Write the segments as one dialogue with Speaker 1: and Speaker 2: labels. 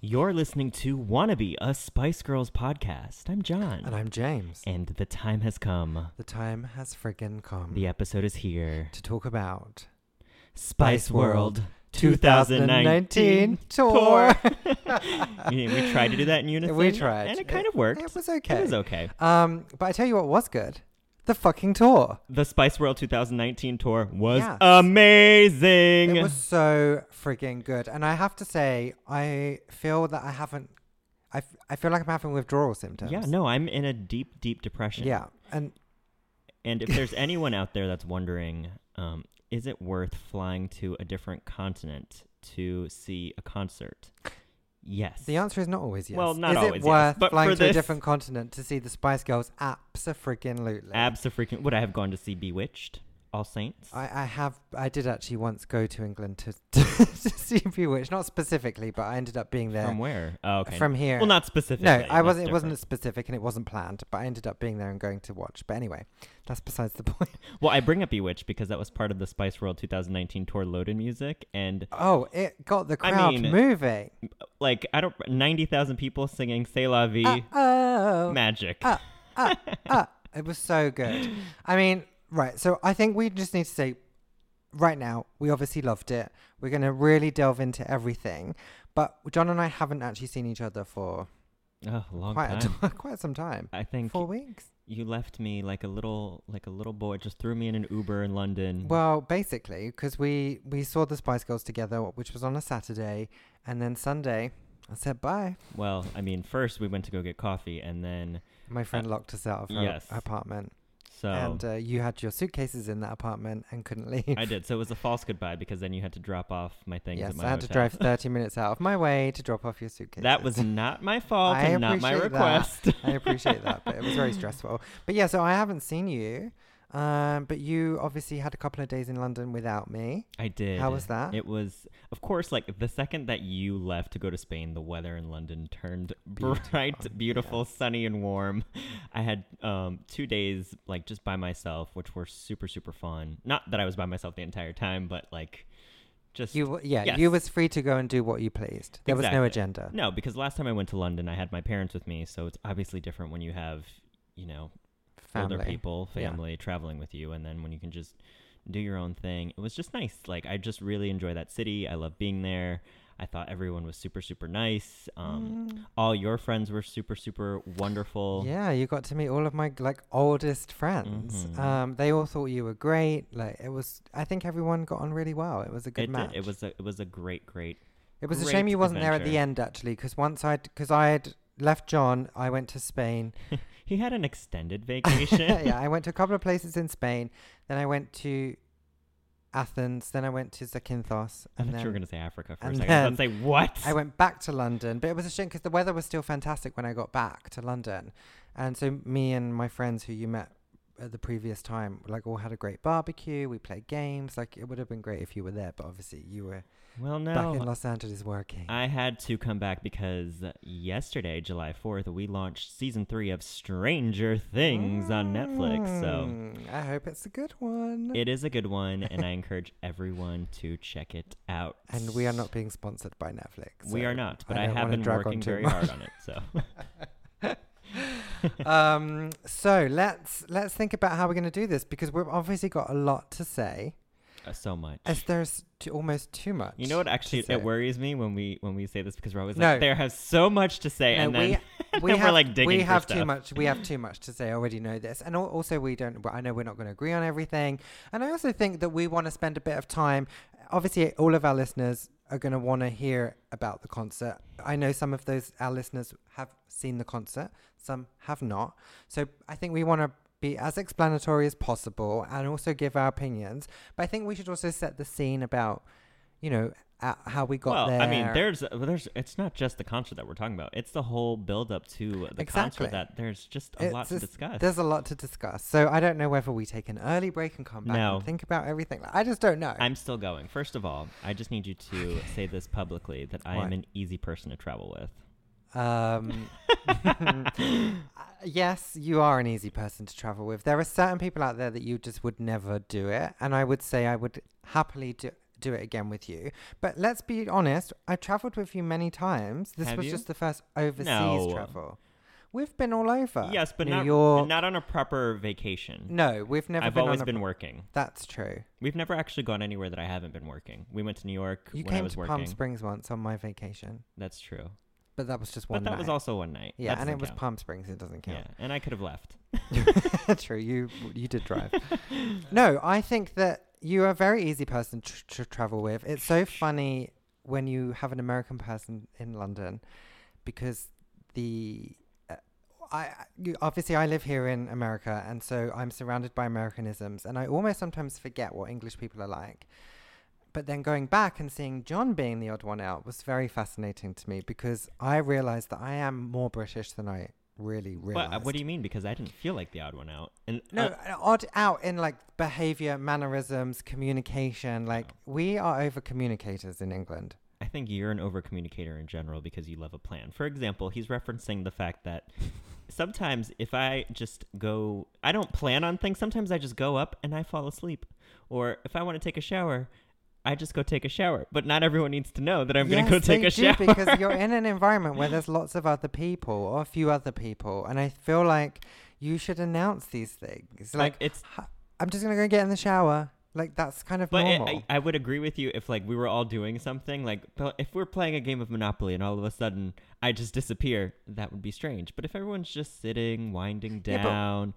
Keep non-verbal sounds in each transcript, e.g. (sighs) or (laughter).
Speaker 1: You're listening to Wannabe, a Spice Girls podcast. I'm John.
Speaker 2: And I'm James.
Speaker 1: And the time has come.
Speaker 2: The time has friggin' come
Speaker 1: The episode is here.
Speaker 2: to talk about
Speaker 1: Spice
Speaker 2: Spice
Speaker 1: World
Speaker 2: World
Speaker 1: 2019
Speaker 2: 2019 tour. (laughs)
Speaker 1: Yeah, (laughs) we tried to do that in unison.
Speaker 2: we tried.
Speaker 1: And it kind of worked.
Speaker 2: It was okay.
Speaker 1: It was okay.
Speaker 2: Um, but I tell you what was good. The fucking tour.
Speaker 1: The Spice World 2019 tour was
Speaker 2: Yes.
Speaker 1: amazing.
Speaker 2: It was so friggin' good. And I have to say, I feel that I haven't. I, f- I feel like I'm having withdrawal symptoms.
Speaker 1: yeah, no, I'm in a deep, deep depression.
Speaker 2: Yeah. And
Speaker 1: And if there's anyone out there that's wondering, um, is it worth flying to a different continent to see a concert? Yes.
Speaker 2: the answer is not always yes.
Speaker 1: Well, not
Speaker 2: is
Speaker 1: always yes,
Speaker 2: it worth
Speaker 1: but
Speaker 2: flying
Speaker 1: for
Speaker 2: to
Speaker 1: this-
Speaker 2: a different continent to see the Spice Girls? Absolutely.
Speaker 1: Abso-freaking. Would I have gone to see Bewitched? All Saints?
Speaker 2: I, I have I did actually once go to England to, (laughs) to, see Bewitched, not specifically, but I ended up being there
Speaker 1: From where? Oh, okay.
Speaker 2: uh, from here.
Speaker 1: Well, not specifically.
Speaker 2: no, I
Speaker 1: That's
Speaker 2: wasn't. It wasn't
Speaker 1: different.
Speaker 2: specific, and it wasn't planned. But I ended up being there and going to watch. But anyway, that's besides the (laughs) point.
Speaker 1: Well, I bring up Bewitched because that was part of the Spice World 2019 tour loaded music, and
Speaker 2: Oh, it got the
Speaker 1: I
Speaker 2: crowd
Speaker 1: mean,
Speaker 2: moving.
Speaker 1: like I don't 90,000 people singing "C'est la vie,"
Speaker 2: Oh,
Speaker 1: magic.
Speaker 2: uh,
Speaker 1: (laughs)
Speaker 2: uh, uh. it was so good. I mean, right. So I think we just need to say, right now, we obviously loved it. We're gonna really delve into everything. But John and I haven't actually seen each other for
Speaker 1: oh, long
Speaker 2: quite
Speaker 1: time.
Speaker 2: a t- (laughs) quite some time.
Speaker 1: I think
Speaker 2: Four weeks.
Speaker 1: you left me like a little like a little boy. Just threw me in an Uber in London.
Speaker 2: Well, basically, because we we saw the Spice Girls together, which was on a Saturday, and then Sunday, I said bye.
Speaker 1: Well, I mean, first we went to go get coffee, and then
Speaker 2: My friend locked us out of her
Speaker 1: Uh, yes. Oh.
Speaker 2: apartment,
Speaker 1: so
Speaker 2: and uh, you had your suitcases in that apartment and couldn't (laughs) leave.
Speaker 1: I did. So it was a false goodbye because then you had to drop off my things.
Speaker 2: yes,
Speaker 1: at my
Speaker 2: I had to
Speaker 1: hotel.
Speaker 2: drive thirty minutes out of my way to drop off your suitcases.
Speaker 1: That was (laughs) not my fault
Speaker 2: I
Speaker 1: and not my
Speaker 2: appreciate that.
Speaker 1: request. (laughs)
Speaker 2: (laughs) I appreciate that, but it was very stressful. But yeah, so I haven't seen you. Um, but you obviously had a couple of days in London without me.
Speaker 1: I did.
Speaker 2: How was that?
Speaker 1: It was, of course, like the second that you left to go to Spain, the weather in London turned (laughs)
Speaker 2: Beautiful,
Speaker 1: bright, beautiful,
Speaker 2: yes.
Speaker 1: sunny, and warm. I had um, two days like just by myself, which were super, super fun. Not that I was by myself the entire time, but like just
Speaker 2: You w- yeah,
Speaker 1: Yes.
Speaker 2: you was free to go and do what you pleased. There was no
Speaker 1: Exactly.
Speaker 2: agenda.
Speaker 1: no, because last time I went to London, I had my parents with me, so it's obviously different when you have, you know,
Speaker 2: Family.
Speaker 1: older people,
Speaker 2: Yeah.
Speaker 1: family traveling with you, and then when you can just do your own thing, it was just nice. Like I just really enjoy that city. I love being there. I thought everyone was super super nice. Um,
Speaker 2: Mm.
Speaker 1: All your friends were super super wonderful.
Speaker 2: Yeah, you got to meet all of my like oldest friends.
Speaker 1: Mhm.
Speaker 2: Um, they all thought you were great. Like it was, I think everyone got on really well. It was a good
Speaker 1: it,
Speaker 2: match.
Speaker 1: did- it was a, it was a great great. (laughs)
Speaker 2: It was a
Speaker 1: great
Speaker 2: shame you wasn't there at the
Speaker 1: adventure. end.
Speaker 2: end actually, because once I because I had left John, I went to
Speaker 1: (laughs)
Speaker 2: Spain.
Speaker 1: He had an extended vacation.
Speaker 2: (laughs)
Speaker 1: (laughs)
Speaker 2: yeah, I went to a couple of places in Spain. Then I went to Athens. Then I went to Zakynthos,
Speaker 1: I
Speaker 2: and
Speaker 1: thought
Speaker 2: then
Speaker 1: you were gonna say Africa for a
Speaker 2: and
Speaker 1: second. I was about to say what?
Speaker 2: I went back to London, but it was a shame because the weather was still fantastic when I got back to London. And so me and my friends who you met at the previous time, like all had a great barbecue. We played games. Like it would have been great if you were there, but obviously you were
Speaker 1: well, no,
Speaker 2: back in Los Angeles working.
Speaker 1: I had to come back because yesterday, July 4th, we launched season three of Stranger Things on Netflix. So
Speaker 2: Mm, I hope it's a good one.
Speaker 1: it is a good one, and I encourage everyone to check it out.
Speaker 2: (laughs) and we are not being sponsored by Netflix.
Speaker 1: we
Speaker 2: so
Speaker 1: are not, but I,
Speaker 2: don't
Speaker 1: have
Speaker 2: wanna
Speaker 1: been
Speaker 2: drag on
Speaker 1: working
Speaker 2: too
Speaker 1: very
Speaker 2: much.
Speaker 1: hard on it.
Speaker 2: (laughs)
Speaker 1: So (laughs)
Speaker 2: um, so let's let's think about how we're going to do this because we've obviously got a lot to say.
Speaker 1: Uh, so much.
Speaker 2: As there's t- almost too much.
Speaker 1: You know what?
Speaker 2: to
Speaker 1: Actually,
Speaker 2: say.
Speaker 1: it worries me when we when we say this because we're always
Speaker 2: No.
Speaker 1: like, there has so much to say,
Speaker 2: No,
Speaker 1: and then
Speaker 2: (laughs)
Speaker 1: (laughs)
Speaker 2: we
Speaker 1: we're
Speaker 2: have,
Speaker 1: like digging
Speaker 2: we
Speaker 1: for
Speaker 2: have too
Speaker 1: stuff.
Speaker 2: much. We have too much to say. I already know this, and al- also we don't. well, I know we're not going to agree on everything, and I also think that we want to spend a bit of time. Obviously, all of our listeners are going to want to hear about the concert. I know some of those our listeners have seen the concert, some have not. So I think we want to be as explanatory as possible and also give our opinions. But I think we should also set the scene about, you know, uh, how we got
Speaker 1: well,
Speaker 2: there.
Speaker 1: I mean, there's well, there's it's not just the concert that we're talking about; it's the whole build up to the
Speaker 2: Exactly.
Speaker 1: concert that there's just a lot
Speaker 2: It's
Speaker 1: to
Speaker 2: just-
Speaker 1: discuss.
Speaker 2: There's a lot to discuss. So I don't know whether we take an early break and come back
Speaker 1: No.
Speaker 2: and think about everything. Like, I just don't know.
Speaker 1: I'm still going. First of all, I just need you to say this publicly that I am
Speaker 2: What?
Speaker 1: an easy person to travel with. (laughs)
Speaker 2: um, (laughs) uh, yes, you are an easy person to travel with. There are certain people out there that you just would never do it. And I would say I would happily do do it again with you. But let's be honest, I traveled with you many times. This
Speaker 1: Have
Speaker 2: was
Speaker 1: you?
Speaker 2: just the first overseas
Speaker 1: No.
Speaker 2: travel. We've been all over.
Speaker 1: yes, but
Speaker 2: Uh, New
Speaker 1: not
Speaker 2: York.
Speaker 1: not on a proper vacation.
Speaker 2: no, we've never.
Speaker 1: I've
Speaker 2: been
Speaker 1: always
Speaker 2: on a,
Speaker 1: been working.
Speaker 2: That's true.
Speaker 1: We've never actually gone anywhere that I haven't been working. We went to New York
Speaker 2: You
Speaker 1: when I
Speaker 2: came
Speaker 1: was
Speaker 2: to
Speaker 1: working.
Speaker 2: Palm Springs once on my vacation,
Speaker 1: That's true.
Speaker 2: but that was just
Speaker 1: But
Speaker 2: one.
Speaker 1: that
Speaker 2: night.
Speaker 1: was also one night.
Speaker 2: Yeah,
Speaker 1: That
Speaker 2: and it
Speaker 1: doesn't
Speaker 2: was
Speaker 1: count.
Speaker 2: Palm Springs. It doesn't
Speaker 1: Yeah,
Speaker 2: count.
Speaker 1: and I could have left.
Speaker 2: (laughs) True. You you did drive. no, I think that you are a very easy person to, to travel with. It's so funny when you have an American person in London because the uh, I I- you, obviously I live here in America and so I'm surrounded by Americanisms and I almost sometimes forget what English people are like. But then going back and seeing John being the odd one out was very fascinating to me because I realized that I am more British than I really realized.
Speaker 1: But uh, what do you mean? Because I didn't feel like the odd one out. And
Speaker 2: No,
Speaker 1: uh,
Speaker 2: an odd out in like behavior, mannerisms, communication. Like
Speaker 1: Oh.
Speaker 2: we are over communicators in England.
Speaker 1: I think you're an over communicator in general because you love a plan. For example, he's referencing the fact that
Speaker 2: (laughs)
Speaker 1: sometimes if I just go, I don't plan on things. Sometimes I just go up and I fall asleep. Or if I want to take a shower, I just go take a shower. But not everyone needs to know that I'm going to go
Speaker 2: Yes,
Speaker 1: take
Speaker 2: they
Speaker 1: a
Speaker 2: do,
Speaker 1: shower.
Speaker 2: because
Speaker 1: (laughs)
Speaker 2: you're in an environment where there's lots of other people or a few other people, and I feel like you should announce these things.
Speaker 1: like,
Speaker 2: Like,
Speaker 1: it's
Speaker 2: "Hi- I'm just gonna go get in the shower. Like that's kind of
Speaker 1: But it,
Speaker 2: normal.
Speaker 1: I, I would agree with you if like we were all doing something like but if we're playing a game of Monopoly and all of a sudden I just disappear, that would be strange. But if everyone's just sitting, winding
Speaker 2: Yeah, but-
Speaker 1: down,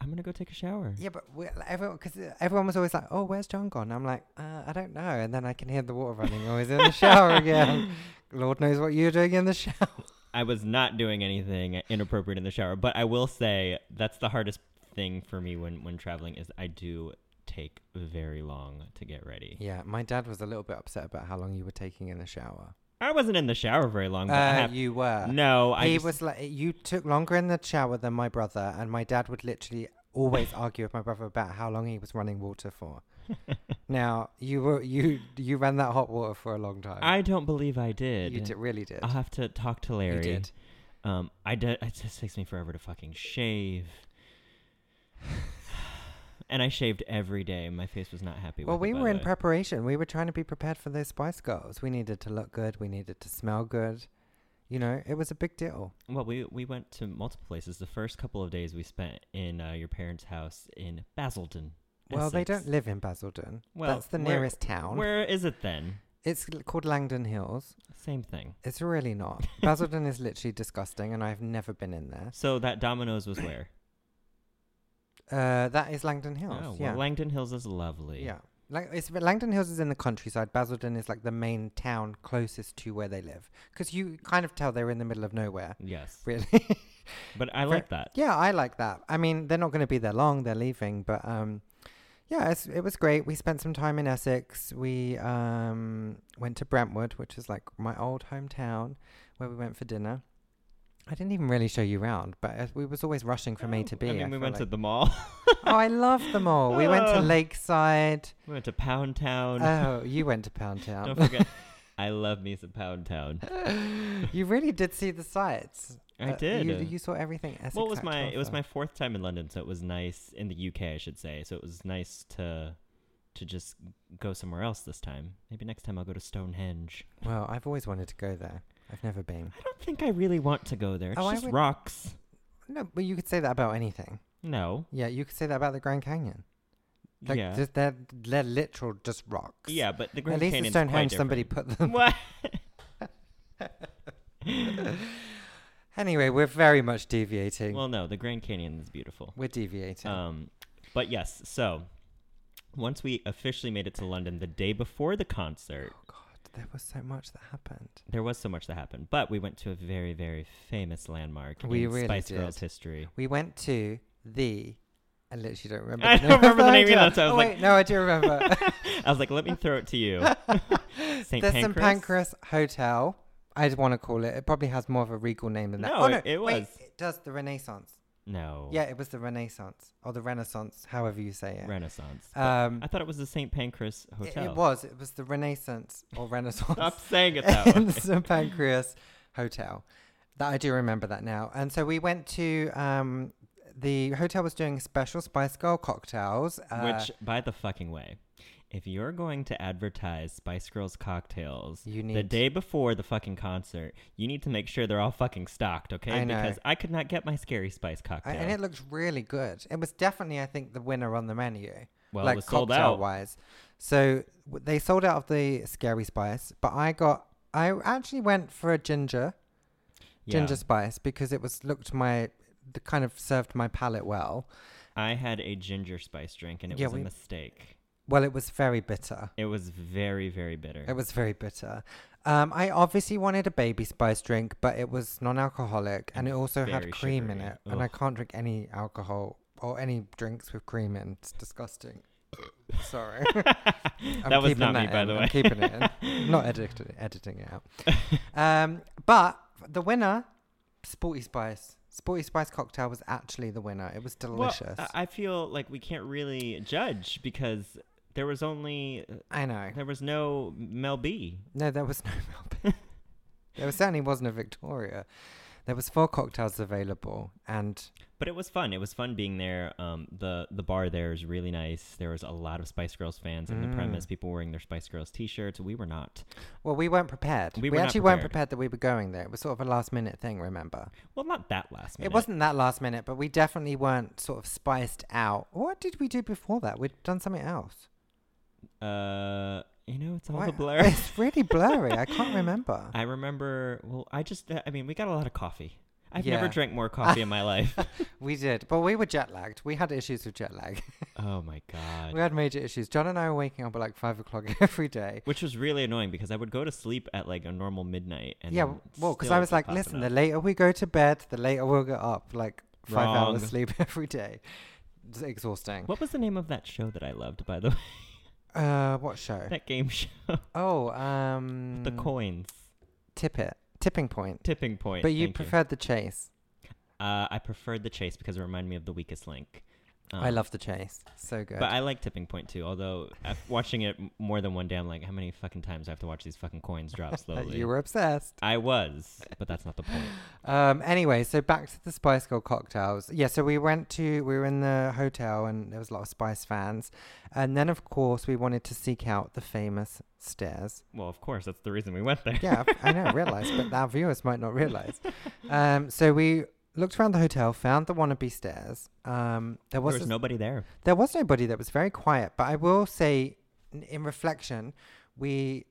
Speaker 1: I'm gonna go take a shower.
Speaker 2: yeah, but we, like, everyone, because everyone was always like, "Oh, where's John gone?" I'm like, uh, "I don't know," and then I can hear the water running. Oh, he's in the shower again.
Speaker 1: (laughs)
Speaker 2: Lord knows what you're doing in the shower.
Speaker 1: I was not doing anything inappropriate in the shower, but I will say that's the hardest thing for me when when traveling is I do take very long to get ready.
Speaker 2: Yeah, my dad was a little bit upset about how long you were taking in the shower.
Speaker 1: I wasn't in the shower very long. But I
Speaker 2: Uh,
Speaker 1: have-
Speaker 2: you were.
Speaker 1: no, I
Speaker 2: he
Speaker 1: just-
Speaker 2: was like, you took longer in the shower than my brother, and my dad would literally always argue with my brother about how long he was running water for.
Speaker 1: (laughs)
Speaker 2: now you were you you ran that hot water for a long time.
Speaker 1: I don't believe I did. Ah,
Speaker 2: you did, really did.
Speaker 1: I'll have to talk to Larry.
Speaker 2: you did.
Speaker 1: Um, I did. It just takes me forever to fucking
Speaker 2: (sighs)
Speaker 1: shave. (sighs) and I shaved every day. My face was not happy.
Speaker 2: Well,
Speaker 1: with it,
Speaker 2: we
Speaker 1: by
Speaker 2: were
Speaker 1: the
Speaker 2: in
Speaker 1: way.
Speaker 2: preparation. We were trying to be prepared for those Spice Girls. We needed to look good. We needed to smell good. You know, it was a big deal.
Speaker 1: Well, we we went to multiple places. The first couple of days we spent in uh, your parents' house in Basildon.
Speaker 2: Well, they
Speaker 1: Essex.
Speaker 2: don't live in Basildon.
Speaker 1: Well,
Speaker 2: That's the
Speaker 1: where-
Speaker 2: nearest town.
Speaker 1: Where is it then?
Speaker 2: It's l- called Langdon Hills.
Speaker 1: Same thing.
Speaker 2: It's really
Speaker 1: (laughs)
Speaker 2: not. Basildon is literally disgusting, and I've never been in there.
Speaker 1: So that Domino's was where?
Speaker 2: Uh, that is Langdon
Speaker 1: oh,
Speaker 2: Hills.
Speaker 1: well,
Speaker 2: yeah,
Speaker 1: Langdon Hills is lovely.
Speaker 2: yeah. Like it's but Langdon Hills is in the countryside. Basildon is like the main town closest to where they live, because you kind of tell they're in the middle of nowhere,
Speaker 1: Yes.
Speaker 2: really. (laughs)
Speaker 1: But I
Speaker 2: Ver-
Speaker 1: like that.
Speaker 2: yeah, I like that. I mean, they're not going to be there long. They're leaving, but um, yeah, it's, it was great. We spent some time in Essex. We um went to Brentwood, which is like my old hometown, where we went for dinner. I didn't even really show you round, but uh, we was always rushing from A to B.
Speaker 1: I mean, we
Speaker 2: feel
Speaker 1: went to
Speaker 2: like.
Speaker 1: the mall.
Speaker 2: (laughs) oh, I love them all. We went to
Speaker 1: (laughs) Oh.
Speaker 2: Lakeside.
Speaker 1: we went to Pound Town.
Speaker 2: Oh, um, you went to
Speaker 1: (laughs)
Speaker 2: Pound
Speaker 1: Don't
Speaker 2: Town. (laughs)
Speaker 1: forget, I love me some Pound Town.
Speaker 2: you really did see the sights.
Speaker 1: I
Speaker 2: Uh,
Speaker 1: did.
Speaker 2: You, you saw everything. Essex
Speaker 1: well, it was
Speaker 2: had
Speaker 1: my
Speaker 2: to
Speaker 1: it was
Speaker 2: offer.
Speaker 1: my fourth time in London, so it was nice in the UK, I should say. So it was nice to to just go somewhere else this time. Maybe next time I'll go to Stonehenge.
Speaker 2: Well, I've always wanted to go there. I've never been.
Speaker 1: I don't think I really want to go there. It's
Speaker 2: Oh, I
Speaker 1: just
Speaker 2: would-
Speaker 1: rocks.
Speaker 2: No, but you could say that about anything.
Speaker 1: No.
Speaker 2: Yeah, you could say that about the Grand Canyon. Like,
Speaker 1: yeah.
Speaker 2: just- they're they're literal just rocks.
Speaker 1: yeah, but the Grand
Speaker 2: At least
Speaker 1: Canyon's
Speaker 2: at
Speaker 1: quite
Speaker 2: Stonehenge, somebody
Speaker 1: different.
Speaker 2: put them.
Speaker 1: What?
Speaker 2: (laughs) Anyway, we're very much deviating.
Speaker 1: Well, no, the Grand Canyon is beautiful.
Speaker 2: we're deviating.
Speaker 1: Um, but yes, so once we officially made it to London the day before the concert,
Speaker 2: there was so much that happened.
Speaker 1: there was so much that happened, but we went to a very, very famous landmark
Speaker 2: We
Speaker 1: in
Speaker 2: really
Speaker 1: Spice Girls
Speaker 2: did.
Speaker 1: history.
Speaker 2: We went to the. I literally don't remember.
Speaker 1: I
Speaker 2: (laughs) the
Speaker 1: don't
Speaker 2: name of
Speaker 1: remember the name
Speaker 2: hotel.
Speaker 1: either, that's why I
Speaker 2: oh,
Speaker 1: was
Speaker 2: wait,
Speaker 1: like-
Speaker 2: no, I do remember.
Speaker 1: (laughs)
Speaker 2: (laughs)
Speaker 1: I was like, let me throw it to you. St.
Speaker 2: There's some Pancras Hotel. I'd want to call it. It probably has more of a regal name than that.
Speaker 1: No,
Speaker 2: oh,
Speaker 1: it- it
Speaker 2: wait,
Speaker 1: was.
Speaker 2: it does the Renaissance.
Speaker 1: No.
Speaker 2: Yeah, it was the Renaissance or the Renaissance, however you say it.
Speaker 1: Renaissance. But
Speaker 2: um,
Speaker 1: I thought it was the St. Pancras
Speaker 2: it-
Speaker 1: Hotel.
Speaker 2: It, was. It was the Renaissance
Speaker 1: (laughs)
Speaker 2: or
Speaker 1: Stop
Speaker 2: Renaissance
Speaker 1: saying it
Speaker 2: (laughs)
Speaker 1: that
Speaker 2: in
Speaker 1: way.
Speaker 2: the St Pancras Hotel. That I do remember that now. And so we went to. Um, the hotel was doing special Spice Girl cocktails, uh,
Speaker 1: Which, by the fucking way, if you're going to advertise Spice Girls cocktails
Speaker 2: You
Speaker 1: the
Speaker 2: need-
Speaker 1: day before the fucking concert, you need to make sure they're all fucking stocked, okay?
Speaker 2: I know.
Speaker 1: Because I could not get my Scary Spice
Speaker 2: I-
Speaker 1: cocktail.
Speaker 2: and it looked really good. It was definitely, I think, the winner on the menu.
Speaker 1: well,
Speaker 2: like
Speaker 1: it was sold
Speaker 2: cocktail
Speaker 1: out.
Speaker 2: wise. So w- they sold out of the scary spice, but I got I actually went for a ginger
Speaker 1: Yeah.
Speaker 2: ginger spice because it was looked my the kind of served my palate well.
Speaker 1: I had a ginger spice drink and it
Speaker 2: Yeah,
Speaker 1: was
Speaker 2: we-
Speaker 1: a mistake.
Speaker 2: Well, it was very bitter.
Speaker 1: It was very, very bitter. (laughs)
Speaker 2: It was very bitter. Um, I obviously wanted a baby spice drink, but it was non-alcoholic and it also
Speaker 1: very
Speaker 2: had cream in
Speaker 1: sugary.
Speaker 2: it, and I
Speaker 1: Ugh.
Speaker 2: can't drink any alcohol or any drinks with cream in. It's disgusting.
Speaker 1: (laughs)
Speaker 2: Sorry.
Speaker 1: that was
Speaker 2: keeping
Speaker 1: not me,
Speaker 2: that
Speaker 1: by
Speaker 2: in.
Speaker 1: the
Speaker 2: I'm
Speaker 1: way. (laughs)
Speaker 2: keeping it in. Not editing it, editing it out. um, but the winner, Sporty Spice. Sporty Spice cocktail was actually the winner. It was delicious.
Speaker 1: Well, I- I feel like we can't really judge because there was only
Speaker 2: I know.
Speaker 1: there was no Mel B.
Speaker 2: No, there was no (laughs)
Speaker 1: (laughs)
Speaker 2: Melbourne. there was- certainly wasn't a Victoria. There was four cocktails available, and
Speaker 1: But it was fun. It was fun being there. Um, the the bar there is really nice. There was a lot of Spice Girls fans in the
Speaker 2: Mm.
Speaker 1: premise. People wearing their Spice Girls T-shirts. We were not.
Speaker 2: well, we weren't prepared.
Speaker 1: We
Speaker 2: We,
Speaker 1: were not
Speaker 2: actually weren't
Speaker 1: prepared.
Speaker 2: prepared that we were going there. It was sort of a last minute thing. Remember,
Speaker 1: Well, not that last minute.
Speaker 2: it wasn't that last minute, but we definitely weren't sort of spiced out. What did we do before that? We'd done something else.
Speaker 1: Uh, you know, it's all
Speaker 2: Why-
Speaker 1: the blur.
Speaker 2: (laughs) It's really blurry. I
Speaker 1: (laughs)
Speaker 2: can't remember.
Speaker 1: I remember. Well, I just. I mean, we got a lot of coffee. I've never
Speaker 2: Yeah.
Speaker 1: drank more coffee in my
Speaker 2: (laughs)
Speaker 1: life.
Speaker 2: We did, but we were jet lagged. We had issues with jet lag.
Speaker 1: Oh my god.
Speaker 2: we had major issues. John and I were waking up at like five o'clock (laughs) every day.
Speaker 1: Which was really annoying because I would go to sleep at like a normal midnight. And
Speaker 2: yeah,
Speaker 1: then
Speaker 2: well, because
Speaker 1: still
Speaker 2: I was
Speaker 1: be
Speaker 2: like,
Speaker 1: popping
Speaker 2: listen,
Speaker 1: up.
Speaker 2: the later we go to bed, the later we'll get up. Like five
Speaker 1: Wrong.
Speaker 2: hours (laughs) sleep every day. It's exhausting.
Speaker 1: What was the name of that show that I loved, by the (laughs) way?
Speaker 2: Uh, what show?
Speaker 1: that game show,
Speaker 2: Oh, um,
Speaker 1: The Coins,
Speaker 2: tippet, tipping point.
Speaker 1: Tipping Point.
Speaker 2: But you
Speaker 1: thank
Speaker 2: preferred the chase.
Speaker 1: Uh, I preferred The Chase because it reminded me of The Weakest Link.
Speaker 2: I
Speaker 1: Um,
Speaker 2: love the chase. So good.
Speaker 1: But I like Tipping Point too, although af- watching it m- more than one day, I'm like, how many fucking times do I have to watch these fucking coins
Speaker 2: (laughs)
Speaker 1: drop
Speaker 2: Uh,
Speaker 1: slowly?
Speaker 2: you were obsessed.
Speaker 1: I was, but that's not the point.
Speaker 2: Um, anyway, so back to the Spice Girl cocktails. Yeah, so we went to we were in the hotel and there was a lot of Spice fans, and then of course we wanted to seek out the famous stairs.
Speaker 1: Well, of course, that's the reason we went there.
Speaker 2: Yeah, I know, I
Speaker 1: (laughs)
Speaker 2: realize, but our viewers might not realize. Um, so we looked around the hotel, found the wannabe stairs. Um, there
Speaker 1: There
Speaker 2: was,
Speaker 1: was
Speaker 2: this-
Speaker 1: nobody there.
Speaker 2: there was nobody. That was very quiet. But I will say, n- in reflection, we,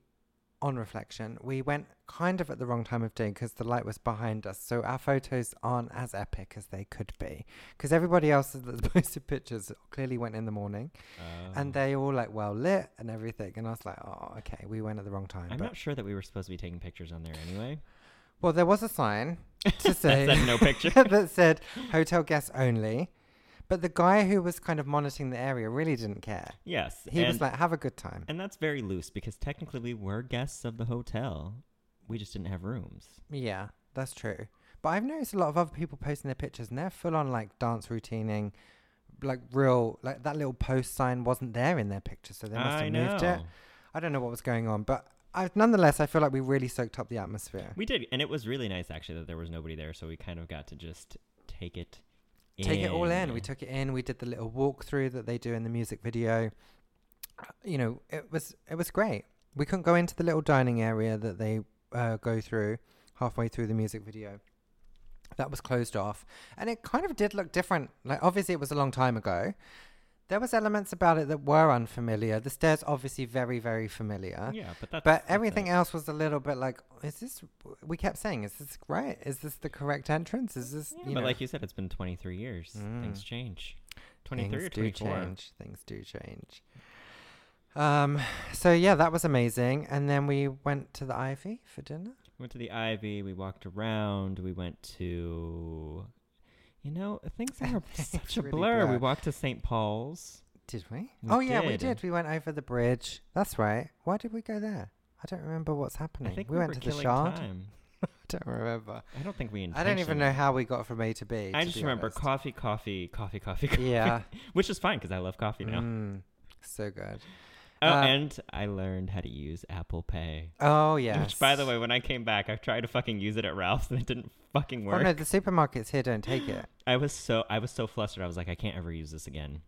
Speaker 2: on reflection, we went kind of at the wrong time of day because the light was behind us. So our photos aren't as epic as they could be because everybody else (laughs) that's posted pictures clearly went in the morning and
Speaker 1: Oh.
Speaker 2: they all like well lit and everything. And I was like, oh, okay, we went at the wrong time.
Speaker 1: I'm
Speaker 2: but
Speaker 1: not sure that we were supposed to be taking pictures on there anyway.
Speaker 2: well, there was
Speaker 1: (laughs)
Speaker 2: a sign (laughs) to
Speaker 1: That
Speaker 2: say
Speaker 1: said no picture.
Speaker 2: (laughs) that said hotel guests only. But the guy who was kind of monitoring the area really didn't care.
Speaker 1: Yes.
Speaker 2: He
Speaker 1: and,
Speaker 2: was like, "Have a good time."
Speaker 1: and that's very loose because technically we were guests of the hotel. We just didn't have rooms.
Speaker 2: Yeah, that's true. But I've noticed a lot of other people posting their pictures, and they're full on like dance routining, like real like that little post sign wasn't there in their picture, so they must
Speaker 1: I
Speaker 2: have
Speaker 1: know.
Speaker 2: moved it. I don't know what was going on, but I, nonetheless, I feel like we really soaked up the atmosphere.
Speaker 1: We did, and it was really nice actually that there was nobody there, so we kind of got to just take it.
Speaker 2: Take it all in. We took it in. We did the little walkthrough that they do in the music video. Uh, You know, it was it was great. We couldn't go into the little dining area that they uh, go through halfway through the music video. That was closed off, and it kind of did look different. Like obviously, it was a long time ago. There was elements about it that were unfamiliar. The stairs, obviously, very very familiar.
Speaker 1: yeah, but that's,
Speaker 2: But
Speaker 1: that's
Speaker 2: everything
Speaker 1: nice.
Speaker 2: else was a little bit like, is this? We kept saying, is this right? Is this the correct entrance? Is this?
Speaker 1: Yeah,
Speaker 2: you
Speaker 1: but
Speaker 2: know.
Speaker 1: like you said, it's been 23 years. Things
Speaker 2: Mm.
Speaker 1: change. 23 or
Speaker 2: Things
Speaker 1: 24.
Speaker 2: do change. Things do change. Um. So yeah, that was amazing. And then we went to the Ivy for dinner.
Speaker 1: Went to the Ivy. We walked around. We went to, you know, things
Speaker 2: (laughs)
Speaker 1: are
Speaker 2: Things
Speaker 1: such a
Speaker 2: really
Speaker 1: blur. We
Speaker 2: blur.
Speaker 1: walked to St. Paul's.
Speaker 2: Did we?
Speaker 1: We
Speaker 2: oh yeah, we
Speaker 1: did.
Speaker 2: did. We went over the bridge. That's right. Why did we go there? I don't remember what's
Speaker 1: I
Speaker 2: happening.
Speaker 1: think
Speaker 2: we,
Speaker 1: we,
Speaker 2: went
Speaker 1: were
Speaker 2: to the
Speaker 1: killing
Speaker 2: Shard.
Speaker 1: time.
Speaker 2: I don't remember.
Speaker 1: I don't think we.
Speaker 2: I don't even
Speaker 1: intentionally-
Speaker 2: know how we got from A to B.
Speaker 1: I
Speaker 2: to
Speaker 1: just
Speaker 2: be
Speaker 1: remember
Speaker 2: honest.
Speaker 1: coffee, coffee, coffee, coffee, coffee.
Speaker 2: Yeah.
Speaker 1: (laughs) Which is fine because I love coffee now.
Speaker 2: Mm, so good.
Speaker 1: (laughs) Oh,
Speaker 2: Uh,
Speaker 1: and I learned how to use Apple Pay.
Speaker 2: Oh yeah.
Speaker 1: Which, by the way, when I came back, I tried to fucking use it at Ralph's and it didn't fucking
Speaker 2: Oh
Speaker 1: work.
Speaker 2: no, the supermarkets here don't
Speaker 1: (gasps)
Speaker 2: take it.
Speaker 1: I was so I was so flustered. I was like, I can't ever use this again,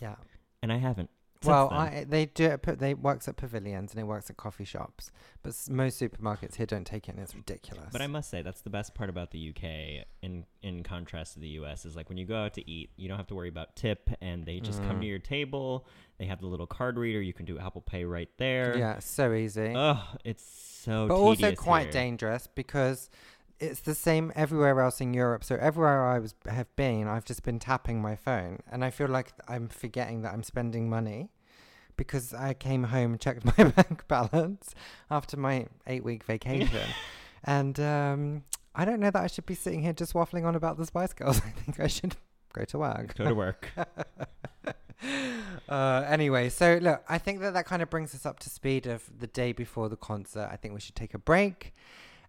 Speaker 2: Yeah.
Speaker 1: and I haven't. since
Speaker 2: Well,
Speaker 1: then.
Speaker 2: I, they do. It, put- they works at pavilions and it works at coffee shops, but s- most supermarkets here don't take it, and it's ridiculous.
Speaker 1: But I must say that's the best part about the UK in in contrast to the US is like when you go out to eat, you don't have to worry about tip and they just come
Speaker 2: Mm.
Speaker 1: to your table. They have the little card reader, you can do Apple Pay right there.
Speaker 2: yeah, it's so easy.
Speaker 1: Ugh, it's so
Speaker 2: but also
Speaker 1: tedious
Speaker 2: quite
Speaker 1: here.
Speaker 2: dangerous because it's the same everywhere else in Europe. So everywhere I was have been, I've just been tapping my phone, and I feel like I'm forgetting that I'm spending money because I came home (laughs) checked my bank balance after my eight week vacation,
Speaker 1: (laughs)
Speaker 2: and um, I don't know that I should be sitting here just waffling on about the Spice Girls. (laughs) I think I should go to work.
Speaker 1: Go to work.
Speaker 2: (laughs) uh, anyway, so look, I think that that kind of brings us up to speed of the day before the concert. I think we should take a break,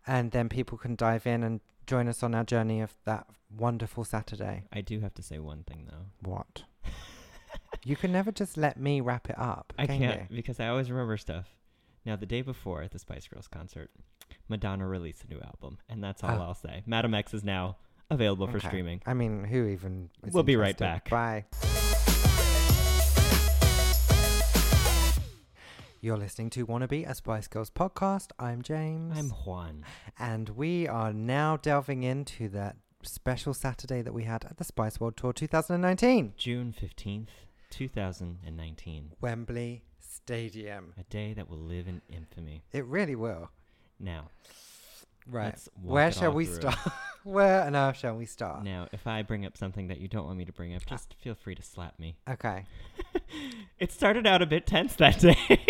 Speaker 2: and then people can dive in and join us on our journey of that wonderful Saturday.
Speaker 1: I do have to say one thing though. (laughs)
Speaker 2: What? you can never just let me wrap it up.
Speaker 1: I
Speaker 2: can
Speaker 1: can't
Speaker 2: You?
Speaker 1: because I always remember stuff. Now the day before at the Spice Girls concert, Madonna released a new album, and that's all
Speaker 2: Oh.
Speaker 1: I'll say. Madam X is now available for
Speaker 2: Okay.
Speaker 1: streaming.
Speaker 2: I mean, who even? is
Speaker 1: We'll be right back.
Speaker 2: interested? Bye. You're listening to Wannabe, a Spice Girls podcast. I'm James.
Speaker 1: I'm Juan.
Speaker 2: And we are now delving into that special Saturday that we had at the Spice World Tour 2019.
Speaker 1: June 15th, 2019.
Speaker 2: Wembley Stadium.
Speaker 1: A day that will live in infamy.
Speaker 2: It really will.
Speaker 1: Now,
Speaker 2: Right.
Speaker 1: Let's walk
Speaker 2: Where
Speaker 1: it
Speaker 2: shall
Speaker 1: all
Speaker 2: we
Speaker 1: through.
Speaker 2: start? (laughs) Where and how shall we start?
Speaker 1: now, if I bring up something that you don't want me to bring up,
Speaker 2: Ah.
Speaker 1: just feel free to slap me.
Speaker 2: Okay.
Speaker 1: It started out a bit tense that (laughs) day. (laughs)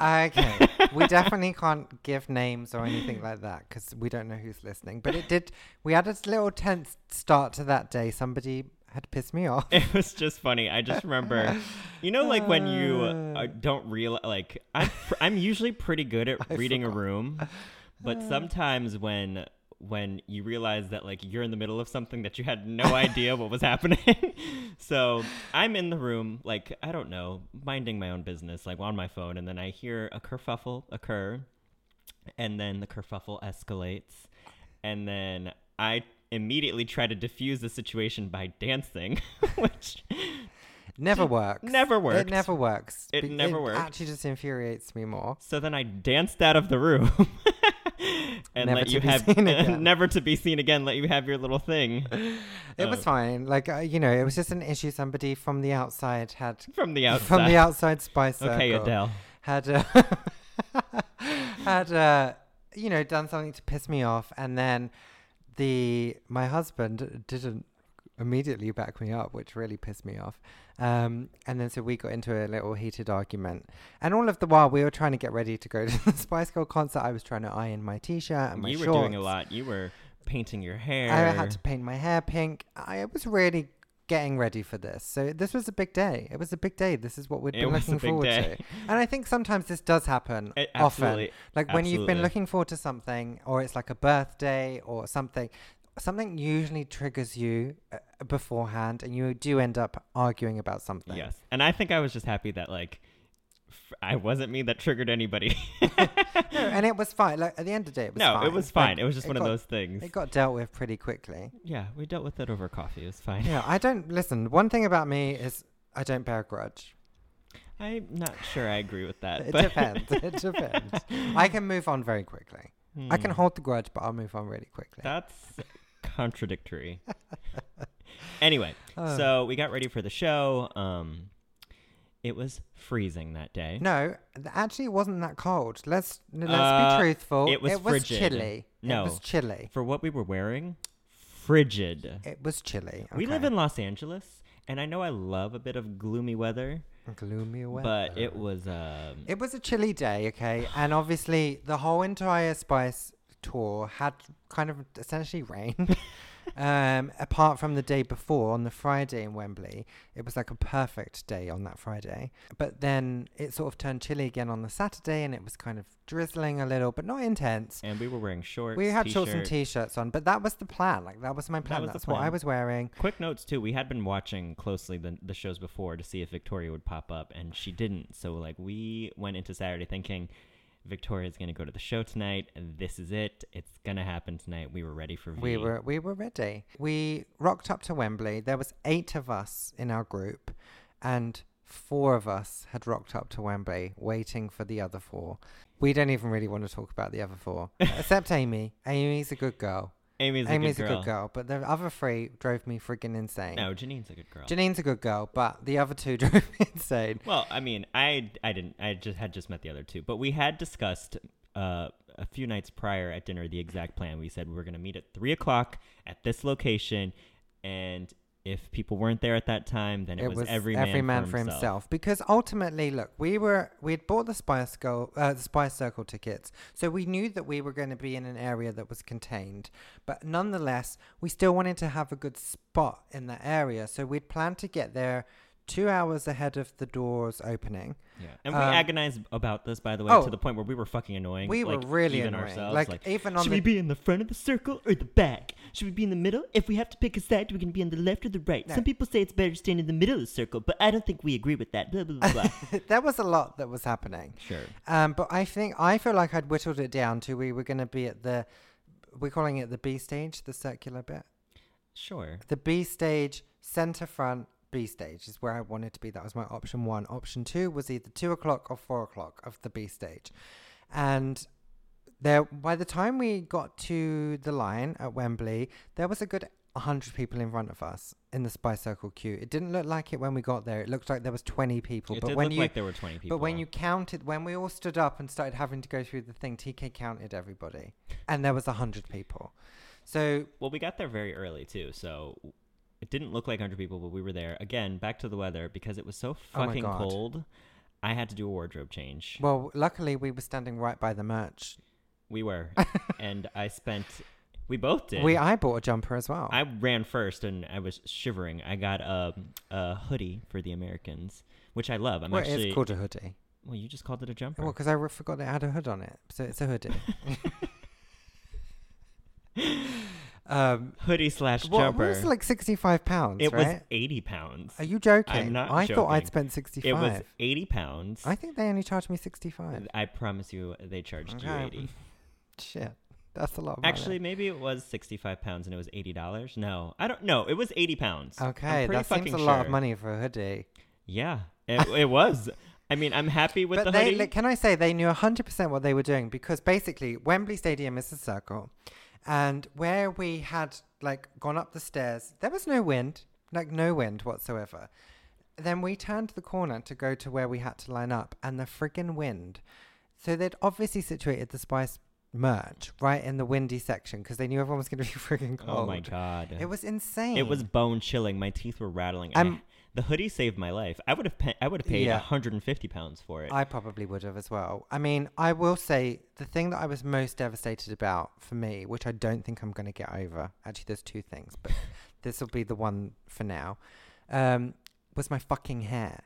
Speaker 2: Okay. we definitely can't give names or anything like that because we don't know who's listening. But it did. We had a little tense start to that day. Somebody had pissed me off.
Speaker 1: it was just funny. I just remember, you know, like when you
Speaker 2: Uh.
Speaker 1: uh, don't realize, like, I'm, pr- I'm usually pretty good at
Speaker 2: (laughs) I
Speaker 1: reading
Speaker 2: forgot.
Speaker 1: a room, but
Speaker 2: Uh.
Speaker 1: sometimes when when you realize that like you're in the middle of something that you had no
Speaker 2: (laughs)
Speaker 1: idea what was happening (laughs) so i'm in the room like i don't know minding my own business like on my phone and then i hear a kerfuffle occur and then the kerfuffle escalates and then i immediately try to diffuse the situation by dancing (laughs) which
Speaker 2: Never works.
Speaker 1: never
Speaker 2: It
Speaker 1: worked.
Speaker 2: never works.
Speaker 1: It
Speaker 2: Be-
Speaker 1: never
Speaker 2: it
Speaker 1: worked.
Speaker 2: Actually, just infuriates me more.
Speaker 1: so then i danced out of the room (laughs) and
Speaker 2: Never
Speaker 1: let
Speaker 2: to
Speaker 1: you
Speaker 2: be
Speaker 1: have (laughs)
Speaker 2: seen again.
Speaker 1: never to be seen again let you have your little thing (laughs)
Speaker 2: It was
Speaker 1: Oh.
Speaker 2: fine. Like uh, you know, it was just an issue somebody from the outside had
Speaker 1: from the outside
Speaker 2: (laughs) from the outside spice circle
Speaker 1: okay adele
Speaker 2: had uh, (laughs) had uh, you know done something to piss me off, and then the my husband didn't immediately back me up, which really pissed me off. Um, and then so we got into a little heated argument, and all of the while we were trying to get ready to go (laughs) to the Spice Girl concert. I was trying to iron my t-shirt and my
Speaker 1: you were
Speaker 2: shorts.
Speaker 1: doing a lot you were painting your hair
Speaker 2: I had to paint my hair pink. I was really getting ready for this. So this was a big day. It was a big day. This is what we'd
Speaker 1: It
Speaker 2: been
Speaker 1: was a
Speaker 2: looking
Speaker 1: big
Speaker 2: forward
Speaker 1: day.
Speaker 2: to. And I think sometimes this does happen
Speaker 1: (laughs) It-
Speaker 2: often.
Speaker 1: absolutely
Speaker 2: Like when you've been
Speaker 1: absolutely.
Speaker 2: looking forward to something or it's like a birthday or something, something usually triggers you uh, beforehand and you do end up arguing about something.
Speaker 1: Yes. And I think I was just happy that, like, f- I wasn't me that triggered (laughs) anybody.
Speaker 2: No, and it was fine. Like at the end of the day it was
Speaker 1: no,
Speaker 2: fine.
Speaker 1: it was fine.
Speaker 2: Like,
Speaker 1: it was just one
Speaker 2: got-
Speaker 1: of those things.
Speaker 2: It got dealt with pretty quickly.
Speaker 1: yeah, we dealt with it over coffee. It was fine.
Speaker 2: Yeah, I don't listen. One thing about me is I don't bear a grudge.
Speaker 1: I'm not sure I agree with that.
Speaker 2: It
Speaker 1: but (laughs)
Speaker 2: depends. It depends. I can move on very quickly. I can
Speaker 1: Hmm.
Speaker 2: hold the grudge, but I'll move on really quickly.
Speaker 1: That's
Speaker 2: (laughs)
Speaker 1: contradictory. anyway,
Speaker 2: Oh.
Speaker 1: so we got ready for the show. Um, it was freezing that day.
Speaker 2: no, th- actually, it wasn't that cold. Let's n- let's
Speaker 1: Uh,
Speaker 2: be truthful.
Speaker 1: it was frigid.
Speaker 2: chilly. it
Speaker 1: No.
Speaker 2: was chilly.
Speaker 1: For what we were wearing, frigid.
Speaker 2: It was chilly.
Speaker 1: We live
Speaker 2: okay.
Speaker 1: in Los Angeles, and I know I love a bit of gloomy weather,
Speaker 2: gloomy weather.
Speaker 1: but it was um,
Speaker 2: uh, It was a chilly day, okay, and obviously the whole entire Spice tour had kind of
Speaker 1: (laughs)
Speaker 2: essentially rained. um, apart from the day before on the Friday in Wembley, it was like a perfect day on that Friday. But then it sort of turned chilly again on the Saturday, and it was kind of drizzling a little, but not intense.
Speaker 1: and we were wearing shorts.
Speaker 2: We had shorts and
Speaker 1: t-shirt.
Speaker 2: t-shirts on, but that was the plan. Like that was my plan.
Speaker 1: was the
Speaker 2: That's what I
Speaker 1: plan.
Speaker 2: was wearing.
Speaker 1: Quick notes too. We had been watching closely the the shows before to see if Victoria would pop up, and she didn't. So like we went into Saturday thinking Victoria's gonna go to the show tonight. and This is it. It's gonna happen tonight. We were ready for V.
Speaker 2: We were we were ready. We rocked up to Wembley. There was eight of us in our group, and four of us had rocked up to Wembley waiting for the other four. We don't even really want to talk about the
Speaker 1: (laughs)
Speaker 2: other four, except Amy. Amy's a good girl.
Speaker 1: Amy's,
Speaker 2: Amy's
Speaker 1: a, good
Speaker 2: a good girl, but the other three drove me friggin' insane.
Speaker 1: No, Janine's a good girl.
Speaker 2: Janine's a good girl, but the other two (laughs) drove me insane.
Speaker 1: Well, I mean, I I didn't I just had just met the other two, but we had discussed uh, a few nights prior at dinner the exact plan. We said we were going to meet at three o'clock at this location, and if people weren't there at that time, then it, was, every man,
Speaker 2: for, himself. because ultimately, look, we were we had bought the Spice Girl, uh, the Spice Circle tickets, so we knew that we were going to be in an area that was contained. But nonetheless, we still wanted to have a good spot in that area, so we'd planned to get there two hours ahead of the doors opening.
Speaker 1: Yeah, and we
Speaker 2: Um,
Speaker 1: agonized about this, by the way,
Speaker 2: oh.
Speaker 1: to the point where we were fucking annoying.
Speaker 2: We were
Speaker 1: like,
Speaker 2: really
Speaker 1: even
Speaker 2: annoying.
Speaker 1: Ourselves,
Speaker 2: like,
Speaker 1: like,
Speaker 2: even on
Speaker 1: should
Speaker 2: the
Speaker 1: we be in the front of the circle or the back? Should we be in the middle? If we have to pick a side, we can be on the left or the right.
Speaker 2: No.
Speaker 1: Some people say it's better staying in the middle of the circle, but I don't think we agree with that. Blah blah blah.
Speaker 2: (laughs)
Speaker 1: blah.
Speaker 2: there was a lot that was happening.
Speaker 1: sure.
Speaker 2: Um, but I think I feel like I'd whittled it down to we were going to be at the we're calling it the B stage, the circular bit.
Speaker 1: Sure.
Speaker 2: The B stage, center front B stage is where I wanted to be. That was my option one. Option two was either two o'clock or four o'clock of the B stage. And there, by the time we got to the line at Wembley, there was a good 100 people in front of us in the Spy Circle queue. It didn't look like it when we got there. It looked like there was 20 people.
Speaker 1: It
Speaker 2: but
Speaker 1: did
Speaker 2: when
Speaker 1: look
Speaker 2: you
Speaker 1: like there were 20 people.
Speaker 2: but when you counted, when we all stood up and started having to go through the thing, TK counted everybody, and there was a hundred people. So
Speaker 1: Well, we got there very early, too, so it didn't look like 100 people, but we were there. Again, back to the weather, because it was so
Speaker 2: Oh my
Speaker 1: fucking
Speaker 2: God.
Speaker 1: cold, I had to do a wardrobe change.
Speaker 2: well, luckily we were standing right by the merch.
Speaker 1: we
Speaker 2: (laughs)
Speaker 1: were. and I spent... We both did.
Speaker 2: We I bought a jumper as well.
Speaker 1: I ran first, and I was shivering. I got a, a hoodie for the Americans, which I love. I'm
Speaker 2: well,
Speaker 1: actually...
Speaker 2: it's called a hoodie.
Speaker 1: Well, you just called it a jumper. (laughs)
Speaker 2: Well, because I re- forgot it had a hood on it, so it's a hoodie. um,
Speaker 1: hoodie slash
Speaker 2: what, what
Speaker 1: jumper.
Speaker 2: was it, like sixty-five pounds?
Speaker 1: it was
Speaker 2: right?
Speaker 1: 80 pounds.
Speaker 2: Are you joking?
Speaker 1: not
Speaker 2: I thought I'd
Speaker 1: joking.
Speaker 2: spent
Speaker 1: It
Speaker 2: sixty-five.
Speaker 1: was 80 pounds.
Speaker 2: I think they only charged me sixty-five.
Speaker 1: I promise you, they charged
Speaker 2: Okay.
Speaker 1: you 80
Speaker 2: Shit, that's a lot. Of money.
Speaker 1: Actually, maybe it was sixty-five pounds and it was eighty dollars. No, I don't. No, it was eighty pounds. I'm
Speaker 2: Okay,
Speaker 1: pretty
Speaker 2: that seems a
Speaker 1: fucking
Speaker 2: lot of
Speaker 1: sure.
Speaker 2: money for a hoodie.
Speaker 1: Yeah, it, it was. I mean, I'm happy with the
Speaker 2: but they,
Speaker 1: hoodie.
Speaker 2: like, can I say they knew 100% what they were doing because basically Wembley Stadium is a circle, and where we had like gone up the stairs, there was no wind, like no wind whatsoever. Then we turned the corner to go to where we had to line up, and the friggin' wind. So they'd obviously situated the Spice merch right in the windy section because they knew everyone was going to be (laughs) friggin' cold.
Speaker 1: oh my god,
Speaker 2: It was insane.
Speaker 1: It was bone chilling. My teeth were rattling.
Speaker 2: I'm-
Speaker 1: I- the hoodie saved my life. I would have. Pa- I would have paid
Speaker 2: Yeah.
Speaker 1: hundred and fifty pounds for it.
Speaker 2: I probably would have as well. I mean, I will say the thing that I was most devastated about for me, which I don't think I'm going to get over. Actually, there's two things,
Speaker 1: (laughs)
Speaker 2: but this will be the one for now. Um, was my fucking hair?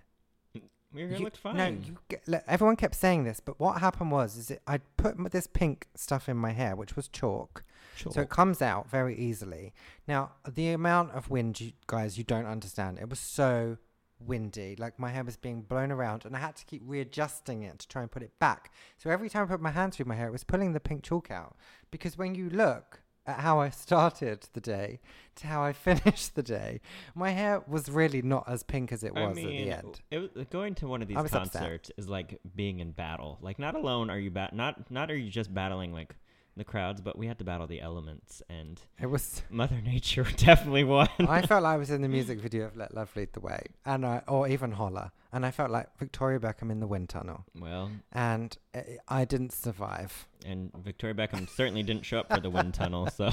Speaker 1: Your hair
Speaker 2: You-
Speaker 1: looked fine.
Speaker 2: No, you get, look, everyone kept saying this, but what happened was, is it, I put m- this pink stuff in my hair, which was chalk,
Speaker 1: Sure.
Speaker 2: so it comes out very easily. Now, the amount of wind, you guys, you don't understand. It was so windy. Like my hair was being blown around, and I had to keep readjusting it to try and put it back. So every time I put my hand through my hair, it was pulling the pink chalk out. Because when you look at how I (laughs) started the day to how I finished the day, my hair was really not as pink as it was
Speaker 1: I
Speaker 2: at
Speaker 1: mean,
Speaker 2: the end.
Speaker 1: It was, going to one of these
Speaker 2: I was upset.
Speaker 1: concerts is like being in battle. Like not alone are you bat not not are you just battling like the crowds, but we had to battle the elements and (laughs)
Speaker 2: It was.
Speaker 1: Mother Nature definitely won.
Speaker 2: I felt like I was in the music video of "Let Love Lead the Way," and I, or even "Holler," and I felt like Victoria Beckham in the wind tunnel.
Speaker 1: well,
Speaker 2: and uh, I didn't survive.
Speaker 1: and Victoria Beckham certainly didn't show up for the
Speaker 2: (laughs)
Speaker 1: wind tunnel, so.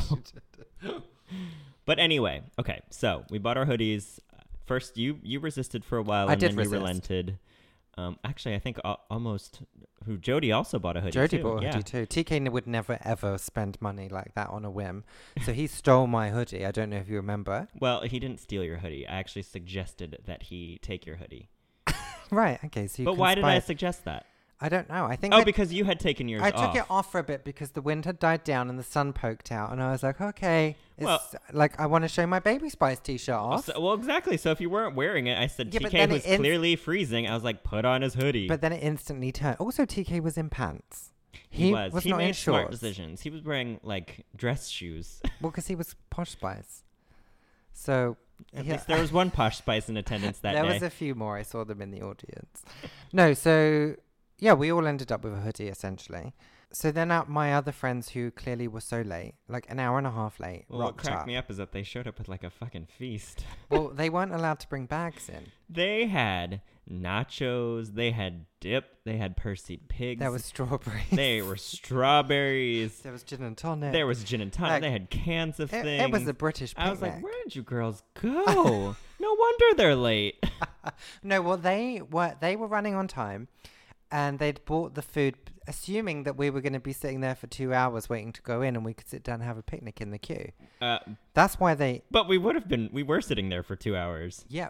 Speaker 1: but anyway, okay, so we bought our hoodies. First, you you resisted for a while,
Speaker 2: I
Speaker 1: and
Speaker 2: did
Speaker 1: then
Speaker 2: resist.
Speaker 1: you relented. Um, actually, I think al- almost who Jody also bought a hoodie.
Speaker 2: Jody
Speaker 1: too.
Speaker 2: bought a
Speaker 1: yeah.
Speaker 2: hoodie too. TK n- would never ever spend money like that on a whim, so he stole my hoodie. I don't know if you remember.
Speaker 1: Well, he didn't steal your hoodie. I actually suggested that he take your hoodie.
Speaker 2: Right. Okay. So you.
Speaker 1: but why did I
Speaker 2: conspired-
Speaker 1: suggest that?
Speaker 2: I don't know. I think.
Speaker 1: Oh,
Speaker 2: I,
Speaker 1: because you had taken yours Oh.
Speaker 2: I took
Speaker 1: off.
Speaker 2: it off for a bit because the wind had died down and the sun poked out, and I was like, okay, it's
Speaker 1: Well- Oh,
Speaker 2: like I want to show my baby spice t-shirt off.
Speaker 1: So- well, exactly. So if you weren't wearing it, I said
Speaker 2: Yeah, but
Speaker 1: TK
Speaker 2: then
Speaker 1: was
Speaker 2: it ins-
Speaker 1: clearly freezing. I was like, put on his hoodie.
Speaker 2: but then it instantly turned. Also, TK was in pants.
Speaker 1: he, was. he
Speaker 2: not
Speaker 1: made
Speaker 2: in
Speaker 1: smart
Speaker 2: shorts.
Speaker 1: decisions. He
Speaker 2: (laughs)
Speaker 1: was wearing like dress shoes.
Speaker 2: Well, because he was posh spice. So
Speaker 1: At
Speaker 2: Yeah.
Speaker 1: least there was one posh spice in attendance that
Speaker 2: there
Speaker 1: day.
Speaker 2: was a few more. I saw them in the audience. no, so yeah, we all ended up with a hoodie essentially. So then out my other friends who clearly were so late, like an hour and a half late,
Speaker 1: well, what
Speaker 2: rocked
Speaker 1: cracked
Speaker 2: up.
Speaker 1: me up is that they showed up with like a fucking feast.
Speaker 2: well, they weren't allowed to bring bags in.
Speaker 1: They had nachos, they had dip, they had Percy pigs,
Speaker 2: There was strawberries.
Speaker 1: they were strawberries,
Speaker 2: (laughs) there was gin and tonic.
Speaker 1: there was gin and tonic,
Speaker 2: Like,
Speaker 1: they had cans of
Speaker 2: it,
Speaker 1: things.
Speaker 2: it was a British picnic.
Speaker 1: I was like, where did you girls go? no wonder they're late.
Speaker 2: (laughs) No, well they were they were running on time, and they'd bought the food, assuming that we were going to be sitting there for two hours waiting to go in, and we could sit down and have a picnic in the queue.
Speaker 1: Uh,
Speaker 2: That's why they,
Speaker 1: but we would have been, we were sitting there for two hours.
Speaker 2: yeah,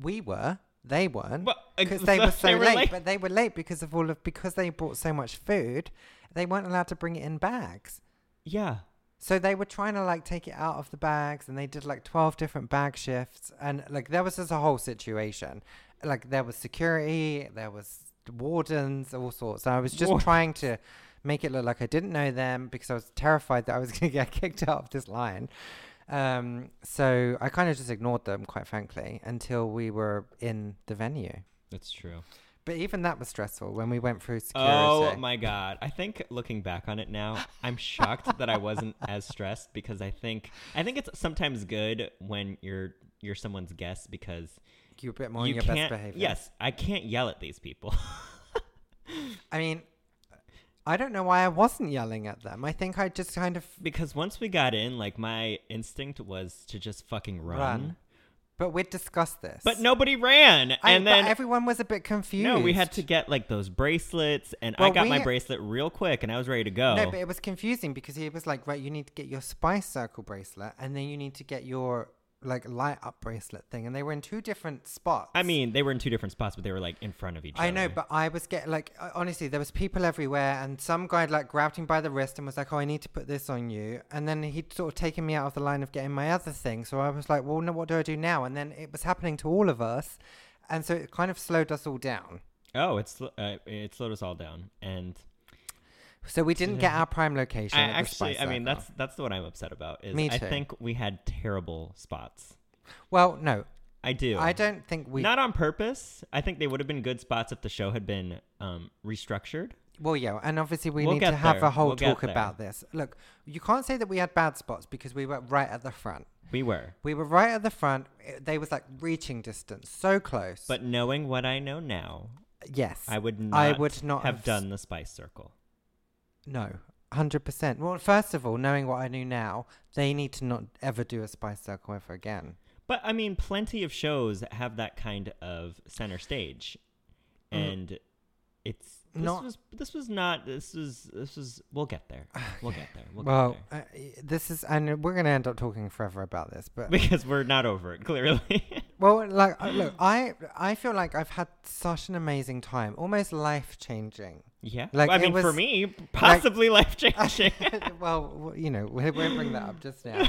Speaker 2: we were, they weren't,
Speaker 1: Well, uh,
Speaker 2: because
Speaker 1: (laughs)
Speaker 2: they were so
Speaker 1: were
Speaker 2: late, But they were late because of all of because they brought so much food, they weren't allowed to bring it in bags.
Speaker 1: Yeah.
Speaker 2: So they were trying to like take it out of the bags and they did like 12 different bag shifts and like there was just a whole situation. Like there was security, there was wardens, all sorts. And I was just
Speaker 1: Ward-
Speaker 2: trying to make it look like I didn't know them because I was terrified that I was (laughs) going to get kicked out of this line. Um, so I kind of just ignored them quite frankly until we were in the venue.
Speaker 1: That's true.
Speaker 2: But even that was stressful when we went through security.
Speaker 1: Oh my god! I think looking back on it now, I'm shocked that I
Speaker 2: (laughs)
Speaker 1: wasn't as stressed because I think I think it's sometimes good when you're you're someone's guest because
Speaker 2: You're a bit more on
Speaker 1: you
Speaker 2: your
Speaker 1: can't.
Speaker 2: best behavior.
Speaker 1: Yes, I can't yell at these people.
Speaker 2: I mean, I don't know why I wasn't yelling at them. I think I just kind of,
Speaker 1: because once we got in, like my instinct was to just fucking run,
Speaker 2: Run. but we'd discussed this.
Speaker 1: but nobody ran,
Speaker 2: I,
Speaker 1: and
Speaker 2: but
Speaker 1: then.
Speaker 2: everyone was a bit confused.
Speaker 1: no, we had to get like those bracelets, and I
Speaker 2: Well,
Speaker 1: got my
Speaker 2: we-
Speaker 1: bracelet real quick, and I was ready to go.
Speaker 2: No, but it was confusing because he was like, right, you need to get your spice circle bracelet, and then you need to get your like light up bracelet thing, and they were in two different spots.
Speaker 1: I mean, they were in two different spots, but they were like in front of each other.
Speaker 2: I know, but I was getting like uh, honestly, there was people everywhere, and some guy like grabbed him by the wrist and was like, "Oh, I need to put this on you," and then he'd sort of taken me out of the line of getting my other thing. So I was like, "Well, no, what do I do now?" And then it was happening to all of us, and so it kind of slowed us all down.
Speaker 1: Oh, it's sl- uh, it slowed us all down, and
Speaker 2: So we didn't get our prime location.
Speaker 1: I
Speaker 2: at the
Speaker 1: actually,
Speaker 2: Spice
Speaker 1: I mean,
Speaker 2: Circle.
Speaker 1: that's that's the one I'm upset about. Is
Speaker 2: Me
Speaker 1: I
Speaker 2: too.
Speaker 1: think we had terrible spots.
Speaker 2: well, no,
Speaker 1: I do.
Speaker 2: I don't think we.
Speaker 1: Not on purpose. I think they would have been good spots if the show had been um, restructured.
Speaker 2: Well, yeah, and obviously we
Speaker 1: We'll
Speaker 2: need to
Speaker 1: get
Speaker 2: have
Speaker 1: there.
Speaker 2: a whole
Speaker 1: We'll get
Speaker 2: talk
Speaker 1: there.
Speaker 2: about this. Look, you can't say that we had bad spots because we were right at the front.
Speaker 1: We were,
Speaker 2: We were right at the front. It- They was like reaching distance, so close.
Speaker 1: but knowing what I know now,
Speaker 2: yes,
Speaker 1: I would not.
Speaker 2: I would not
Speaker 1: have
Speaker 2: have s-
Speaker 1: done the Spice Circle.
Speaker 2: no, hundred percent. Well, first of all, knowing what I knew now, they need to not ever do a spice circle ever again.
Speaker 1: But I mean, plenty of shows have that kind of center stage,
Speaker 2: Mm.
Speaker 1: and it's this
Speaker 2: Not-
Speaker 1: was this was not this was this was. We'll get
Speaker 2: (sighs)
Speaker 1: there. We'll get there. We'll, get
Speaker 2: Well,
Speaker 1: there.
Speaker 2: uh, y- this is, and we're gonna end up talking forever about this, but
Speaker 1: because we're not over it clearly
Speaker 2: (laughs)
Speaker 1: (laughs)
Speaker 2: well, like, uh, look, I, I feel like I've had such an amazing time, almost life changing.
Speaker 1: yeah
Speaker 2: Like,
Speaker 1: i
Speaker 2: it
Speaker 1: mean for
Speaker 2: was-
Speaker 1: me
Speaker 2: (laughs)
Speaker 1: possibly life changing
Speaker 2: well, w- you know, we won't bring that up just now.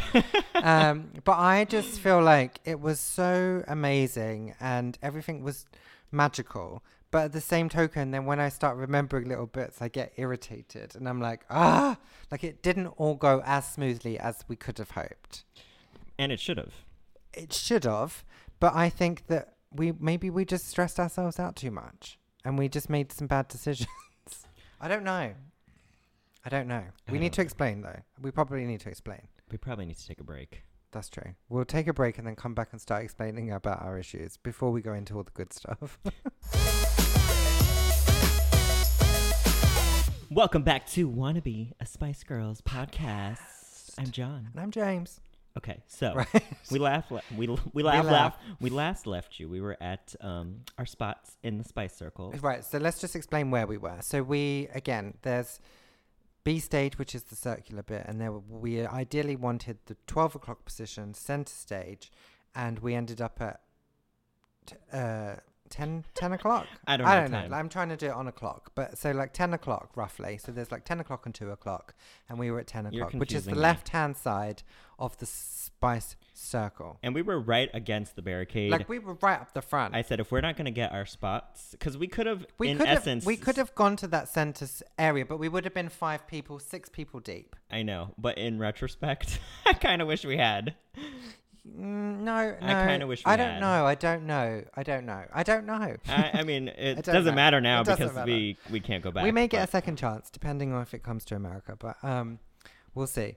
Speaker 2: Um, but I just feel like it was so amazing and everything was magical. But at the same token, then when I start remembering little bits, I get irritated and I'm like, ah, like it didn't all go as smoothly as we could have hoped.
Speaker 1: and it should have
Speaker 2: It should have, but I think that we maybe we just stressed ourselves out too much and we just made some bad decisions. (laughs) I don't know. I don't know.
Speaker 1: I
Speaker 2: We need
Speaker 1: don't
Speaker 2: to
Speaker 1: know.
Speaker 2: explain though. We probably need to explain.
Speaker 1: we probably need to take a break
Speaker 2: That's true. We'll take a break and then come back and start explaining about our issues before we go into all the good stuff. (laughs)
Speaker 1: welcome back to wannabe a spice girls podcast i'm john
Speaker 2: and I'm James.
Speaker 1: okay so
Speaker 2: Right.
Speaker 1: we laugh la- we, l- we laugh, laugh
Speaker 2: laugh.
Speaker 1: we last left you we were at um our spots in the spice circle
Speaker 2: Right. So let's just explain where we were. So we again, there's B stage, which is the circular bit, and there were- we ideally wanted the twelve o'clock position, center stage, and we ended up at t- uh, 10, 10 o'clock.
Speaker 1: (laughs) I don't know time.
Speaker 2: I'm trying to do it on a clock, but so like ten o'clock roughly. So there's like ten o'clock and two o'clock, and we were at ten
Speaker 1: You're
Speaker 2: o'clock, which is the
Speaker 1: confusing me.
Speaker 2: left hand side of the spice circle.
Speaker 1: and we were right against the barricade
Speaker 2: Like we were right up the front.
Speaker 1: i said if we're not going to get our spots because we could have
Speaker 2: We
Speaker 1: in
Speaker 2: could
Speaker 1: essence
Speaker 2: have, we could have gone to that center s- area, but we would have been five people, six people deep.
Speaker 1: (laughs) i know but in retrospect i kind of wish we had
Speaker 2: Mm, no, no.
Speaker 1: I kinda wish we
Speaker 2: I don't
Speaker 1: had.
Speaker 2: know. I don't know. I don't know. I don't know.
Speaker 1: I, I mean, it
Speaker 2: (laughs) It
Speaker 1: doesn't
Speaker 2: doesn't
Speaker 1: matter
Speaker 2: matter.
Speaker 1: now
Speaker 2: It doesn't
Speaker 1: because
Speaker 2: matter.
Speaker 1: we we can't go back.
Speaker 2: (laughs) we may get a
Speaker 1: but-
Speaker 2: second chance depending on if it comes to America, but um, we'll see.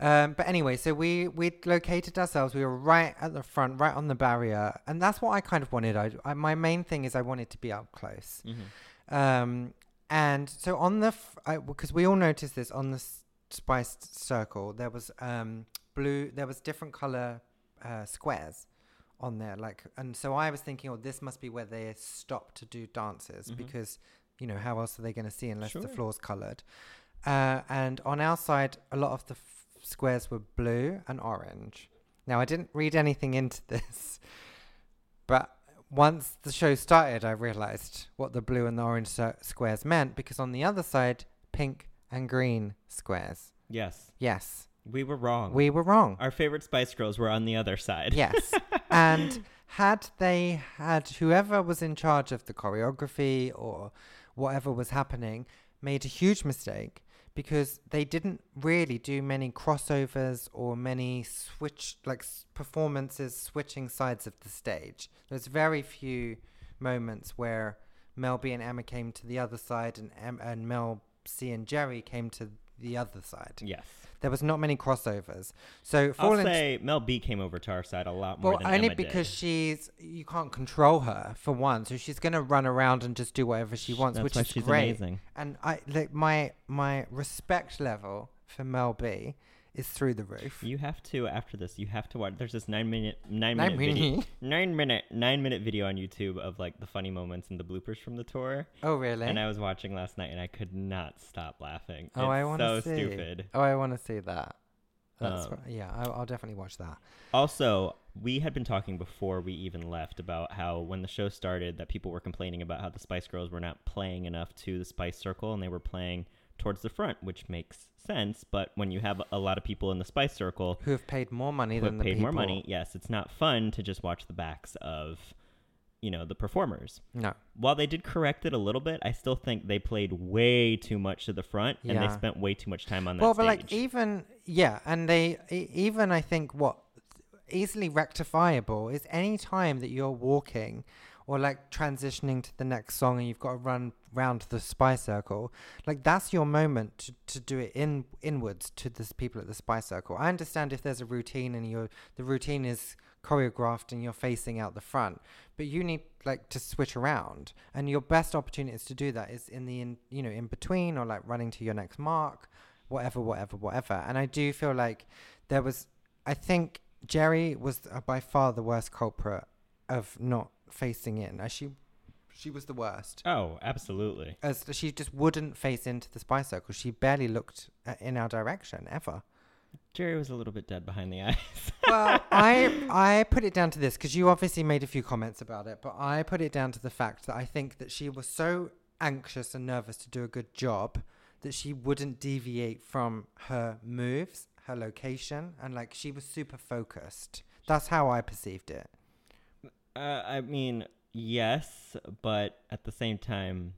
Speaker 2: Um, but anyway, so we we located ourselves. We were right at the front, right on the barrier, and that's what I kind of wanted. I, I my main thing is I wanted to be up close.
Speaker 1: Mhm.
Speaker 2: Um, and so on the because we all noticed this on the s- spiced circle, there was um blue. There was different color uh, squares on there, like, and so I was thinking, oh, this must be where they stop to do dances
Speaker 1: Mhm.
Speaker 2: because you know how else are they going to see unless the
Speaker 1: Sure.
Speaker 2: floor's colored. Uh, and on our side, a lot of the f- squares were blue and orange. Now I didn't read anything into (laughs) this, but once the show started, I realized what the blue and the orange so- squares meant because on the other side, pink and green squares.
Speaker 1: Yes,
Speaker 2: Yes,
Speaker 1: we were wrong.
Speaker 2: we were wrong.
Speaker 1: Our favorite Spice Girls were on the other (laughs) side.
Speaker 2: Yes. and had they had whoever was in charge of the choreography or whatever was happening made a huge mistake because they didn't really do many crossovers or many switch like s- performances switching sides of the stage. There's very few moments where Mel B and Emma came to the other side and em- and Mel C and Jerry came to the other side.
Speaker 1: Yes.
Speaker 2: There was not many crossovers. So
Speaker 1: I'll
Speaker 2: falling
Speaker 1: say Mel B came over to our side a lot more
Speaker 2: well,
Speaker 1: than
Speaker 2: only
Speaker 1: Emma did.
Speaker 2: because she's you can't control her for one, so she's gonna run around and just do whatever she wants,
Speaker 1: That's
Speaker 2: which
Speaker 1: why
Speaker 2: is
Speaker 1: she's
Speaker 2: great.
Speaker 1: amazing.
Speaker 2: And I like my my respect level for Mel B is through the roof.
Speaker 1: You have to after this. You have to watch. There's this nine minute, nine, minute,
Speaker 2: Nine
Speaker 1: video,
Speaker 2: minute.
Speaker 1: (laughs) nine minute, nine minute video on YouTube of like the funny moments and the bloopers from the tour.
Speaker 2: oh really?
Speaker 1: And I was watching last night, and I could not stop laughing.
Speaker 2: oh, I want to
Speaker 1: it's so
Speaker 2: see.
Speaker 1: stupid.
Speaker 2: Oh, I want to see that. That's
Speaker 1: Um,
Speaker 2: what- yeah. I'll, I'll definitely watch that.
Speaker 1: Also, we had been talking before we even left about how when the show started that people were complaining about how the Spice Girls were not playing enough to the Spice Circle and they were playing towards the front, which makes sense, but when you have a lot of people in the Spice Circle
Speaker 2: Who have paid more money
Speaker 1: who
Speaker 2: than
Speaker 1: have
Speaker 2: the
Speaker 1: paid
Speaker 2: people?
Speaker 1: more money, yes, it's not fun to just watch the backs of you know, the performers.
Speaker 2: No.
Speaker 1: While they did correct it a little bit, I still think they played way too much to the front and they
Speaker 2: Yeah.
Speaker 1: spent way too much time on that
Speaker 2: Well, but like
Speaker 1: stage.
Speaker 2: even yeah, and they e- even I think what easily rectifiable is any time that you're walking or like transitioning to the next song and you've got to run round the spy circle like that's your moment to, to do it in inwards to the s- people at the spy circle i understand if there's a routine and you're the routine is choreographed and you're facing out the front but you need like to switch around and your best opportunity is to do that is in the in you know in between or like running to your next mark whatever whatever whatever and i do feel like there was I think Jerry was uh, by far the worst culprit of not facing in. Uh, She, she was the worst.
Speaker 1: oh, absolutely.
Speaker 2: As she just wouldn't face into the spy circle. She barely looked uh, in our direction ever.
Speaker 1: Jerry was a little bit dead behind the eyes. (laughs)
Speaker 2: Well, (laughs) I I put it down to this because you obviously made a few comments about it, but I put it down to the fact that I think that she was so anxious and nervous to do a good job that she wouldn't deviate from her moves, her location, and like she was super focused. That's how I perceived it.
Speaker 1: Uh, I mean, yes, but at the same time,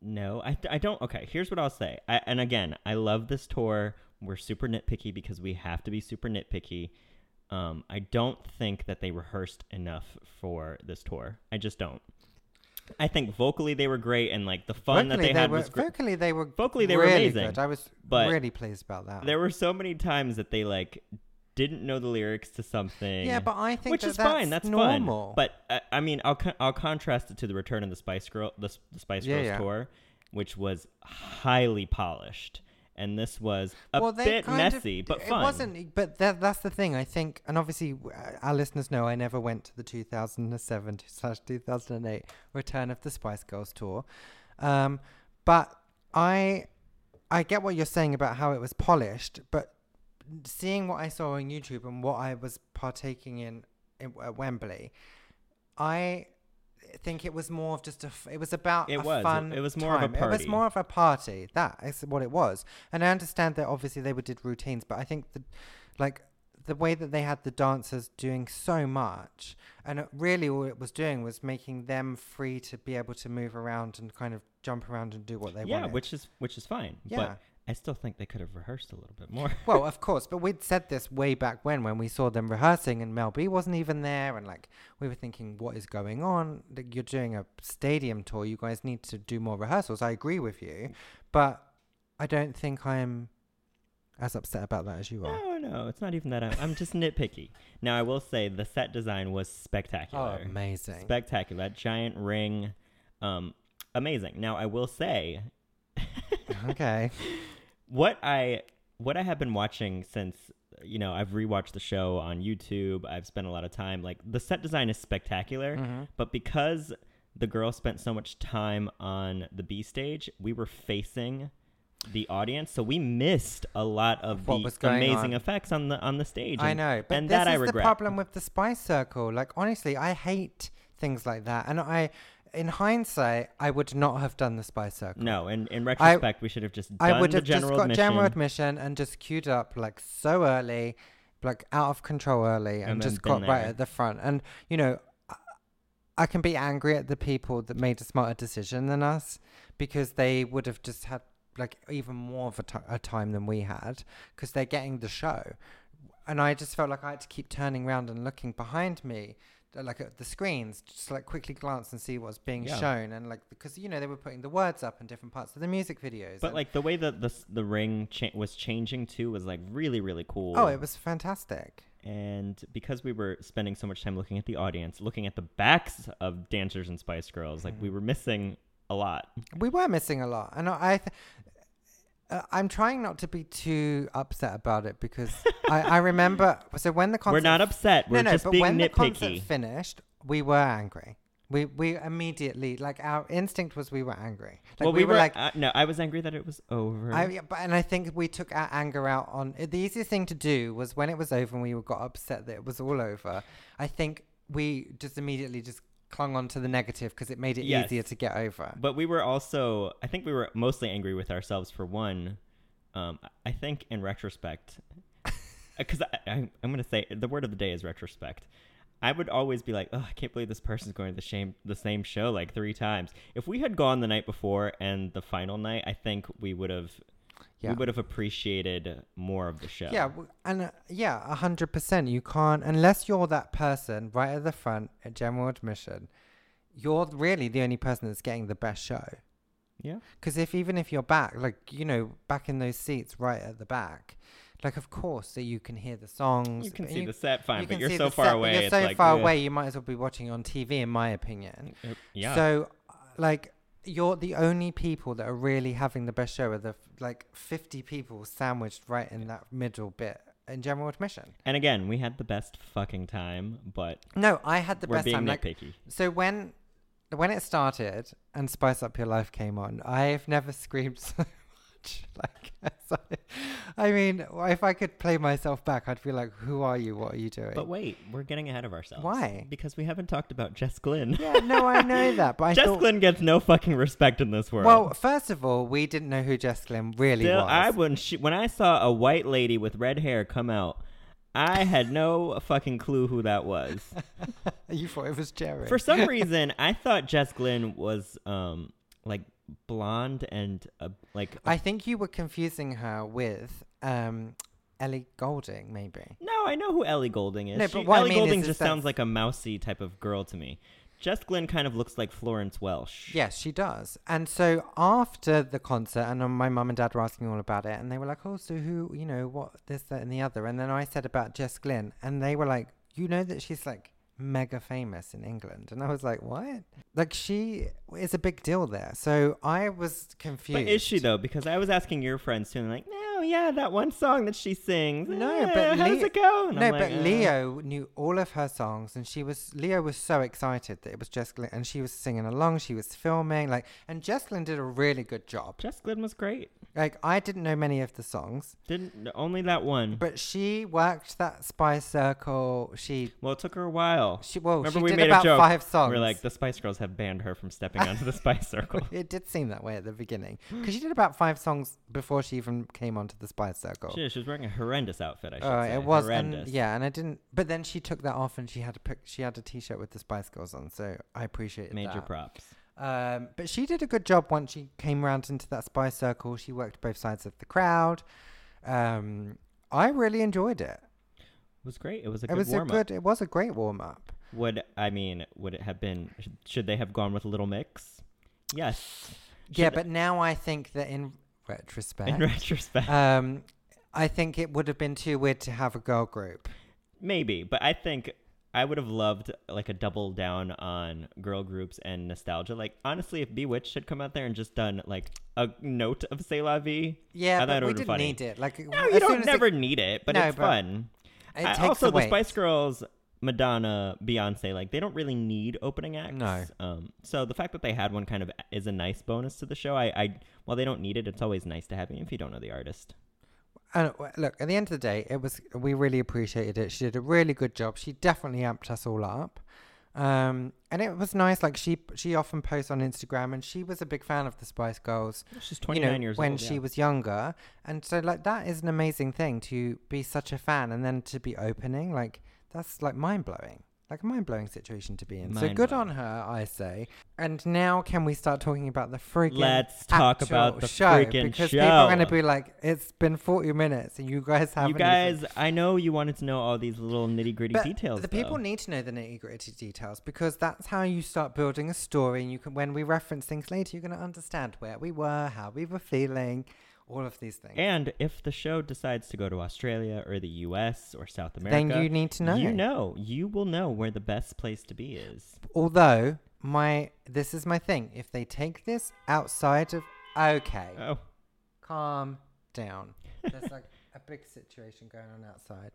Speaker 1: no. I, I don't. Okay, here's what I'll say. I, and again, I love this tour. We're super nitpicky because we have to be super nitpicky. Um, I don't think that they rehearsed enough for this tour. I just don't. I think vocally they were great, and like the fun that they, had
Speaker 2: were,
Speaker 1: was great.
Speaker 2: Vocally, they were
Speaker 1: Vocally, they were
Speaker 2: really
Speaker 1: amazing,
Speaker 2: Good. I was
Speaker 1: but
Speaker 2: really pleased about that.
Speaker 1: There were so many times that they like didn't know the lyrics to something.
Speaker 2: yeah, but I think
Speaker 1: which
Speaker 2: that
Speaker 1: is fine. That's
Speaker 2: normal.
Speaker 1: fun. But uh, I mean, I'll con- I'll contrast it to the return of the Spice Girl, the, S- the Spice
Speaker 2: Yeah,
Speaker 1: Girls
Speaker 2: yeah.
Speaker 1: tour, which was highly polished, and this was a
Speaker 2: well, they
Speaker 1: bit
Speaker 2: kind of-
Speaker 1: messy but
Speaker 2: it
Speaker 1: fun.
Speaker 2: wasn't. But that, that's the thing. I think, and obviously, w- uh, our listeners know I never went to the 2007 slash 2008 Return of the Spice Girls tour, um, but I I get what you're saying about how it was polished, but seeing what I saw on YouTube and what I was partaking in, in at Wembley, I think it was more of just a. f- It was about
Speaker 1: It
Speaker 2: a
Speaker 1: was. It-
Speaker 2: fun.
Speaker 1: it was more of a
Speaker 2: time. It
Speaker 1: party.
Speaker 2: was more of a party. That is what it was. And I understand that obviously they would did routines, but I think the like the way that they had the dancers doing so much, and it really all it was doing was making them free to be able to move around and kind of jump around and do what they
Speaker 1: yeah,
Speaker 2: wanted.
Speaker 1: which is which is fine.
Speaker 2: Yeah.
Speaker 1: But I still think they could have rehearsed a little bit more.
Speaker 2: (laughs)
Speaker 1: (laughs)
Speaker 2: Well, of course, but we'd said this way back when, when we saw them rehearsing and Mel B wasn't even there, and like we were thinking, what is going on? Like, You're doing a stadium tour. You guys need to do more rehearsals. I agree with you, but I don't think I'm as upset about that as you are.
Speaker 1: no, no, it's not even that. I'm, I'm just nitpicky. Now, I will say the set design was
Speaker 2: Oh,
Speaker 1: spectacular.
Speaker 2: amazing!
Speaker 1: spectacular. That giant ring, um, amazing. Now, I will say (laughs)
Speaker 2: okay,
Speaker 1: what I what I have been watching since you know I've rewatched the show on YouTube. I've spent a lot of time. Like the set design is spectacular,
Speaker 2: Mm-hmm.
Speaker 1: but because the girl spent so much time on the B stage, we were facing the audience, so we missed a lot of
Speaker 2: What
Speaker 1: the
Speaker 2: was going
Speaker 1: amazing
Speaker 2: on.
Speaker 1: effects on the on the stage.
Speaker 2: I
Speaker 1: and-
Speaker 2: know, but
Speaker 1: and
Speaker 2: this
Speaker 1: that
Speaker 2: is
Speaker 1: I regret.
Speaker 2: the problem with the spy circle. Like honestly, I hate things like that, and I, in hindsight, I would not have done the spy circle.
Speaker 1: No, and in retrospect, we should have just done
Speaker 2: I would
Speaker 1: the
Speaker 2: have just
Speaker 1: general
Speaker 2: got
Speaker 1: admission.
Speaker 2: general admission and just queued up like so early, like out of control early, and,
Speaker 1: And then
Speaker 2: just
Speaker 1: been
Speaker 2: got right
Speaker 1: there.
Speaker 2: at the front. And you know, I- I can be angry at the people that made a smarter decision than us because they would have just had like even more of a ti- a time than we had because they're getting the show. And I just felt like I had to keep turning around and looking behind me, uh, like at the screens, just to, like quickly glance and see what's being
Speaker 1: Yeah.
Speaker 2: shown. And like, because you know, they were putting the words up in different parts of the music videos.
Speaker 1: but
Speaker 2: and-
Speaker 1: like the way that the s- the ring cha- was changing too was like really really cool.
Speaker 2: Oh, it was fantastic.
Speaker 1: And because we were spending so much time looking at the audience, looking at the backs of dancers and Spice Girls, like we
Speaker 2: Mm-hmm.
Speaker 1: were missing a lot.
Speaker 2: We were missing a lot, and I. Th- uh, I'm trying not to be too upset about it because I, I remember. So when the
Speaker 1: (laughs)
Speaker 2: concert,
Speaker 1: we're not upset. We're
Speaker 2: no, no,
Speaker 1: just
Speaker 2: but
Speaker 1: being
Speaker 2: when the concert
Speaker 1: nitpicky.
Speaker 2: finished, we were angry. We we immediately like our instinct was we were angry. Like
Speaker 1: well,
Speaker 2: we, were, like.
Speaker 1: uh, no, I was angry that it was over.
Speaker 2: I, yeah, but, and I think we took our anger out on the easiest thing to do was when it was over and we were- got upset that it was all over. I think we just immediately just clung on to the negative because it made it
Speaker 1: Yes.
Speaker 2: easier to get over.
Speaker 1: but we were also, I think we were mostly angry with ourselves for one. Um, I think in
Speaker 2: (laughs)
Speaker 1: retrospect, because I, I, I'm going to say the word of the day is retrospect. I would always be like, oh, I can't believe this person's going to the same the same show like three times. If we had gone the night before and the final night, I think we would have
Speaker 2: Yeah.
Speaker 1: we would have appreciated more of the show.
Speaker 2: Yeah, w- and uh, yeah, a hundred percent. You can't unless you're that person right at the front at general admission. You're really the only person that's getting the best show.
Speaker 1: yeah.
Speaker 2: Because if even if you're back, like you know, back in those seats right at the back, like of course that you can hear the songs.
Speaker 1: You can
Speaker 2: but
Speaker 1: see the set fine, but
Speaker 2: can
Speaker 1: you're
Speaker 2: see
Speaker 1: so
Speaker 2: the
Speaker 1: far
Speaker 2: set, but
Speaker 1: away.
Speaker 2: You're
Speaker 1: it's
Speaker 2: so
Speaker 1: like,
Speaker 2: far
Speaker 1: ugh.
Speaker 2: away. You might as well be watching on TV, in my opinion.
Speaker 1: Uh, Yeah.
Speaker 2: So, uh, like, you're the only people that are really having the best show are the f- like 50 people sandwiched right in that middle bit in general admission.
Speaker 1: and again, we had the best fucking time, but
Speaker 2: No, I had the
Speaker 1: we're
Speaker 2: best
Speaker 1: being
Speaker 2: time. Like,
Speaker 1: nitpicky.
Speaker 2: so when when it started and Spice Up Your Life came on, I've never screamed (laughs) so much. Like, (laughs) as I, I mean, if I could play myself back, I'd be like, "Who are you? What are you doing?"
Speaker 1: But wait, we're getting ahead of ourselves.
Speaker 2: Why?
Speaker 1: Because we haven't talked about Jess Glynn.
Speaker 2: yeah, no, I know that, but (laughs)
Speaker 1: (laughs)
Speaker 2: I
Speaker 1: Jess
Speaker 2: thought.
Speaker 1: Glynn gets no fucking respect in this world.
Speaker 2: well, first of all, we didn't know who Jess Glynn really
Speaker 1: Still,
Speaker 2: was.
Speaker 1: I when she, when I saw a white lady with red hair come out, I had no
Speaker 2: (laughs)
Speaker 1: fucking clue who that was.
Speaker 2: you thought it was Jerry.
Speaker 1: For some reason, I thought Jess Glynn was um like blonde and uh, like a-
Speaker 2: I think you were confusing her with um, Ellie Golding, maybe.
Speaker 1: no, I know who Ellie Golding is.
Speaker 2: No, but
Speaker 1: She-
Speaker 2: what I
Speaker 1: Ellie
Speaker 2: mean is-
Speaker 1: Golding
Speaker 2: is
Speaker 1: just
Speaker 2: that-
Speaker 1: sounds like a mousy type of girl to me. Jess Glynn kind of looks like Florence Welsh.
Speaker 2: Yes, she does. And so after the concert, and um, my mum and dad were asking all about it, and they were like, "Oh, so who? You know what? This, that, and the other." And then I said about Jess Glynn, and they were like, "You know that she's like mega famous in England," and I was like, "What? Like she is a big deal there." So I was confused.
Speaker 1: But is she though? Because I was asking your friends too, and they're like, no, yeah, that one song that she sings.
Speaker 2: No,
Speaker 1: eh,
Speaker 2: but
Speaker 1: how
Speaker 2: Le-
Speaker 1: does it go? And
Speaker 2: no,
Speaker 1: I'm like,
Speaker 2: but
Speaker 1: uh,
Speaker 2: Leo knew all of her songs, and she was Leo was so excited that it was Jess Glynn, and she was singing along, she was filming, like, and Jess Glynn did a really good job.
Speaker 1: Jess Glynn was great.
Speaker 2: Like, I didn't know many of the songs,
Speaker 1: Didn't only that one.
Speaker 2: but she worked that spy circle. She,
Speaker 1: well, it took her a while.
Speaker 2: she, well,
Speaker 1: Remember
Speaker 2: she
Speaker 1: we
Speaker 2: did
Speaker 1: made
Speaker 2: about
Speaker 1: a joke.
Speaker 2: five songs.
Speaker 1: We were like, the Spice Girls have banned her from stepping onto the
Speaker 2: (laughs)
Speaker 1: Spice Circle.
Speaker 2: it did seem that way at
Speaker 1: (gasps)
Speaker 2: the beginning because she did about five songs before she even came onto the spy circle.
Speaker 1: She, she was wearing a horrendous outfit. I should
Speaker 2: Uh,
Speaker 1: say.
Speaker 2: it was, and
Speaker 1: horrendous.
Speaker 2: yeah, and I didn't. But then she took that off, and she had a pic, she had a T-shirt with the Spice Girls on. So I appreciated
Speaker 1: Major
Speaker 2: that.
Speaker 1: props.
Speaker 2: Um, but she did a good job once she came around into that spy circle. She worked both sides of the crowd. Um, I really enjoyed it.
Speaker 1: It was great. It was a
Speaker 2: it
Speaker 1: good
Speaker 2: was a
Speaker 1: warm up.
Speaker 2: good. It was a great warm up.
Speaker 1: Would I mean? Would it have been? Should, should they have gone with Little Mix? Yes.
Speaker 2: Yeah,
Speaker 1: Should-
Speaker 2: but now I think that in retrospect,
Speaker 1: in (laughs) retrospect,
Speaker 2: um, I think it would have been too weird to have a girl group.
Speaker 1: maybe. But I think I would have loved like a double down on girl groups and nostalgia. Like honestly, if Bewitched had come out there and just done like a note of C'est La Vie, I
Speaker 2: Yeah,
Speaker 1: thought
Speaker 2: but
Speaker 1: it
Speaker 2: we
Speaker 1: would've been
Speaker 2: didn't
Speaker 1: funny.
Speaker 2: need it. Like,
Speaker 1: no,
Speaker 2: as
Speaker 1: you
Speaker 2: soon
Speaker 1: don't
Speaker 2: as
Speaker 1: never
Speaker 2: It,
Speaker 1: need it, but
Speaker 2: No,
Speaker 1: it's
Speaker 2: but
Speaker 1: fun.
Speaker 2: it
Speaker 1: I-
Speaker 2: takes
Speaker 1: also,
Speaker 2: away.
Speaker 1: the Spice Girls, Madonna, Beyonce, like they don't really need opening acts.
Speaker 2: No.
Speaker 1: Um, so the fact that they had one kind of is a nice bonus to the show. I, I while they don't need it, it's always nice to have it if you don't know the artist.
Speaker 2: And w- look, at the end of the day, it was we really appreciated it. She did a really good job. She definitely amped us all up. Um, and it was nice. Like she she often posts on Instagram, and she was a big fan of the Spice Girls.
Speaker 1: She's
Speaker 2: you
Speaker 1: twenty
Speaker 2: know,
Speaker 1: nine years
Speaker 2: when
Speaker 1: old.
Speaker 2: she
Speaker 1: yeah.
Speaker 2: was younger, and so like that is an amazing thing to be such a fan, and then to be opening like that's like mind blowing. Like a mind blowing situation to be in. so good on
Speaker 1: Mind-blowing.
Speaker 2: her, I say. And now, can we start talking about the freaking
Speaker 1: Let's talk
Speaker 2: actual
Speaker 1: about the
Speaker 2: show,
Speaker 1: freaking
Speaker 2: because
Speaker 1: show.
Speaker 2: people are going to be like, it's been 40 minutes and you guys haven't.
Speaker 1: you
Speaker 2: even-"
Speaker 1: guys, I know you wanted to know all these little nitty gritty
Speaker 2: But
Speaker 1: details.
Speaker 2: The people
Speaker 1: though.
Speaker 2: need to know the nitty gritty details because that's how you start building a story. And you can, when we reference things later, you're going to understand where we were, how we were feeling, all of these things.
Speaker 1: and if the show decides to go to Australia or the U.S. or South America,
Speaker 2: then you need to know.
Speaker 1: you know, you will know where the best place to be is.
Speaker 2: Although my this is my thing. If they take this outside of okay,
Speaker 1: Oh,
Speaker 2: calm
Speaker 1: (laughs)
Speaker 2: down. There's like a big situation going on outside.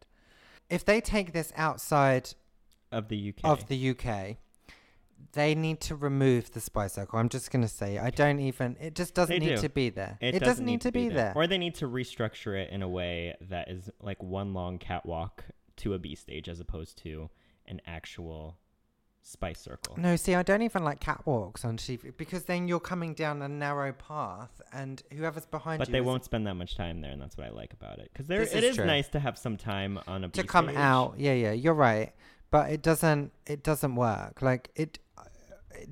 Speaker 2: If they take this outside
Speaker 1: of the UK.
Speaker 2: of the UK, they need to remove the spy circle. I'm just gonna say I don't even. It just doesn't
Speaker 1: They
Speaker 2: need
Speaker 1: do.
Speaker 2: to be there. It, doesn't, need to be, there.
Speaker 1: Or they need to restructure it in a way that is like one long catwalk to a B stage as opposed to an actual spice circle.
Speaker 2: No, see, I don't even like catwalks on TV because then you're coming down a narrow path, and whoever's behind
Speaker 1: But
Speaker 2: you
Speaker 1: they
Speaker 2: is
Speaker 1: won't spend that much time there, and that's what I like about it. Because there,
Speaker 2: This
Speaker 1: it
Speaker 2: is
Speaker 1: is
Speaker 2: true.
Speaker 1: nice to have some time on a
Speaker 2: to
Speaker 1: B
Speaker 2: come
Speaker 1: stage.
Speaker 2: out. Yeah, yeah, you're right. But it doesn't. It doesn't work. Like it, it.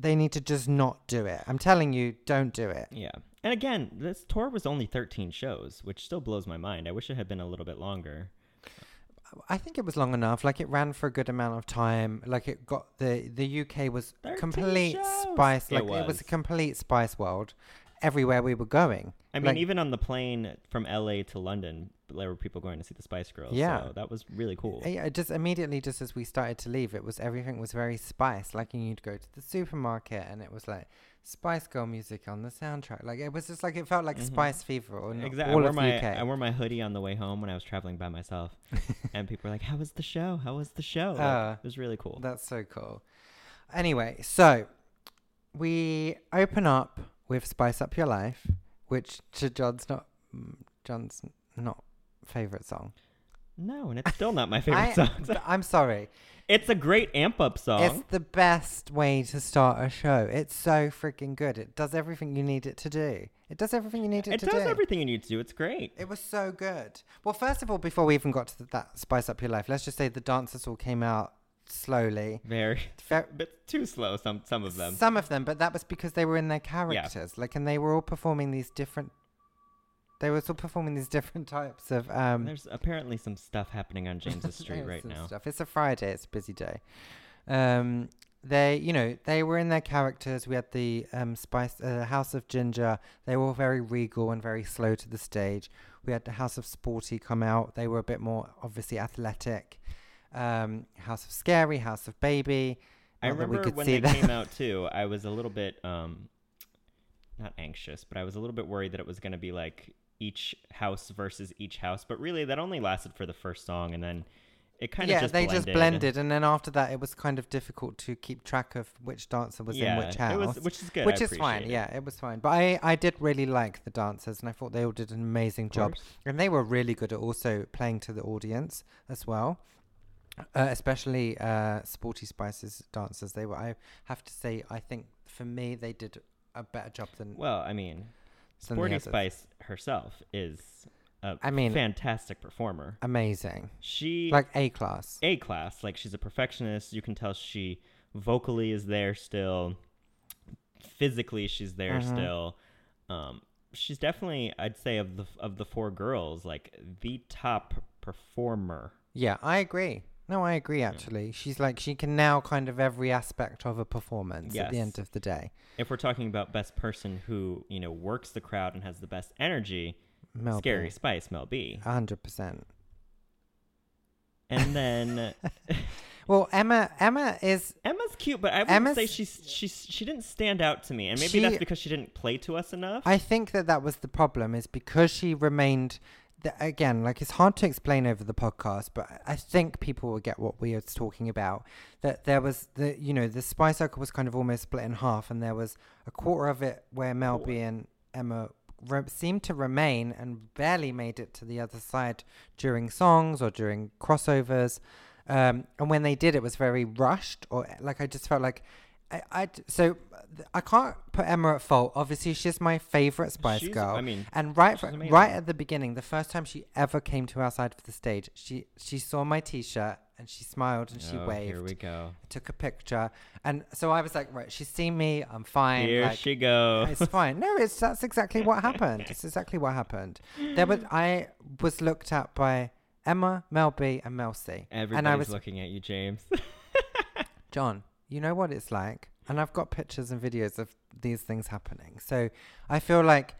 Speaker 2: They need to just not do it. I'm telling you, don't do it.
Speaker 1: Yeah, and again, this tour was only 13 shows, which still blows my mind. I wish it had been a little bit longer.
Speaker 2: I think it was long enough. Like it ran for a good amount of time. Like it got the the UK was
Speaker 1: 13
Speaker 2: complete
Speaker 1: shows.
Speaker 2: spice.
Speaker 1: It
Speaker 2: Like it was.
Speaker 1: was.
Speaker 2: a complete spice world. Everywhere we were going.
Speaker 1: I mean,
Speaker 2: Like-
Speaker 1: even on the plane from LA to London, there were people going to see the Spice Girls.
Speaker 2: Yeah.
Speaker 1: so that was really cool.
Speaker 2: Uh, Yeah, it just immediately, just as we started to leave, it was everything was very spice. Like you'd go to the supermarket and it was like Spice Girl music on the soundtrack. Like it was just like it felt like
Speaker 1: Mhm.
Speaker 2: Spice Fever on
Speaker 1: Exactly. I
Speaker 2: all
Speaker 1: wore
Speaker 2: of the
Speaker 1: my
Speaker 2: UK.
Speaker 1: I wore my hoodie on the way home when I was traveling by
Speaker 2: (laughs)
Speaker 1: myself, and people were like, "How was the show? How was the show?" Like,
Speaker 2: Ah.
Speaker 1: it was really cool.
Speaker 2: That's so cool. Anyway, so we open up with "Spice Up Your Life," which to John's not mm, John's n- not favorite song.
Speaker 1: No, and it's still not
Speaker 2: (laughs)
Speaker 1: my favorite
Speaker 2: I-
Speaker 1: song.
Speaker 2: but I'm sorry.
Speaker 1: It's a great amp up song.
Speaker 2: It's the best way to start a show. It's so freaking good. It does everything you need it to do. It does everything you need it,
Speaker 1: it
Speaker 2: to
Speaker 1: does
Speaker 2: do.
Speaker 1: everything you need to do. It's great.
Speaker 2: It was so good. Well, first of all, before we even got to th- that "Spice Up Your Life," let's just say the dancers all came out slowly.
Speaker 1: Very,
Speaker 2: Ver-
Speaker 1: (laughs) but too slow. Some some of them.
Speaker 2: Some of them, but that was because they were in their characters. Like, and they were all performing these different. They were all performing these different types of. Um,
Speaker 1: There's apparently some stuff happening on James's
Speaker 2: (laughs)
Speaker 1: Street
Speaker 2: there's
Speaker 1: right
Speaker 2: some
Speaker 1: now.
Speaker 2: Stuff. It's a Friday. It's a busy day. Um, they, you know, they were in their characters. We had the um, Spice uh, House of Ginger. They were all very regal and very slow to the stage. We had the House of Sporty come out. They were a bit more obviously athletic. Um, House of Scary, House of Baby.
Speaker 1: I
Speaker 2: Not that we
Speaker 1: remember
Speaker 2: could
Speaker 1: when
Speaker 2: see
Speaker 1: they
Speaker 2: that.
Speaker 1: came
Speaker 2: (laughs)
Speaker 1: out too. I was a little bit um, not anxious, but I was a little bit worried that it was going to be like each house versus each house. But really, that only lasted for the first song, and then it kind of
Speaker 2: yeah,
Speaker 1: just
Speaker 2: they
Speaker 1: blended.
Speaker 2: just blended, and then after that, it was kind of difficult to keep track of which dancer was
Speaker 1: yeah,
Speaker 2: in which house,
Speaker 1: It was, which is good.
Speaker 2: which
Speaker 1: I
Speaker 2: is fine.
Speaker 1: appreciate it.
Speaker 2: Yeah, it was fine. But I, I did really like the dancers, and I thought they all did an amazing
Speaker 1: Of
Speaker 2: job,
Speaker 1: course.
Speaker 2: and they were really good at also playing to the audience as well. Uh, especially uh, Sporty Spices dancers, they were. I have to say, I think for me, they did a better job than.
Speaker 1: Well, I mean,
Speaker 2: Than the
Speaker 1: Sporty
Speaker 2: others.
Speaker 1: Spice herself is a
Speaker 2: I mean,
Speaker 1: fantastic performer.
Speaker 2: amazing,
Speaker 1: She
Speaker 2: like A class.
Speaker 1: A class. Like she's a perfectionist. You can tell she vocally is there still. physically she's there
Speaker 2: Mhm.
Speaker 1: still. Um, she's definitely, I'd say, of the of the four girls, like the top performer.
Speaker 2: Yeah, I agree. No, I agree actually. She's like she can now kind of every aspect of a performance at the
Speaker 1: Yes.
Speaker 2: end of the day.
Speaker 1: If we're talking about best person who you know works the crowd and has the best energy,
Speaker 2: Mel
Speaker 1: Scary Spice Mel B,
Speaker 2: hundred percent.
Speaker 1: and
Speaker 2: (laughs)
Speaker 1: then
Speaker 2: Well, Emma Emma is
Speaker 1: Emma's cute, but I would not
Speaker 2: Emma's-
Speaker 1: say she's she's she didn't stand out to me, and maybe
Speaker 2: She-
Speaker 1: that's because she didn't play to us enough.
Speaker 2: I think that that was the problem is because she remained th- again like it's hard to explain over the podcast but I- I think people will get what we are talking about that there was the you know the spy circle was kind of almost split in half and there was a quarter of it where Melby and Emma re- seemed to remain and barely made it to the other side during songs or during crossovers um, and when they did it was very rushed or like I just felt like I, I d- so uh, th- I can't put Emma at fault. Obviously, she's my favorite Spice
Speaker 1: She's-
Speaker 2: Girl.
Speaker 1: I mean,
Speaker 2: and right fr-
Speaker 1: she's amazing.
Speaker 2: right at the beginning, the first time she ever came to our side of the stage, she she saw my T-shirt and she smiled and she
Speaker 1: Oh,
Speaker 2: waved.
Speaker 1: Here we go.
Speaker 2: Took a picture, and so I was like, right, she's seen me. I'm fine.
Speaker 1: Here
Speaker 2: like,
Speaker 1: she goes. (laughs)
Speaker 2: it's fine. No, it's that's exactly what happened. It's exactly what happened. There was I was looked at by Emma, Mel B, and Mel C.
Speaker 1: Everybody's
Speaker 2: and I was
Speaker 1: looking at you,
Speaker 2: (laughs)
Speaker 1: James.
Speaker 2: John, you know what it's like. And I've got pictures and videos of these things happening. So I feel like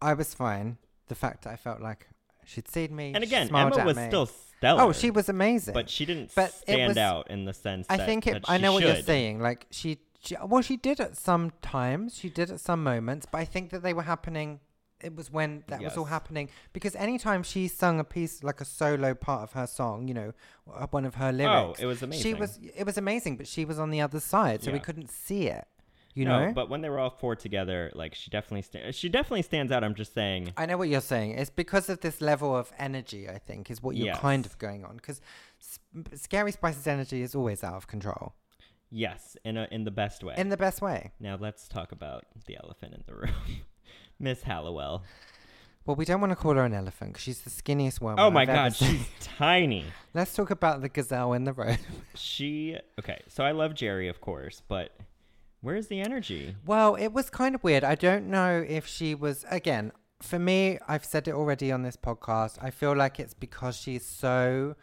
Speaker 2: I was fine. The fact that I felt like she'd seen me.
Speaker 1: and
Speaker 2: she
Speaker 1: again,
Speaker 2: smiled
Speaker 1: Emma
Speaker 2: at
Speaker 1: was
Speaker 2: me.
Speaker 1: still stellar.
Speaker 2: Oh, she was amazing.
Speaker 1: but she didn't
Speaker 2: but it
Speaker 1: stand
Speaker 2: was-
Speaker 1: out in the sense.
Speaker 2: I
Speaker 1: that-
Speaker 2: think it,
Speaker 1: that
Speaker 2: I
Speaker 1: she
Speaker 2: know what you're
Speaker 1: should.
Speaker 2: saying. Like she, she, well, she did at some times. She did at some moments, but I think that they were happening. It was when that was all
Speaker 1: Yes.
Speaker 2: happening because anytime she sung a piece like a solo part of her song, you know, uh, one of her lyrics.
Speaker 1: Oh, it was amazing.
Speaker 2: She was. It was amazing, but she was on the other side, so we
Speaker 1: Yeah.
Speaker 2: couldn't see it. You
Speaker 1: No,
Speaker 2: know.
Speaker 1: but when they were all four together, like she definitely sta- she definitely stands out. I'm just saying.
Speaker 2: I know what you're saying. It's because of this level of energy. I think is what you're
Speaker 1: Yes.
Speaker 2: kind of going on because Scary Spice's energy is always out of control
Speaker 1: Yes, in a, in the best way.
Speaker 2: in the best way.
Speaker 1: now let's talk about the elephant in the room, (laughs) Miss Hallowell.
Speaker 2: Well, we don't want to call her an elephant because she's the skinniest woman.
Speaker 1: Oh my
Speaker 2: I've ever
Speaker 1: God,
Speaker 2: seen. (laughs)
Speaker 1: she's tiny.
Speaker 2: Let's talk about the gazelle in the road.
Speaker 1: She okay. So I love Jerry, of course, but where's the energy?
Speaker 2: (laughs) Well, it was kind of weird. I don't know if she was, again, for me, I've said it already on this podcast. I feel like it's because she's so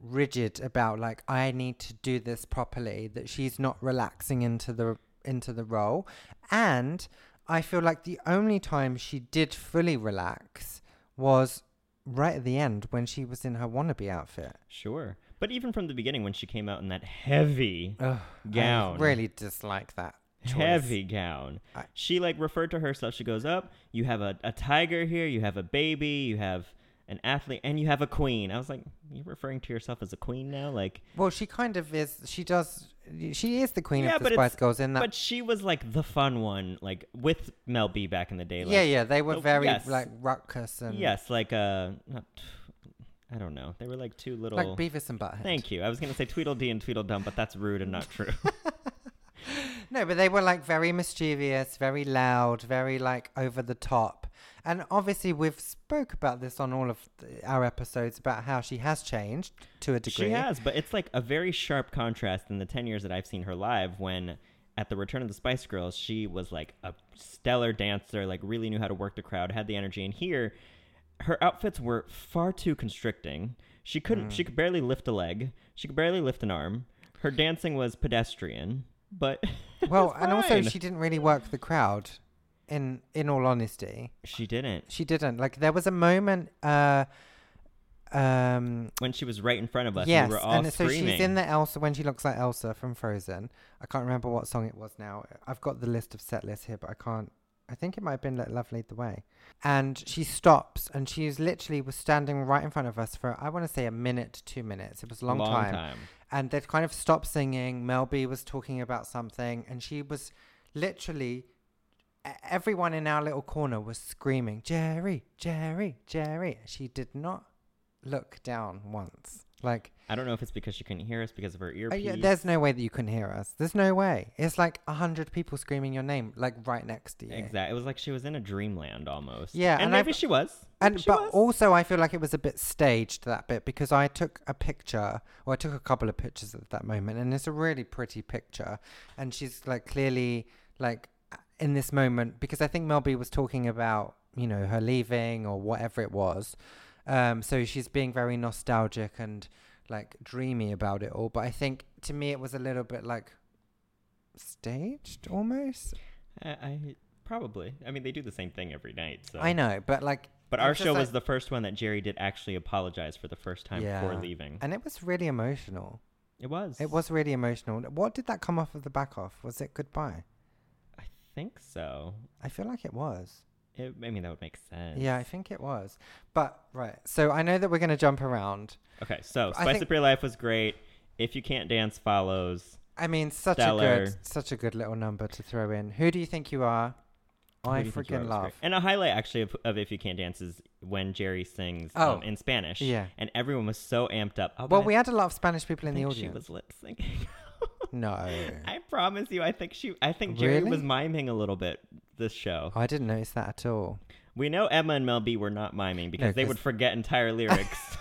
Speaker 2: rigid about like I need to do this properly that she's not relaxing into the into the role. And I feel like the only time she did fully relax was right at the end when she was in her wannabe outfit.
Speaker 1: Sure, but even from the beginning when she came out in that heavy,
Speaker 2: Ugh,
Speaker 1: Gown.
Speaker 2: I really dislike that. choice.
Speaker 1: heavy gown,
Speaker 2: I-
Speaker 1: she like referred to herself. She goes up. You have a, a tiger here. You have a baby. You have an athlete, and you have a queen. I was like, you're referring to yourself as a queen now, like.
Speaker 2: Well, she kind of is. She does. She is the queen
Speaker 1: Yeah,
Speaker 2: of the
Speaker 1: but it's-
Speaker 2: Spice Girls in that.
Speaker 1: But she was like the fun one, like with Mel B back in the day. Like,
Speaker 2: yeah, yeah. They were
Speaker 1: Oh,
Speaker 2: very
Speaker 1: yes.
Speaker 2: like ruckus and
Speaker 1: Yes, like uh, not, I don't know. They were like two little.
Speaker 2: like Beavis and Butthead.
Speaker 1: Thank you. I was gonna say Tweedledee and Tweedledum, but that's rude and not true.
Speaker 2: No, but they were like very mischievous, very loud, very like over the top. And obviously, we've spoke about this on all of th- our episodes about how she has changed to a degree.
Speaker 1: she has, (laughs) but it's like a very sharp contrast in the ten years that I've seen her live. When at the return of the Spice Girls, she was like a stellar dancer, like really knew how to work the crowd, had the energy. And here, her outfits were far too constricting. She couldn't.
Speaker 2: Mm.
Speaker 1: She could barely lift a leg. She could barely lift an arm. Her dancing was pedestrian, but (laughs) it
Speaker 2: Well,
Speaker 1: was
Speaker 2: and also
Speaker 1: fine.
Speaker 2: she didn't really work the crowd. In in all honesty,
Speaker 1: she didn't.
Speaker 2: she didn't. Like there was a moment. uh um
Speaker 1: when she was right in front of us.
Speaker 2: Yes,
Speaker 1: we were all
Speaker 2: and
Speaker 1: screaming.
Speaker 2: so she's in the Elsa when she looks like Elsa from Frozen. I can't remember what song it was now. I've got the list of set lists here, but I can't. I think it might have been Let Love Lead the Way. And she stops, and she is literally was standing right in front of us for I want to say a minute to two minutes. It was a long, time. And they'd kind of stopped singing. Mel B was talking about something, and she was literally. e- Everyone in our little corner was screaming, Jerry, Jerry, Jerry. She did not look down once. Like,
Speaker 1: I don't know if it's because she couldn't hear us because of her
Speaker 2: Oh,
Speaker 1: earpiece.
Speaker 2: yeah, there's no way that you can hear us. There's no way. It's like a hundred people screaming your name, like right next to you.
Speaker 1: Exactly. It was like she was in a dreamland almost.
Speaker 2: Yeah,
Speaker 1: and,
Speaker 2: and
Speaker 1: maybe
Speaker 2: I've-
Speaker 1: she was.
Speaker 2: And
Speaker 1: She
Speaker 2: but
Speaker 1: was.
Speaker 2: also, I feel like it was a bit staged that bit because I took a picture, or I took a couple of pictures at that moment, and it's a really pretty picture. And she's like clearly like in this moment because I think Mel B was talking about you know her leaving or whatever it was. Um, so she's being very nostalgic and like dreamy about it all. But I think to me it was a little bit like staged almost.
Speaker 1: I, I probably. I mean, they do the same thing every night. So
Speaker 2: I know, but like
Speaker 1: But
Speaker 2: I'm
Speaker 1: our
Speaker 2: just
Speaker 1: show
Speaker 2: like-
Speaker 1: was the first one that Jerry did actually apologize for the first time
Speaker 2: Yeah.
Speaker 1: before leaving.
Speaker 2: and it was really emotional.
Speaker 1: It was.
Speaker 2: It was really emotional. What did that come off of the back off? Was it goodbye?
Speaker 1: I think so.
Speaker 2: I feel like it was.
Speaker 1: It, I mean, that would make sense.
Speaker 2: Yeah, I think it was. But right, so I know that we're gonna jump around.
Speaker 1: Okay, so
Speaker 2: I
Speaker 1: Spice
Speaker 2: think-
Speaker 1: Up Your Life was great. If you can't dance, follows.
Speaker 2: I mean, such a
Speaker 1: Stellar.
Speaker 2: good, such a good little number to throw in. Who do you think you are?
Speaker 1: Who
Speaker 2: I
Speaker 1: do you think you are
Speaker 2: freaking
Speaker 1: was great.
Speaker 2: love.
Speaker 1: And a highlight actually of, of If You Can't Dance is when Jerry sings
Speaker 2: Oh.
Speaker 1: um, in Spanish.
Speaker 2: Yeah.
Speaker 1: And everyone was so amped up. Oh,
Speaker 2: Well,
Speaker 1: God,
Speaker 2: we had a lot of Spanish people
Speaker 1: I
Speaker 2: in the
Speaker 1: think
Speaker 2: audience.
Speaker 1: She was lip syncing. (laughs)
Speaker 2: No,
Speaker 1: I promise you, I think she, I think Jerry
Speaker 2: Really? Oh.
Speaker 1: was miming a little bit this show.
Speaker 2: I didn't notice that at all.
Speaker 1: We know Emma and Mel B were not miming because they
Speaker 2: 'cause-
Speaker 1: would forget
Speaker 2: (laughs)
Speaker 1: entire lyrics.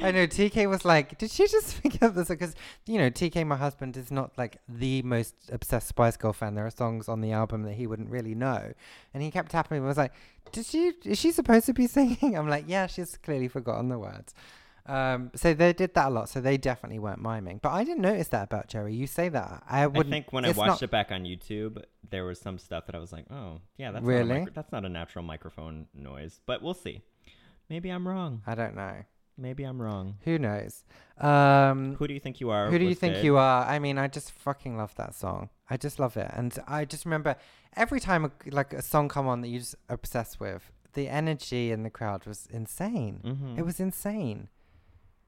Speaker 2: I know TK was like, "Did she just (laughs) forget this?" Because you know, TK, my husband, is not like the most obsessed Spice Girl fan. There are songs on the album that he wouldn't really know, and he kept tapping me. and Was like, "Did she? Is she supposed to be (laughs) singing?" I'm like, "Yeah, she's clearly forgotten the words." Um, so they did that a lot. So they definitely weren't miming. But I didn't notice that about Jerry. You say that I
Speaker 1: I
Speaker 2: wouldn't.
Speaker 1: think when I
Speaker 2: it's
Speaker 1: watched
Speaker 2: not-
Speaker 1: it back on YouTube, there was some stuff that I was like, oh, yeah, that's, not,
Speaker 2: Really?
Speaker 1: a micro- that's not a natural microphone noise. But we'll see. Maybe I'm wrong.
Speaker 2: I don't know.
Speaker 1: Maybe I'm wrong.
Speaker 2: Who knows? Um,
Speaker 1: Who do you think you are?
Speaker 2: Who do you
Speaker 1: was
Speaker 2: think
Speaker 1: good.
Speaker 2: you are? I mean, I just fucking love that song. I just love it, and I just remember every time like a song come on that you just obsessed with, the energy in the crowd was insane.
Speaker 1: Mhm.
Speaker 2: It was insane,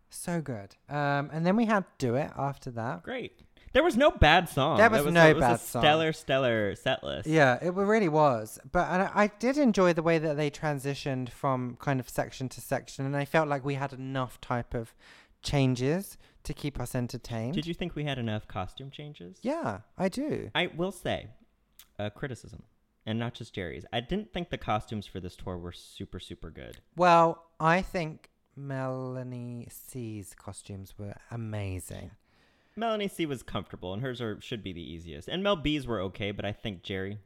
Speaker 2: so good. Um, and then we had "Do It" after that.
Speaker 1: Great. There was no bad song.
Speaker 2: There
Speaker 1: That
Speaker 2: was no
Speaker 1: it was
Speaker 2: bad
Speaker 1: a
Speaker 2: song.
Speaker 1: Stellar, stellar set list.
Speaker 2: Yeah, it wa- really was. But and I, I did enjoy the way that they transitioned from kind of section to section, and I felt like we had enough type of changes to keep us entertained.
Speaker 1: Did you think we had enough costume changes?
Speaker 2: yeah, I do.
Speaker 1: I will say, a criticism, and not just Jerry's. I didn't think the costumes for this tour were super, super good.
Speaker 2: Well, I think Melanie C's costumes were amazing.
Speaker 1: Melanie C was comfortable, and hers are should be the easiest. And Mel B's were okay, but I think Jerry,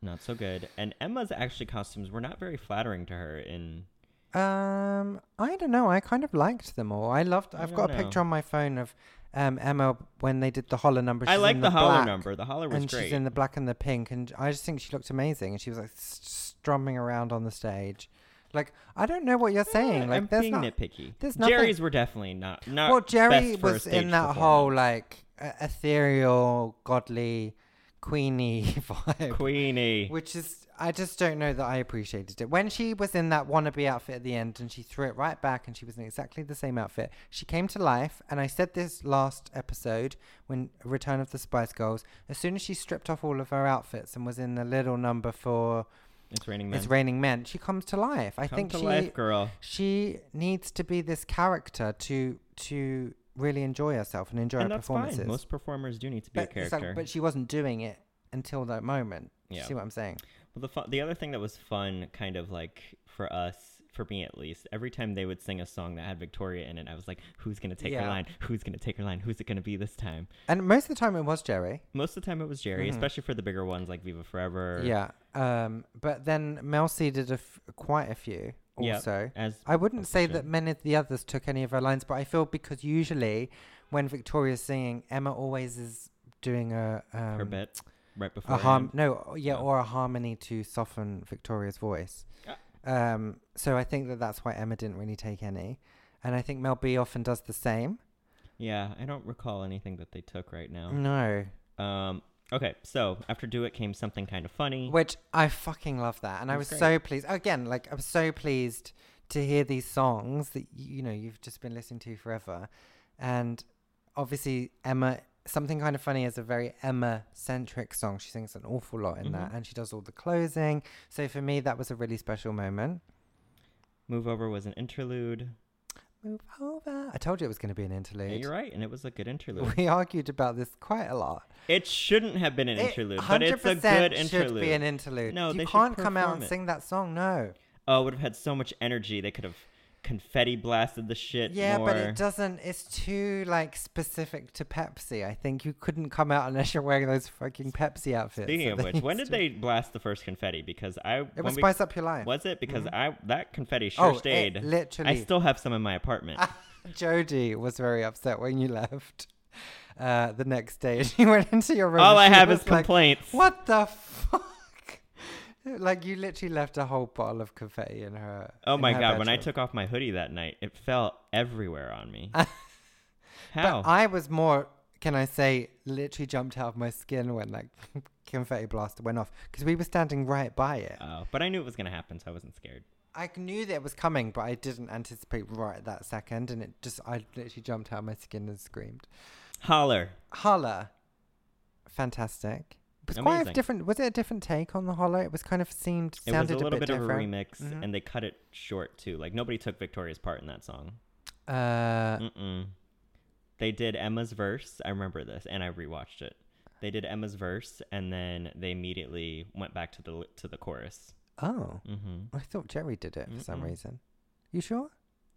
Speaker 1: not so good. And Emma's actually costumes were not very flattering to her. In
Speaker 2: Um, I don't know. I kind of liked them all. I loved.
Speaker 1: I
Speaker 2: I've
Speaker 1: don't
Speaker 2: got a picture
Speaker 1: know.
Speaker 2: on my phone of um, Emma when they did the holler number.
Speaker 1: I
Speaker 2: She's
Speaker 1: like
Speaker 2: in
Speaker 1: the, holler
Speaker 2: black,
Speaker 1: number. The holler was
Speaker 2: and
Speaker 1: great.
Speaker 2: she's in the black and the pink, and I just think she looked amazing. And she was like s- strumming around on the stage. Like I don't know what you're
Speaker 1: Yeah,
Speaker 2: saying. Like
Speaker 1: Uh, Ah, I'm
Speaker 2: there's
Speaker 1: being
Speaker 2: not.
Speaker 1: nitpicky.
Speaker 2: there's nothing-
Speaker 1: Jerry's were definitely not not.
Speaker 2: well, Jerry
Speaker 1: best for a
Speaker 2: was
Speaker 1: stage
Speaker 2: in that whole like e- ethereal, godly, queenie (laughs) vibe.
Speaker 1: performance. Queenie.
Speaker 2: Which is, I just don't know that I appreciated it. When she was in that wannabe outfit at the end and she threw it right back and she was in exactly the same outfit, she came to life. And I said this last episode when Return of the Spice Girls, as soon as she stripped off all of her outfits and was in the little number for
Speaker 1: It's raining men.
Speaker 2: It's Raining Men, she comes to life. I
Speaker 1: Come
Speaker 2: think
Speaker 1: to
Speaker 2: she,
Speaker 1: life, girl.
Speaker 2: she needs to be this character to, to really enjoy herself and enjoy
Speaker 1: And
Speaker 2: her
Speaker 1: that's fine.
Speaker 2: performances.
Speaker 1: Most performers do need to be
Speaker 2: but,
Speaker 1: a
Speaker 2: it's
Speaker 1: character.
Speaker 2: like, but she wasn't doing it until that moment. You
Speaker 1: Yeah.
Speaker 2: See what I'm saying?
Speaker 1: Well, the fu- the other thing that was fun, kind of like for us, for me at least, every time they would sing a song that had Victoria in it, I was like, "Who's gonna take
Speaker 2: Yeah.
Speaker 1: her line? Who's gonna take her line? Who's it gonna be this time?"
Speaker 2: And most of the time it was Jerry.
Speaker 1: Most of the time, it was Jerry,
Speaker 2: Mhm.
Speaker 1: especially for the bigger ones like Viva Forever.
Speaker 2: Yeah. Um, but then Mel C did a f- quite a few
Speaker 1: Yeah.
Speaker 2: also.
Speaker 1: As
Speaker 2: I wouldn't
Speaker 1: As she
Speaker 2: say
Speaker 1: should.
Speaker 2: that many of the others took any of her lines, but I feel because usually when Victoria's singing, Emma always is doing a um, uh-huh.
Speaker 1: her bit right before.
Speaker 2: a harm no yeah
Speaker 1: No.
Speaker 2: or a harmony to soften Victoria's voice.
Speaker 1: Ah.
Speaker 2: Um, so I think that that's why Emma didn't really take any, and I think Mel B often does the same.
Speaker 1: Yeah, I don't recall anything that they took right now.
Speaker 2: No,
Speaker 1: Um. Okay, so after Do It came something kind of funny.
Speaker 2: Which I fucking love that, and I was
Speaker 1: That's
Speaker 2: so pleased. Again, like I'm so pleased to hear these songs that y- you know you've just been listening to forever, and obviously Emma. Something kind of funny is a very Emma-centric song. She sings an awful lot in that,
Speaker 1: Mhm.
Speaker 2: and she does all the closing. So for me, that was a really special moment.
Speaker 1: Move Over was an interlude.
Speaker 2: Move over. I told you it was going to be an
Speaker 1: Yeah,
Speaker 2: interlude.
Speaker 1: you're right, and it was a good interlude.
Speaker 2: We argued about this quite a lot.
Speaker 1: It shouldn't have been an
Speaker 2: It
Speaker 1: interlude, but it's a
Speaker 2: 100%
Speaker 1: good
Speaker 2: Should
Speaker 1: interlude.
Speaker 2: be an interlude.
Speaker 1: No,
Speaker 2: you
Speaker 1: they should
Speaker 2: can't come out
Speaker 1: perform
Speaker 2: and
Speaker 1: it.
Speaker 2: sing that song. No.
Speaker 1: oh, would have had so much energy. They could have confetti blasted the shit.
Speaker 2: Yeah, but
Speaker 1: more.
Speaker 2: it doesn't. It's too like specific to Pepsi. I think you couldn't come out (laughs) unless you're wearing those fucking Pepsi outfits.
Speaker 1: Speaking
Speaker 2: (laughs) that
Speaker 1: of which, when did
Speaker 2: used to-
Speaker 1: they blast the first confetti? Because I
Speaker 2: It
Speaker 1: when
Speaker 2: would
Speaker 1: we-
Speaker 2: spice up your life.
Speaker 1: Was it because I that confetti sure
Speaker 2: Mm-hmm. oh, it
Speaker 1: stayed? I
Speaker 2: literally.
Speaker 1: still have some in my apartment.
Speaker 2: Jody was very upset when you (laughs) left. Uh, the next day, (laughs) she went into your room.
Speaker 1: (laughs) All
Speaker 2: and
Speaker 1: I
Speaker 2: she
Speaker 1: have is
Speaker 2: was like,
Speaker 1: complaints.
Speaker 2: What the fuck? (laughs) like you literally left a whole bottle of confetti in her.
Speaker 1: Oh
Speaker 2: in
Speaker 1: my
Speaker 2: her
Speaker 1: god! When I
Speaker 2: bedroom.
Speaker 1: took off my hoodie that night, it fell everywhere on
Speaker 2: (laughs)
Speaker 1: me. How?
Speaker 2: But I was more, can I say, literally jumped out of my skin when (laughs) that confetti blaster went off because we were standing right by it.
Speaker 1: oh, but I knew it was gonna happen, so I wasn't scared.
Speaker 2: I knew that it was coming, but I didn't anticipate right at that second, and it just, I literally jumped out of my skin and screamed.
Speaker 1: Holler.
Speaker 2: Holla, fantastic. It was quite a
Speaker 1: Amazing.
Speaker 2: different. Was it a different take on the holla? It was kind of seemed
Speaker 1: It was
Speaker 2: sounded
Speaker 1: a little bit, of a
Speaker 2: different.
Speaker 1: remix,
Speaker 2: Mhm.
Speaker 1: and they cut it short too. Like nobody took Victoria's part in that song.
Speaker 2: Uh,
Speaker 1: Mm-mm. They did Emma's verse. I remember this, and I rewatched it. They did Emma's verse, and then they immediately went back to the to the chorus.
Speaker 2: oh,
Speaker 1: Mm-hmm.
Speaker 2: I thought Jerry did it for some
Speaker 1: Mm-mm.
Speaker 2: reason. You sure?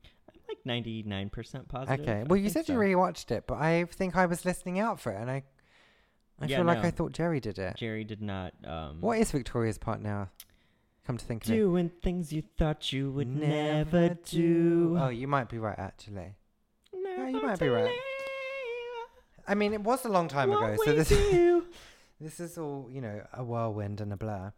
Speaker 1: I'm like ninety nine percent positive.
Speaker 2: Okay.
Speaker 1: I
Speaker 2: Well, you
Speaker 1: think
Speaker 2: said you
Speaker 1: so.
Speaker 2: rewatched it, but I think I was listening out for it, and I, I
Speaker 1: Yeah,
Speaker 2: feel like I
Speaker 1: no.
Speaker 2: thought Jerry did it.
Speaker 1: Jerry did not. Um,
Speaker 2: What is Victoria's part now? Come to think of it,
Speaker 1: doing things you thought you would never do?
Speaker 2: Oh, you might be right, actually.
Speaker 1: Never
Speaker 2: you might be
Speaker 1: to
Speaker 2: right.
Speaker 1: leave
Speaker 2: I mean, it was a long time ago,
Speaker 1: what
Speaker 2: so
Speaker 1: we
Speaker 2: this
Speaker 1: do.
Speaker 2: (laughs) this is all you know, a whirlwind and a blur.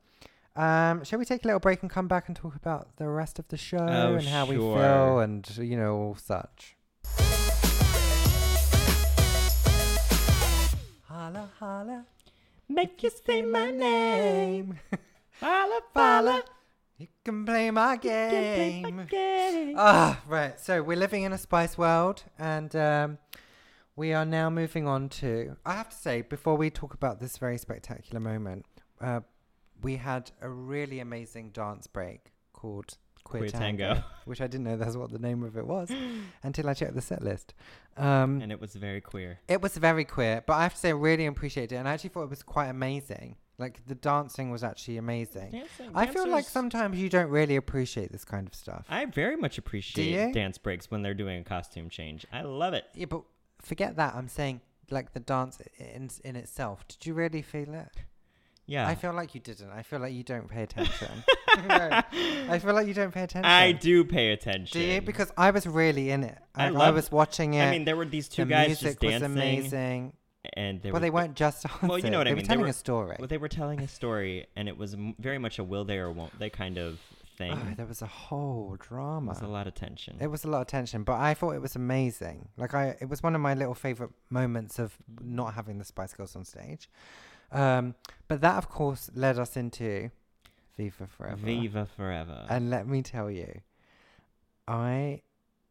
Speaker 2: Um, shall we take a little break and come back and talk about the rest of the show
Speaker 1: Oh,
Speaker 2: and how we feel
Speaker 1: sure.
Speaker 2: and you know all such? Holla, holla,
Speaker 1: Make you say my name. Follow,
Speaker 2: Fala.
Speaker 1: follow.
Speaker 2: (laughs) You can play my
Speaker 1: Game.
Speaker 2: game.
Speaker 1: game.
Speaker 2: Ah, right. So we're living in a spice world, and um, we are now moving on to. I have to say, before we talk about this very spectacular moment, uh, we had a really amazing dance break called Queer,
Speaker 1: Queer
Speaker 2: Tango,
Speaker 1: Tango.
Speaker 2: (laughs)
Speaker 1: (laughs)
Speaker 2: which I didn't know that's what the name of it (laughs) was until I checked the set list. Um,
Speaker 1: and it was very queer.
Speaker 2: it was very queer, but I have to say, I really appreciated it, and I actually thought it was quite amazing. Like the dancing was actually amazing. I feel like sometimes you don't really appreciate this kind of stuff.
Speaker 1: I very much
Speaker 2: you?
Speaker 1: appreciate dance breaks when they're doing a costume change. I love it.
Speaker 2: Yeah, but forget that. I'm saying like the dance i- in in itself. Did you really feel it?
Speaker 1: Yeah. (laughs)
Speaker 2: I feel like you didn't. I feel like you don't pay attention. No, I feel like you don't pay attention.
Speaker 1: I do pay attention.
Speaker 2: Do you? Because I was really in it.
Speaker 1: I
Speaker 2: I, I,
Speaker 1: loved-
Speaker 2: was watching it.
Speaker 1: I mean, there were these two
Speaker 2: the
Speaker 1: guys
Speaker 2: music
Speaker 1: just dancing,
Speaker 2: was amazing.
Speaker 1: and they were,
Speaker 2: well, they weren't just dancing.
Speaker 1: Well, you know what
Speaker 2: they
Speaker 1: I
Speaker 2: Were
Speaker 1: mean. They
Speaker 2: telling
Speaker 1: were-
Speaker 2: a story.
Speaker 1: Well, they were telling a story, and it was m- very much a will they or won't they kind of thing.
Speaker 2: Oh, there was a whole
Speaker 1: It
Speaker 2: drama.
Speaker 1: was a lot of tension.
Speaker 2: It was a lot of tension, but I thought it was amazing. Like I, it was one of my little favorite moments of not having the Spice Girls on stage. Um, but that, of course, led us into Viva Forever.
Speaker 1: Viva forever.
Speaker 2: And let me tell you, I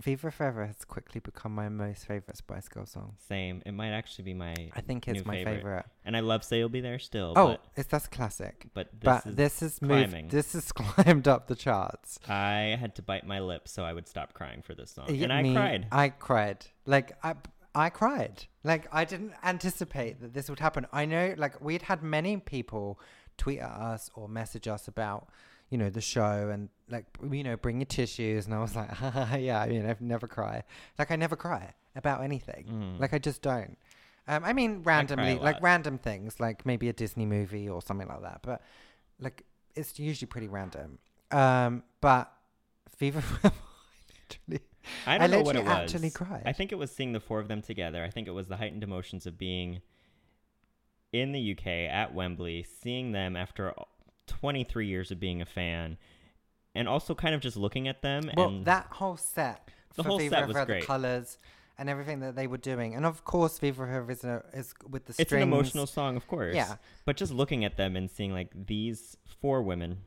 Speaker 2: Viva Forever has quickly become my most favorite Spice Girl song.
Speaker 1: Same. It might actually be my,
Speaker 2: I think it's
Speaker 1: New
Speaker 2: my favorite.
Speaker 1: favorite. and I love say you'll be there still.
Speaker 2: Oh, it's that's a classic.
Speaker 1: but but
Speaker 2: but
Speaker 1: this is,
Speaker 2: this has moved.
Speaker 1: climbing.
Speaker 2: This has (laughs) climbed up the charts.
Speaker 1: I had to bite my lip so I would stop crying for this song,
Speaker 2: Yeah,
Speaker 1: and I
Speaker 2: me,
Speaker 1: cried.
Speaker 2: I cried. Like I, I cried. Like I didn't anticipate that this would happen. I know, like we'd had many people tweet at us or message us about, you know, the show and like you know, bring your tissues. And I was like, yeah, I mean, I've never cry. Like I never cry about anything.
Speaker 1: Mm.
Speaker 2: Like I just don't. Um, I mean, randomly,
Speaker 1: a
Speaker 2: like
Speaker 1: lot.
Speaker 2: random things, like maybe a Disney movie or something like that. But like it's usually pretty random. Um, but Fever. literally
Speaker 1: I don't know what
Speaker 2: literally
Speaker 1: it was.
Speaker 2: actually cried.
Speaker 1: I think it was seeing the four of them together. I think it was the heightened emotions of being in the UK at Wembley, seeing them after 23 years of being a fan, and also kind of just looking at them.
Speaker 2: Well,
Speaker 1: and
Speaker 2: that whole set,
Speaker 1: The
Speaker 2: for
Speaker 1: whole
Speaker 2: Viva
Speaker 1: set was
Speaker 2: Forever,
Speaker 1: great.
Speaker 2: The colors and everything that they were doing, and of course, Viva Forever is, a, is with the strings.
Speaker 1: it's an emotional song, of course.
Speaker 2: Yeah.
Speaker 1: But just looking at them and seeing like these four women,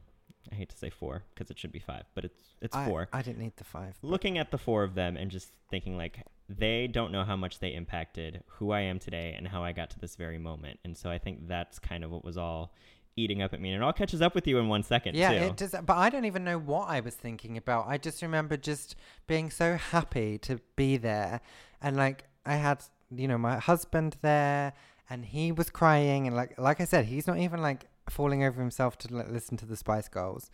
Speaker 1: I hate to say four because it should be five, but it's it's
Speaker 2: I,
Speaker 1: four.
Speaker 2: I didn't need the five.
Speaker 1: looking at the four of them and just thinking like they don't know how much they impacted who I am today and how I got to this very moment. And so I think that's kind of what was all eating up at me. And it all catches up with you in one second
Speaker 2: Yeah,
Speaker 1: too.
Speaker 2: it does. But I don't even know what I was thinking about. I just remember just being so happy to be there, and like I had, you know, my husband there, and he was crying, and like, like I said, he's not even like falling over himself to like, listen to the Spice Girls.